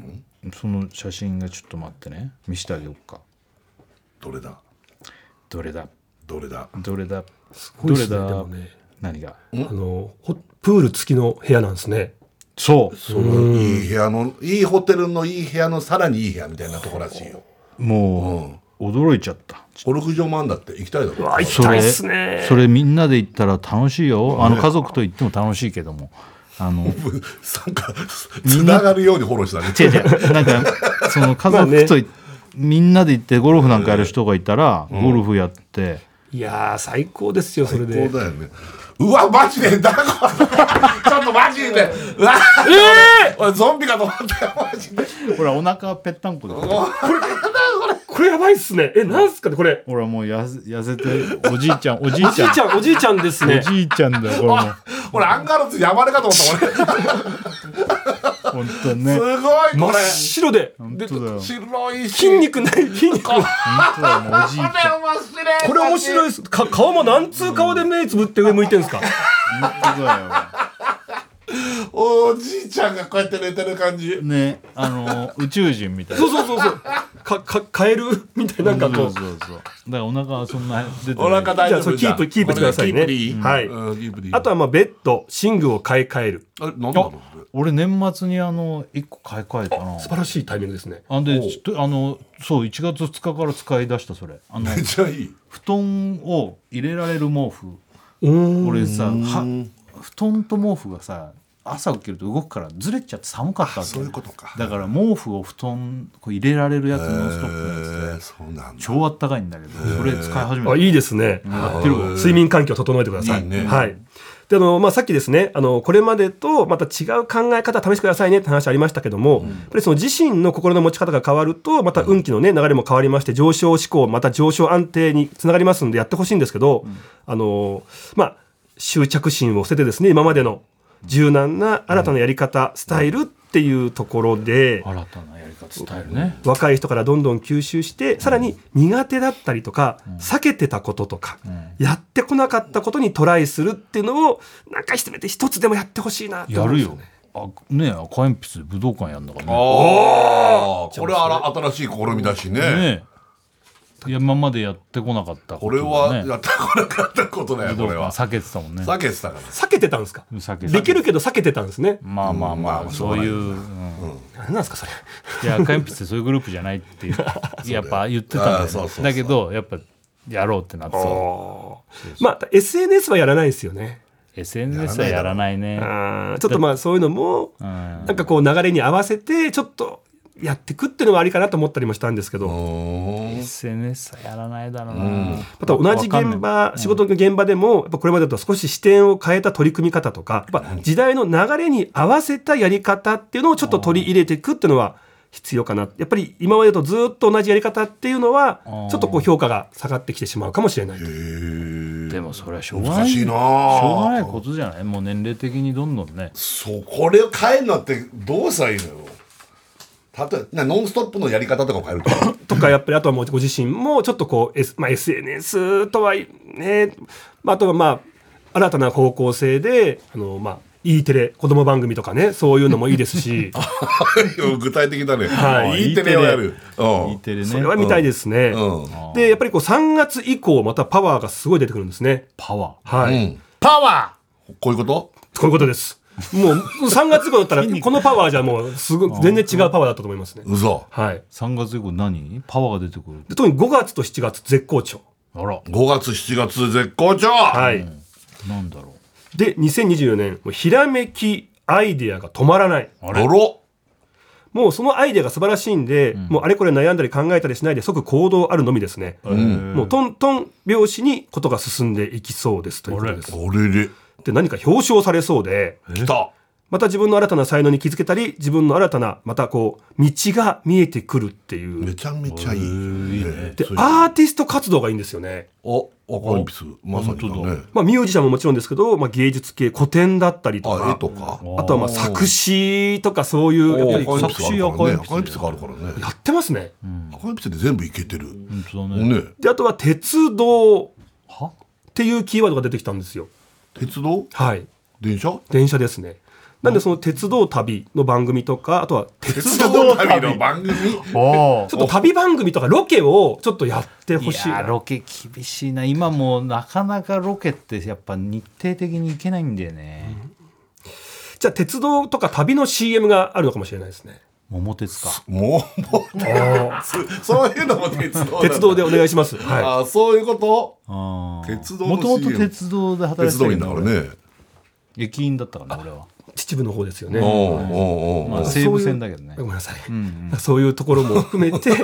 その写真がちょっと待ってね見せてあげようか
どれだ
どれだ
どれだ
どれだ
ご
ど
いっす
れ
ね
だ
でもね
何が
あのホプール付きの部屋なんですね
そう
そのいい部屋のいいホテルのいい部屋のさらにいい部屋みたいなとこらしいよ
もう、驚いちゃった
ゴルフ場もあんだって行きたいだろ
あ行きたいっすね
それみんなで行ったら楽しいよあの家族と行っても楽しいけどもあの
なんかつながるようにフォローしたね
違う違うなんかその家族とい、みんなで行ってゴルフなんかやる人がいたら、ゴルフやって
いやー最高ですよそれ
そ
で
うだよねうわマジでだこちょっとマジでうわえ俺ゾンビかと思ったよマジで
ほらお腹ぺったんこで
これやばいっすねえなんすかねこれ
ほらもうやせ痩せておじいちゃんおじい
おじ
ち
い
ゃん
ちゃんおじいちゃんです
お
ね
じいちゃんだよこれもう
俺アンガールズ山根かと思った俺す
本当にね
ご
真
いこ
っ
れ
白で
本
で
当だよ
白いし
筋肉ない 筋肉こ
本当だよもうおじいちゃん
れ面白いっすか顔も何通顔で目つぶって上向いてんすか
本当だ
おじいちゃんがこうやって寝てる感じ
よねあの宇宙人みたいな
そうそうそうそうか かカエルみたいななんか
そう
こ
うそうそうだからお腹はそんな出てない
お腹大丈夫
じゃあそれキープキープしてくださいね
これキープでいい
うんはい
うんキープでいい
あとはまあベッド寝具を買い替える
あれなんだろうそれ
俺年末にあの1個買い替えたな
素晴らしいタイミングですね
あんでちょっとあのそう1月2日から使い出したそれあ の
めっちゃいい
布団を入れられる毛布
うん
俺さは布団と毛布がさ朝起きると動くからずれちゃって寒かったわけ
そういうことか
だから毛布を布団こう入れられるやつノンストップのやつで、
えーそうなんだ
超あったかいんだけどそれ使い始めた
あいいですね
やってるわ
睡眠環境を整えてください。
いいね
はい。であのまあ、さっきですねあのこれまでとまた違う考え方試してくださいねって話ありましたけども、やっぱりその自身の心の持ち方が変わるとまた運気の、ね、流れも変わりまして上昇志向また上昇安定につながりますんでやってほしいんですけど、あのまあ、執着心を捨ててですね今までの柔軟な新たなやり方、スタイルっていうところで、
新たなやり方スタイルね
若い人からどんどん吸収してさらに苦手だったりとか、避けてたこととか、やってこなかったことにトライするっていうのをなんかせめて一つでもやってほしいなと
や
思うん
る
です
よあね赤鉛筆で武道館やんだからね
ああこれは新しい試みだしね
ねえいや今までやってこなかった
こ
こ
れ
とが
は
ね
やったこなかったことだよ
武
こ
道
れは
館避けてたもんね
避けてたから
避けてたんですか
避けてた
できるけど避けてたんですね
まあまあま
うんま
あ
あ
そういううん
何なんですかそれ
いや赤鉛筆ってそういうグループじゃないっていう やっぱ言ってた
あ
ん
ー
だ
そう
よ
そうそ
ね
う
だけどやっぱやろうってなってた
まあ SNS はやらないですよね
SNS はやらないね
あーちょっとまあそういうのも
うん
なんかこう流れに合わせてちょっとやっていくっていうのはありかなと思ったりもしたんですけど、
うーん
SNS はやらないだろうな
また同じ現場、仕事の現場でも、やっぱこれまでとは少し視点を変えた取り組み方とか、やっぱ時代の流れに合わせたやり方っていうのをちょっと取り入れていくっていうのは必要かな。やっぱり今までとずっと同じやり方っていうのは、ちょっとこう評価が下がってきてしまうかもしれないと。
でもそれはしょうがな
難
い
しいな
しょうが
あ
ないことじゃないもう年齢的にどんどんね
そうこれを変えるのってどうしたらいいのよ例えばなノンストップのやり方とかを変えると
とか、やっぱりあとはもうご自身もちょっとこう、S まあ、SNS とはいえね、まあ、あとはまあ、新たな方向性で、あの、まあ、E テレ、子供番組とかね、そういうのもいいですし。
具体的だね、、
はい
い
いテレをやるうん
言ってる
それ
ね
は見たいですね。
うん
でやっぱりこう3月以降またパワーがすごい出てくるんですね。
パワー
はい、
うんパワーこういうこと
こういうことです。もう3月以降だったらこのパワーじゃもうすごい全然違うパワーだったと思いますね。
嘘
はい。
3月以降何パワーが出てくる
で特に5月と7月絶好調。
あら
5月7月絶好調、
はい。
なんだろ
で2024年もうひらめきアイデアが止まらない。
あれろ
もうそのアイデアが素晴らしいんで、もうあれこれ悩んだり考えたりしないで即行動あるのみですね。もうトントン拍子にことが進んでいきそうですということです。
あれれ
で何か表彰されそうで。
来た
また自分の新たな才能に気づけたり自分の新たなまたこう道が見えてくるっていう
めちゃめちゃいい。ね
で
そういう
アーティスト活動がいいんですよね。
お
赤鉛筆、まさにだね。
まあ、ミュージシャンももちろんですけど、まあ、芸術系古典だったりと
あ、絵
か
とか。
あとはまあ作詞とかそういうやっぱり
おー
赤鉛筆があるからね。赤
作詞
鉛
赤鉛
筆があるからね。
やってますね。
赤鉛筆で全部いけてる。
本当だね
ね。
であとは鉄道
は
っていうキーワードが出てきたんですよ。
鉄道、
はい、
電車。
電車ですね。なんでその鉄道旅の番組とかあとは鉄道
旅の番組。
おー
ちょっと旅番組とかロケをちょっとやってほしい
いや
な
ーロケ厳しいな今もうなかなかロケってやっぱ日程的に行けないんだよね、
じゃあ鉄道とか旅の CM があるのかもしれないですね
桃鉄か
もう、もう、そういうのも鉄道なんだ。
鉄道でお願いします、は、
あー、そういうこと。
も
鉄道の
ともと
CM
鉄道で働い
鉄
てた
道
け
員だ
ど
からね。
駅員だったからね俺はい
秩父の方ですよ
おう
ね
おうお
ま
う
あ西武線だけどね
ごめんなさい、
ん
そういうところも 含めて、ち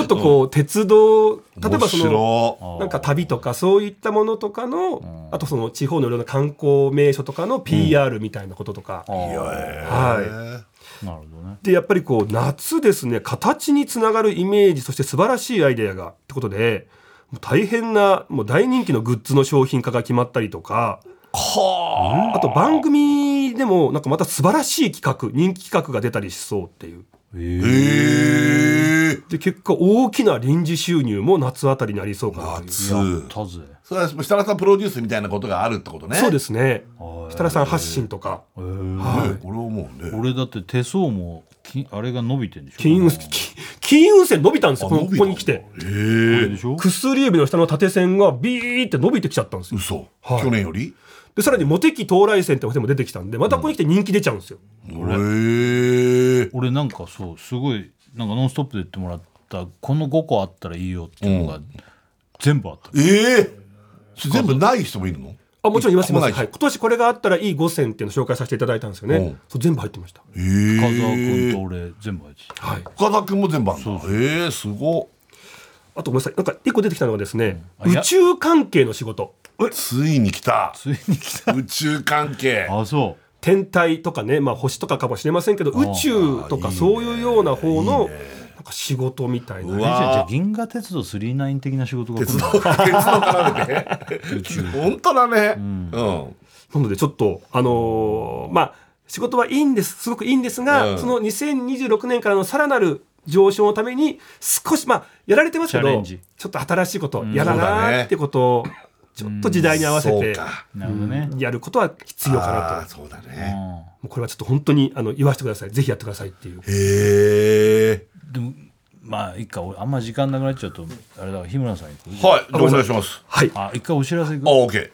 ょっとこう鉄道例えばそ
面
の
白
あー
なんか旅とかそういったものとかの、あとその地方のいろんな観光名所とかの PR みたいなこととか、
あー
はい、
なるほどね
でやっぱりこう夏ですね形につながるイメージそして素晴らしいアイデアがってことでもう大変なもう大人気のグッズの商品化が決まったりとかあと番組でもなんかまた素晴らしい企画人気企画が出たりしそうっていう
ええ。
で結果大きな臨時収入も夏あたりになりそうかなという
夏。
たぜ
それは設楽さんプロデュースみたいなことがあるってことね。。
そうですすね
はい
設楽さん発信とか
ね、俺はもうね。
俺だって手相もきあれが伸びてんでしょ
金運
こ
き金運線伸びたんですよこの
伸び
こ
た
こに来て
れでしょ
薬指の下の縦線がビーって伸びてきちゃったんですよ
嘘。
はい
去年より。
でさらにモテ期到来線ってお店も出てきたんでまたここに来て人気出ちゃうんですよ、
へえ。
俺なんかそうすごいなんか「ノンストップ!」で言ってもらったこの5個あったらいいよっていうのが全部あった、
ええ。それ全部ない人もいるの。
あもちろんいますいま
ここ
す、は
ない
い、今年これがあったらいい5選っていうのを紹介させていただいたんですよね、
うん
そう全部入ってました、
え
深澤君と
え。
俺全部あいつ
はい、
深澤君も全部あるんだ。ええ、すご
あとごめんなさいなんか1個出てきたのがですね、
うんあいや
宇宙関係の仕事
い。ついに来た。
ついに来た
宇宙関係。
あそう
天体とかね、まあ、星とかかもしれませんけど宇宙とかそういうような方のなんか仕事みたいな
う
えじゃあじゃあ
わ
銀河鉄道39的な仕事が来る
鉄
の
道鉄道絡めて。本当だね。うん。
なのでちょっとあのーまあ仕事はいいんですすごくいいんですが、
うん
その2026年からのさらなる上昇のために少しまあやられてますけ
チャレ
ど
ンジ
ちょっと新しいことやら
そうだね
なーってことをちょっと時代に合わせ
そう
て
か。
なるほどね、
やることは必要か
あ
な
あ、
と
そうだ
う
ね。
ん
もうこれはちょっと本当にあの言わせてくださいぜひやってくださいっていう
へえ。
でもまあ一回俺あんま時間なくなっちゃうとあれだから日村さん行く
はい、じゃあお願いします。
はい
あ一回お知らせ行
あ、
く
オッケ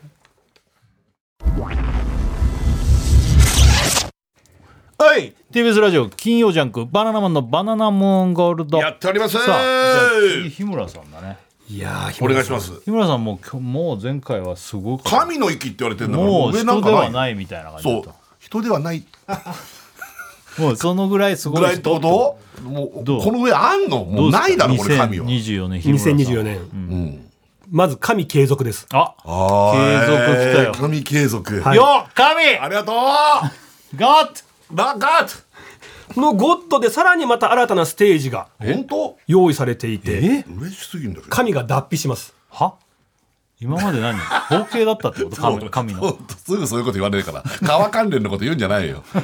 ー。はい、
TBS ラジオ金曜ジャンク「バナナマンのバナナムーンゴールド」
やっております。
さあじゃあ次日村さんだね
いやー
お願いします。
日村さんも今日もう前回はすごく
神の息って言われてるんだから、
もう
上な
人
ん
で
か
は
ない。
ないみたいな感じだ
そ
っ
う、人ではない
たもうそのぐらいすご
ぐ
い
らい
人
ってこと。もう、
どう
この上あんの、もうないだろこれ神は。
2024年日村さん
2024年、まず神継続です
あ
あー
継続来たよ
神継続。
はい
よ
よっ神
ありがと
ゴッ
う。バカッ。
このゴッドでさらにまた新たなステージが
本当。
用意されていて
え
嬉しすぎるんだけど。
神が脱皮します
は今まで何包茎だったってこと神神の
そうすぐそういうこと言われるから川関連のこと言うんじゃないよすぐ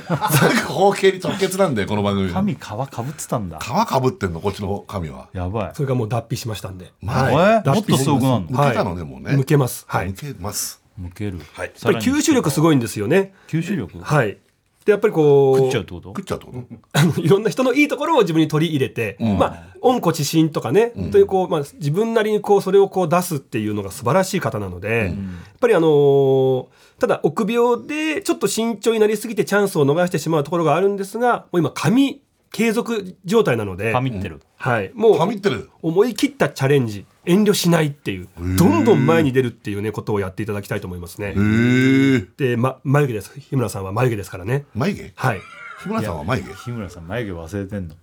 包茎に直結なんだよこの番組
神皮かぶってたんだ
皮かぶってんのこっちの神は
やばい
それがもう脱皮しましたんで、
ま
あ
脱皮
もっとすごくなるの
抜けたのねもうね
抜けますはいや
抜けます
むけるはい
っぱり吸収力すごいんですよね
吸収力
はいでやっぱりこう
食っちゃうってこと
食っちゃうってこと
あの いろんな人のいいところを自分に取り入れて、まあ温故知新とかね、というこう、まあ、自分なりにこうそれをこう出すっていうのが素晴らしい方なので、やっぱりあのーただ臆病でちょっと慎重になりすぎてチャンスを逃してしまうところがあるんですがもう今紙継続状態なので、
神ってる
はい、もう
神ってる
思い切ったチャレンジ遠慮しないっていうどんどん前に出るっていうねことをやっていただきたいと思いますね。
へえ
で、ま、眉毛です日村さんは眉毛ですからね
眉毛
はい
日村さんは眉毛
日村さん眉毛忘れてんの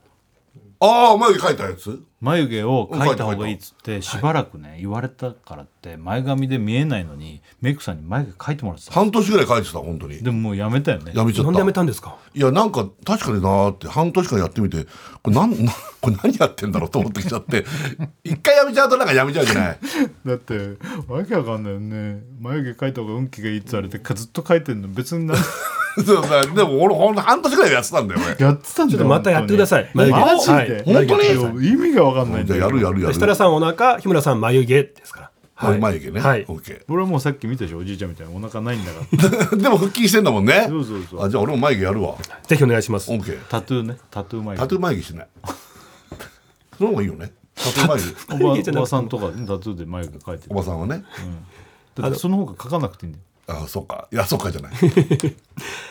ああ眉毛描いたやつ
眉毛を描いた方がいいっつってしばらくね言われたからって前髪で見えないのにメイクさんに眉毛描いてもらってた
半年ぐらい描いてた本当に
でももうやめたよね
やめちゃ
な
っ
んでやめ
た
たんですか
いやなんか確かになーって半年間やってみてこれなんなこれ何やってんだろうと思ってきちゃって 一回やめちゃうとなんかやめちゃうじゃない
だってわけわかんないよね眉毛描いた方が運気がいいって言われてずっと描いてんの別にな
そうだでも俺ほんと半年ぐらいやってたんだよ俺
やってたんだよ
ちょっとまたやってください
本当に
眉毛
マ
は
ジで、
い本当
に意味がわかんないん
じ
だ
ゃあ
けど
やるやるやる
設楽さんお腹日村さん眉毛ですから
はい眉毛ね、
はい
オッケ
俺はもうさっき見たでしょおじいちゃんみたいなお腹ないんだから
ー でも腹筋してんだもんね
そうそうそう
あじゃあ俺も眉毛やるわ
ぜひお願いします
オッケー
タトゥーねタトゥー眉毛
タトゥー眉毛 しないその方がいいよねタトゥー眉毛
おばおばさんとかねタトゥーで眉毛描いて
お
る
ばさんはね、
だってその方が描かなくていいんだよ
あそうかいやそうかじゃない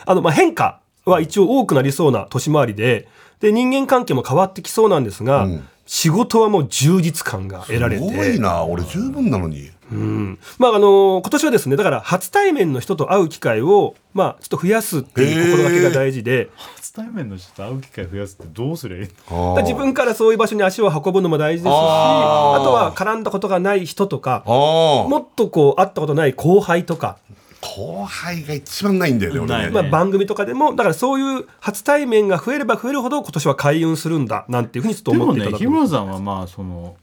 あのまあ変化は一応多くなりそうな年回りでで人間関係も変わってきそうなんですが、仕事はもう充実感が 得られて
多いな俺十分なのに、
うんまああの今年はですねだから初対面の人と会う機会を、まあ、ちょっと増やすっていう心がけが大事で、
初対面の人と会う機会増やすってどうすりゃいいの
あー
だから自分からそういう場所に足を運ぶのも大事ですし
あ
あ
ー
とは絡んだことがない人とか
あー
もっとこう会ったことない後輩とか、
後輩が一番ないんだよね
な
俺
い
ね
まあ、番組とかでもだからそういう初対面が増えれば増えるほど今年は開運するんだなんていうふうにちょっと
で
思
も
っていた
ね
だく
日村さんはまあその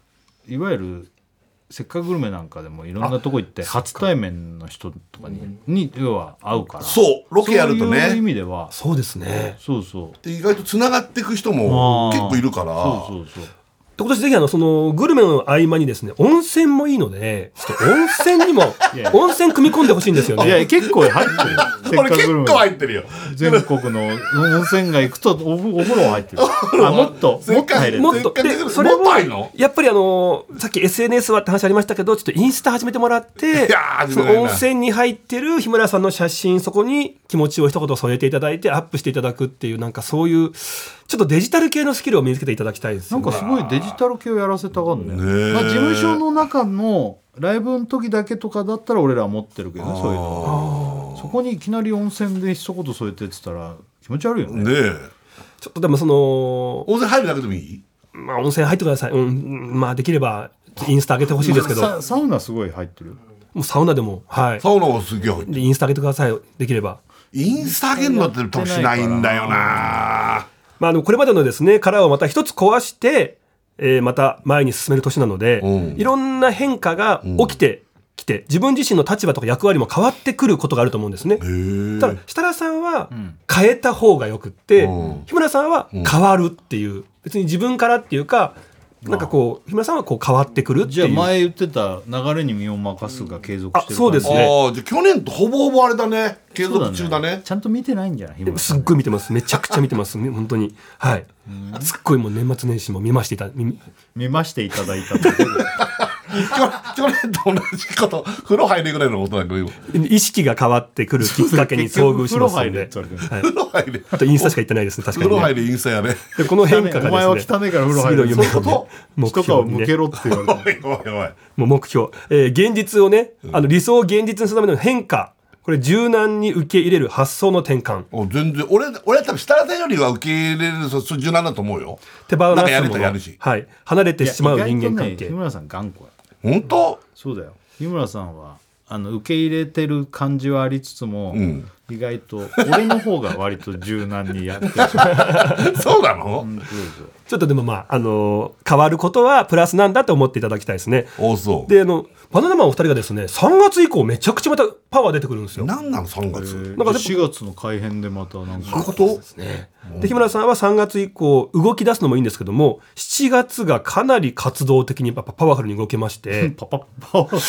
いわゆる「せっかくグルメ」なんかでもいろんなとこ行って初対面の人とかにに要は会うから
そうロケやると
そういう意
ね
味では
そうですね
そうそう
で意外とつながっていく人も
あー
結構いるから
そうそうそう
で今年ぜひあのそのグルメの合間にですね温泉もいいのでちょっと温泉にも
いや
温泉組み込んでほしいんですよ
い
ね
や結構入ってるよ「せ っ
俺
かく
結
グルメ
構」入ってるよ
全国の温泉街行くとお風お風呂入って るあもっともっと入れる
もっと
せっかくグルメ
でそれを
もっと入んの
やっぱりあのさっき SNS はって話ありましたけどちょっとインスタ始めてもらって
いやー始
そ
めないな
の温泉に入ってる日村さんの写真そこに気持ちを一言添えていただいてアップしていただくっていうなんかそういうちょっとデジタル系のスキルを身につけていただきたいです
な
よ
ん
ね
かすごいデジタル系をやらせたがるね
ねえ
まあ、事務所の中のライブの時だけとかだったら俺らは持ってるけどねそういうのそこにいきなり温泉で一言添えてって言ったら気持ち悪いよね
ねえ
ちょっとでもその、
温泉入るだけでもいい
まあ、温泉入ってください、うんうん、まあできればインスタ上げてほしいですけど
ササウナすごい入ってる
もうサウナでもはい
サウナはすげえ入ってる
でインスタ上げてくださいできれば
インスタ上げるのって多分しないんだよな
まあでもこれまでのですね殻をまた一つ壊して、えーまた前に進める年なので、
うん
いろんな変化が起きてきて、自分自身の立場とか役割も変わってくることがあると思うんですね
へえ
ただ設楽さんは変えた方がよくって、
うん
日村さんは変わるっていう別に自分からっていうかなんかこう日村さんはこう変わってくるって
じゃ
い
あ
う
前言ってた流れに身を任すが継続してる感じ
あそうです
あーじゃあ去年とほぼほぼあれだね継続中だね
ちゃんと見てないんじゃない日村さ
す
ん
っごい見てますめちゃくちゃ見てます み本当にはいすっごいもう年末年始も見ましていたみ
見ましていただいたと
去年と同じこと風呂入れぐらいのことだけど
意識が変わってくるきっかけに遭遇しますので
結局風呂入れって言われてる
はい
風呂入れ
あとインスタしか行ってないですね確か
風
に、
呂
ね
入、れインスタやね
でこの変化がですね
お前は汚ねから風呂入る
次の夢
そういうこ
目
人
標
かを
にね
向けろって言われてる
おいおいおい
もう目標、えー現実をね、あの理想を現実にするための変化これ柔軟に受け入れる発想の転換
お全然俺俺は多分設楽さんよりは受け入れるそそ柔軟だと思うよ
手
な
放
んか
す
やる
も
と
の
やるし
はい、離れて
いや
しまう
意外
人
とね
間関係、
日村さん頑固や
本当
そうだよ日村さんはあの受け入れてる感じはありつつも、
ん
意外と俺の方が割と柔軟にやってるそう
そうなの、
そう
ちょっとでもまあ、あのー変わることはプラスなんだと思っていただきたいですね
おそう
であのバナナマンお二人がですね3月以降めちゃくちゃまたパワー出てくるんですよ
何なの3月
なんか4月の改編でまたなん
そうい
か
うこと
で日村さんは3月以降動き出すのもいいんですけども7月がかなり活動的にやっぱパワフルに動けまして
パパパワフル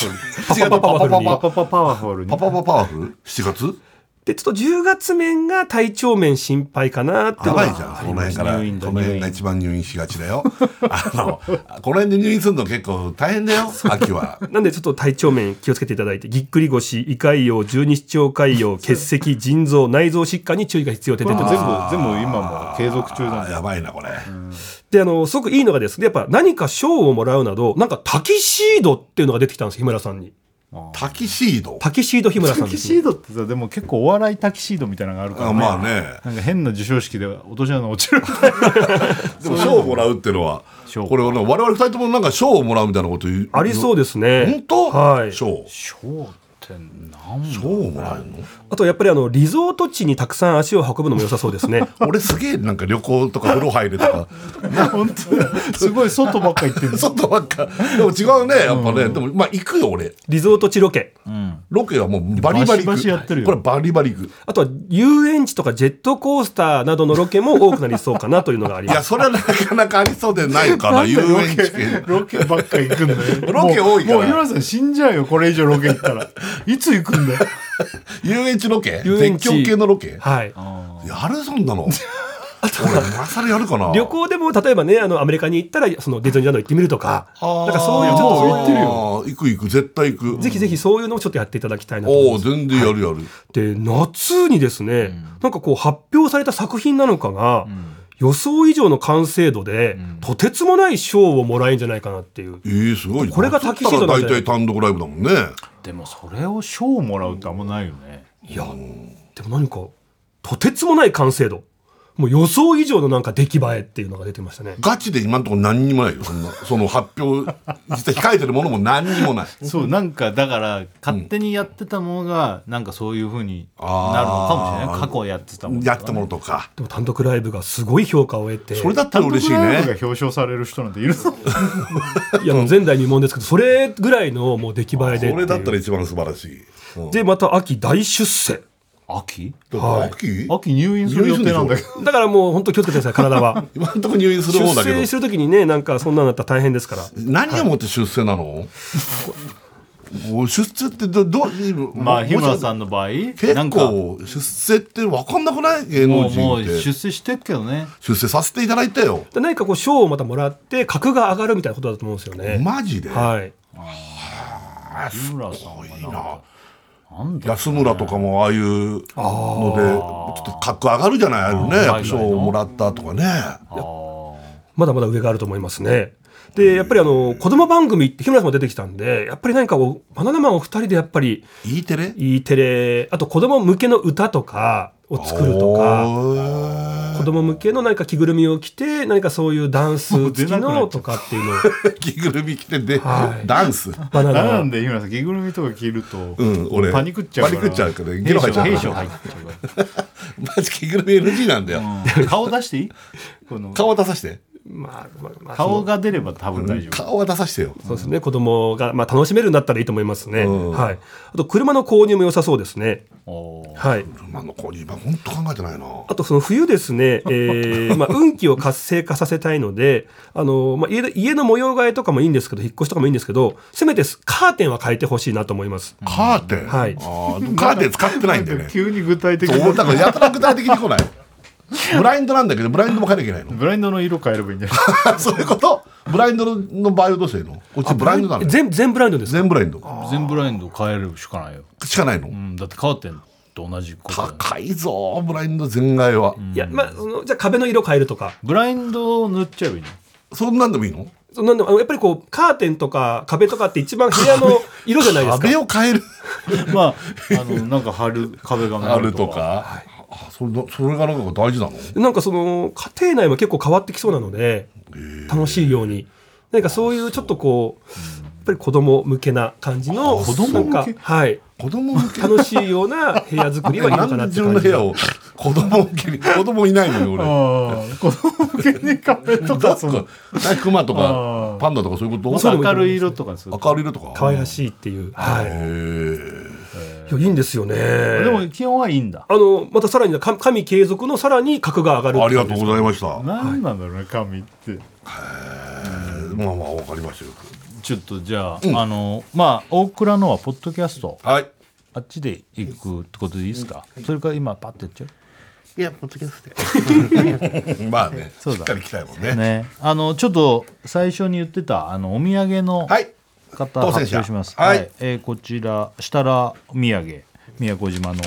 パパパパワフルに
パパパパワフルに
パパパパワフル7月
でちょっと10月面が体調面心配かなって
や
の
ば
が
いじゃんこの辺から
入院だ
この辺が一番入院しがちだよあのこの辺で入院するの結構大変だよ秋は
なんでちょっと体調面気をつけていただいてぎっくり腰胃潰瘍十二指腸潰 瘍血石腎臓内臓疾患に注意が必要って
こ
出
れ
て
も
ま
全部
す
全部今も継続中なん
あ
だよ
やばいなこれ、
であのすごくいいのがですねやっぱ何か賞をもらうなどなんかタキシードっていうのが出てきたんです日村さんに
タキシード
タキシード日村さ
タ
んで
キ
す、
シードってさでも結構お笑いタキシードみたいなのがあるから、
あ
ね
まあね
なんか変な授賞式で落とし穴落ちるみたいな
でも賞をもらうっていうのは
賞
これはね我々二人ともなんか賞をもらうみたいなこと言う
ありそうですね
本当、
はい
賞
賞ってなん
賞をもらうの
あとやっぱりあのリゾート地にたくさん足を運ぶのも良さそうで すね
俺すげえなんか旅行とか風呂入るとか
本当だすごい外ばっか行ってる
外ばっかでも違うねやっぱね、でもまあ行くよ俺
リゾート地ロケ
ロケはもうバリバリ行く
バシバシやってるよ
これバリバリ行く
あとは遊園地とかジェットコースターなどのロケも多くなりそうかなというのがあり
い
ま
や
す
それはなかなかありそうでないかな遊園地系
ロケばっか行くんだよ
ロケ多いから
もうもう井村さん死んじゃうよこれ以上ロケ行ったらいつ行くんだよ
遊園地ロケ
遊園地
絶叫系のロケ
はい
やるそんなの俺今更やるかな
旅行でも例えばねあのアメリカに行ったらそのディズニーランド行ってみるとかなんかそういうちょっとそういう
あー行く行く絶対行く
ぜひぜひそういうのをちょっとやっていただきたいなと
お
思
お
います。
全然やるやる、
で夏にですね、なんかこう発表された作品なのかが、予想以上の完成度で、とてつもない賞をもらえるんじゃないかなっていう。
えー、すごい
これがタキシー
だ
ドな
っ
ん
た
じゃ
ら
ない
大体単独ライブだもんね
でもそれを賞もらうってあんまないよね
いやでも何かとてつもない完成度もう予想以上のなんか出来栄えっていうのが出てましたね。
ガチで今のところ何にもない よそんなその発表実際控えてるものも何にもない
そうなんかだから勝手にやってたものがなんかそういうふうになるのかもしれな
あ
い
ー
過去やってたものとか
や
ね
ってたものとか
でも単独ライブがすごい評価を得て
それだったら嬉しい
単独ライブが
ね
表彰される人なんているぞ
いやもう前代未聞ですけどそれぐらいのもう出来栄えでっていう
それだったら一番素晴らしい、うん、
でまた秋大出世
秋
だから秋
秋入院する予 定なんだけど
だからもう本当気をつけてください体は
今のところ入院する
出
方だけ
生す
ど
るときにねなんかそんなのだったら大変ですから
何をもって出世なの、もう出世ってどどう
まあ日村
ん
さんの場合な
結
んかも
構出世って分かんなくない芸能
う
人
も
っ
う
て
出世してっけどね
出世させていただいたよ
で何かこう賞をまたもらって格が上がるみたいなことだと思うんですよね。
マジで、
はい、
日村さんはなんかなんだ
安村とかもああいうのでちょっと格上がるじゃないあるねやっぱ賞をもらったとかね
まだまだ上があると思いますね。でやっぱりあの子供番組って日村さんも出てきたんでやっぱり何かこうバナナマンお二人でやっぱり
E テレ
E テレあと子供向けの歌とかを作るとか
か
子供向けの何か着ぐるみを着て何かそういうダンス付きのとかっていうのを
着ぐるみ着てで、
はい
ダンス
バナナ
な
マ
ん
ン
で日村さん着ぐるみとか着ると
うん俺
パニクっちゃうから
パニクっちゃうからゲロ入っちゃう
兵士入っちゃうか
マジ着ぐるみ NG なんだよ、
ら顔出していいこの
顔は出させて
まあまあまあその
顔が出れば多分大丈夫
顔は出させてよ
そうですね、子供がまあ楽しめるんだったらいいと思いますね。
うん
はい。あと車の購入も良さそうですね。
おー
はい。
今の子に今本当考えてないな
あとその冬で すね、えーまあ運気を活性化させたいので、あのまあ家で家の模様替えとかもいいんですけど、引っ越しとかもいいんですけど、せめてすカーテンは変えてほしいなと思います。
カーテン、
はい
あーでもカーテン使ってないんだよね
急に具体的
そう
に
だからやたら具体的に来ないブラインドなんだけどブラインドも変えなきゃいけない
ブラインドの色変えればいいんじゃない
のそういうことブラインドの場合はどうしたらいいのこっちブラインドなのよ
全全ブラインドです。
全ブラインド
全ブラインド変えるしかないよ、
しかないの、
うん、だってカーテンと同じことだよ
高いぞブラインド全外はい
や、まあそのじゃあ壁の色変えるとか、
ブラインドを塗っちゃえばいいの
そんなんでもいいの
そんなんでもあのやっぱりこうカーテンとか壁とかって一番部屋の色じゃないですか
壁。を変える
まああのなんか貼る壁紙
あるとか、あそれだそれがなんか大事なの
なんかその家庭内も結構変わってきそうなので楽しいようになんかそういうちょっとこうやっぱり子供向けな感じの子
供向け
はい
子供向 け
楽しいような部屋作りはいい
なんで
のかなって
自
感
分の部
じ
屋を子供向けに子供いないのよ俺
ああ子供向けに壁と
だ
か
っ
その
てクマと
あ
か
ー
パンダとかそういうこ
そう
と
でもいい
明るい色とかにする
明るい色とか
可愛らしいっていうは
へー
いいやいいんですよね
でも基本はいいんだ
あのまたさらにか神継続のさらに格が上がる
ありがとうございました。まあ
何なんだろうね紙って
まあわかりましたよ。
ちょっとじゃあ、あのまあ大倉のはポッドキャスト
はい。
あっちで行くってことでいいですか、それから今パッてやっちゃう
いや、ポッドキャストで。
まあね、し
う
っ
だ
かり来たいもんね。
ね、あのちょっと最初に言ってたあのお土産の
はい
方、
当
発
選
表
者
します、
はい
えーこちら設楽土産宮古島の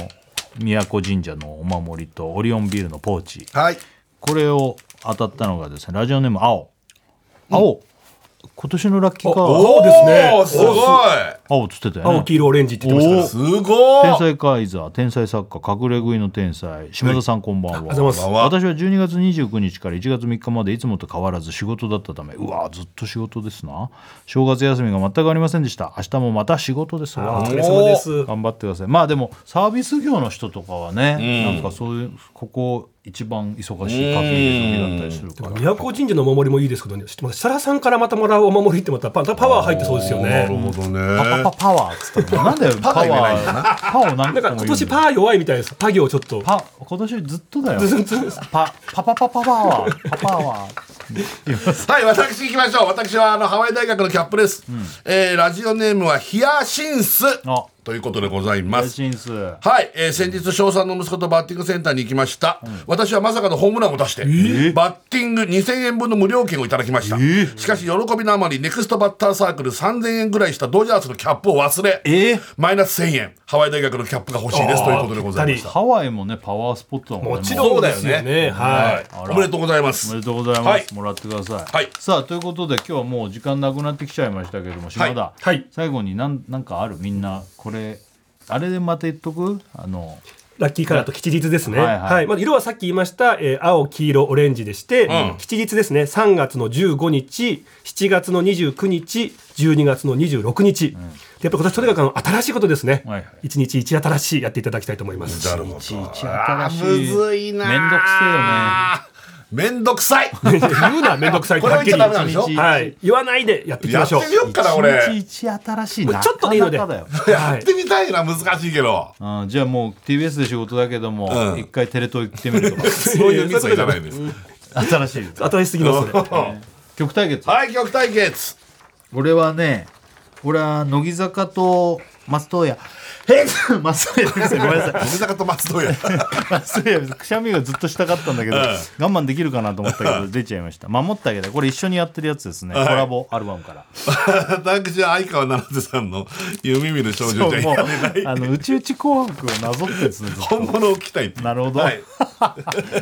宮古神社のお守りとオリオンビールのポーチ
はい。
これを当たったのがですねラジオネーム青青、今年のラッキーカー
おおですねすごい
青つってたよね
青黄色オレンジって言ってまし
すごい
天才カイザー天才作家隠れ食いの天才島田さんこんばんは
ありがとうござい
ます
私は12月29日から1月3日までいつもと変わらず仕事だったためうわずっと仕事ですな正月休みが全くありませんでした明日もまた仕事です
たお
わ
疲れ様です
頑張ってくださいまあでもサービス業の人とかはね、なんかそういうここ一番忙しい稼ぎ時だったりするから
宮古神社のお守りもいいですけどね、ちょっとまた設楽さんからまたもらうお守りってまたパパワー入ってそうですよ
なるほ
ね。
どね
パパパワーっつったのなんだ よパワーパをなん
なんか
か
今年パー弱いみたいです。パ行ちょっと。
パ今年ずっとだよ
ずっとです
パパパパパワーパパワー
はい、私行きましょう。私はあのハワイ大学のキャップです。えーラジオネームはヒヤシンス
あ
ということでございま
配
す。
信数え
はい、えー先日翔さんの息子とバッティングセンターに行きました、私はまさかのホームランを出して、バッティング2000円分の無料券をいただきました、しかし喜びのあまりネクストバッターサークル3000円ぐらいしたドジャースのキャップを忘れ、
え
マイナス1000円ハワイ大学のキャップが欲しいですということでございました
ハワイもねパワースポットだもんね
もち
もう
ろんですよね。は。
はいおめでとうございます
おめでとうございます、
はい
もらってください、
はい
さあということで今日はもう時間なくなってきちゃいましたけども島田、
はい
はい。
最後になんなんかあるみんなこれあれでまた言っとくあの
ラッキーカラーと吉日ですね。
はい
は
はい
い、まあ、色はさっき言いました、えー青、黄色、オレンジでして、
うん
吉日ですね。3月の15日、7月の29日、12月の26日。でやっぱ今年とにかくあの新しいことですね。
はいはい
一日一新しいやっていただきたいと思います。
なるほど
新しい
あーむずいなー
めんどくせえよね
めんどくさい
言うな、めんどくさいって
これ
は
は
っき
言っ
り
ちゃダメなんでしょ
はい。言わないでやっていき
や
ま
っ
してょう。
みよっかな
一
俺
日新しい
ま
な
あちょっとでいいので
なかなかだよ
やってみたいな難しいけど
うんじゃあもう TBS で仕事だけども
うん
一、回テレ東行ってみると か
そういうミスはいらないです
新しいです
新しすぎます、それ。
曲対 決
はい曲対決
俺はね俺は乃木坂と松任谷えっ 松任谷先生ごめんなさい
乃木坂と松任谷
松任谷くしゃみがずっとしたかったんだけど、我慢できるかなと思ったけど出ちゃいました守ってあげたいこれ一緒にやってるやつですね、コラボアルバムから
私は相川七瀬さんの夢見る少
今
女じゃ
日も
や
う
れない
あのうちうち紅白をなぞってですねずっと
本物を聞きたいっていう
なるほど、
はい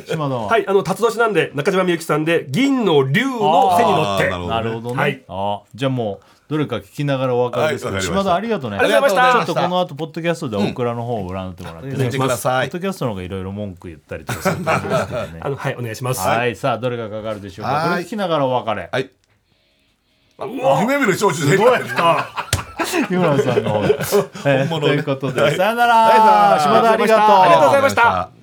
島田は、
はい、あの、辰年なんで、中島みゆきさんで、銀の竜の背に乗って。
あーなるほどね
なるほどね、
はい
あじゃあもうどれか聞きながらお別れですけど、
はいわかりました
島田ありがとうね
ありがとうございました
ちょっとこの後ポッドキャストではオクラの方を占ってもらってね、
聞いてくださ
ポッ
い
ドキャストの方がいろいろ文句言ったりとかする感じですけどね
あの、はい、お願いします。
はい、さあどれがかかるでしょうか
はい
これ聞きながらお別れ
はい夢見る少女じゃない
日村さんの、えー
本物を
と
ね
いうことで、さよなら、
はいさよなら
島田ありがとう
ありがとうございました。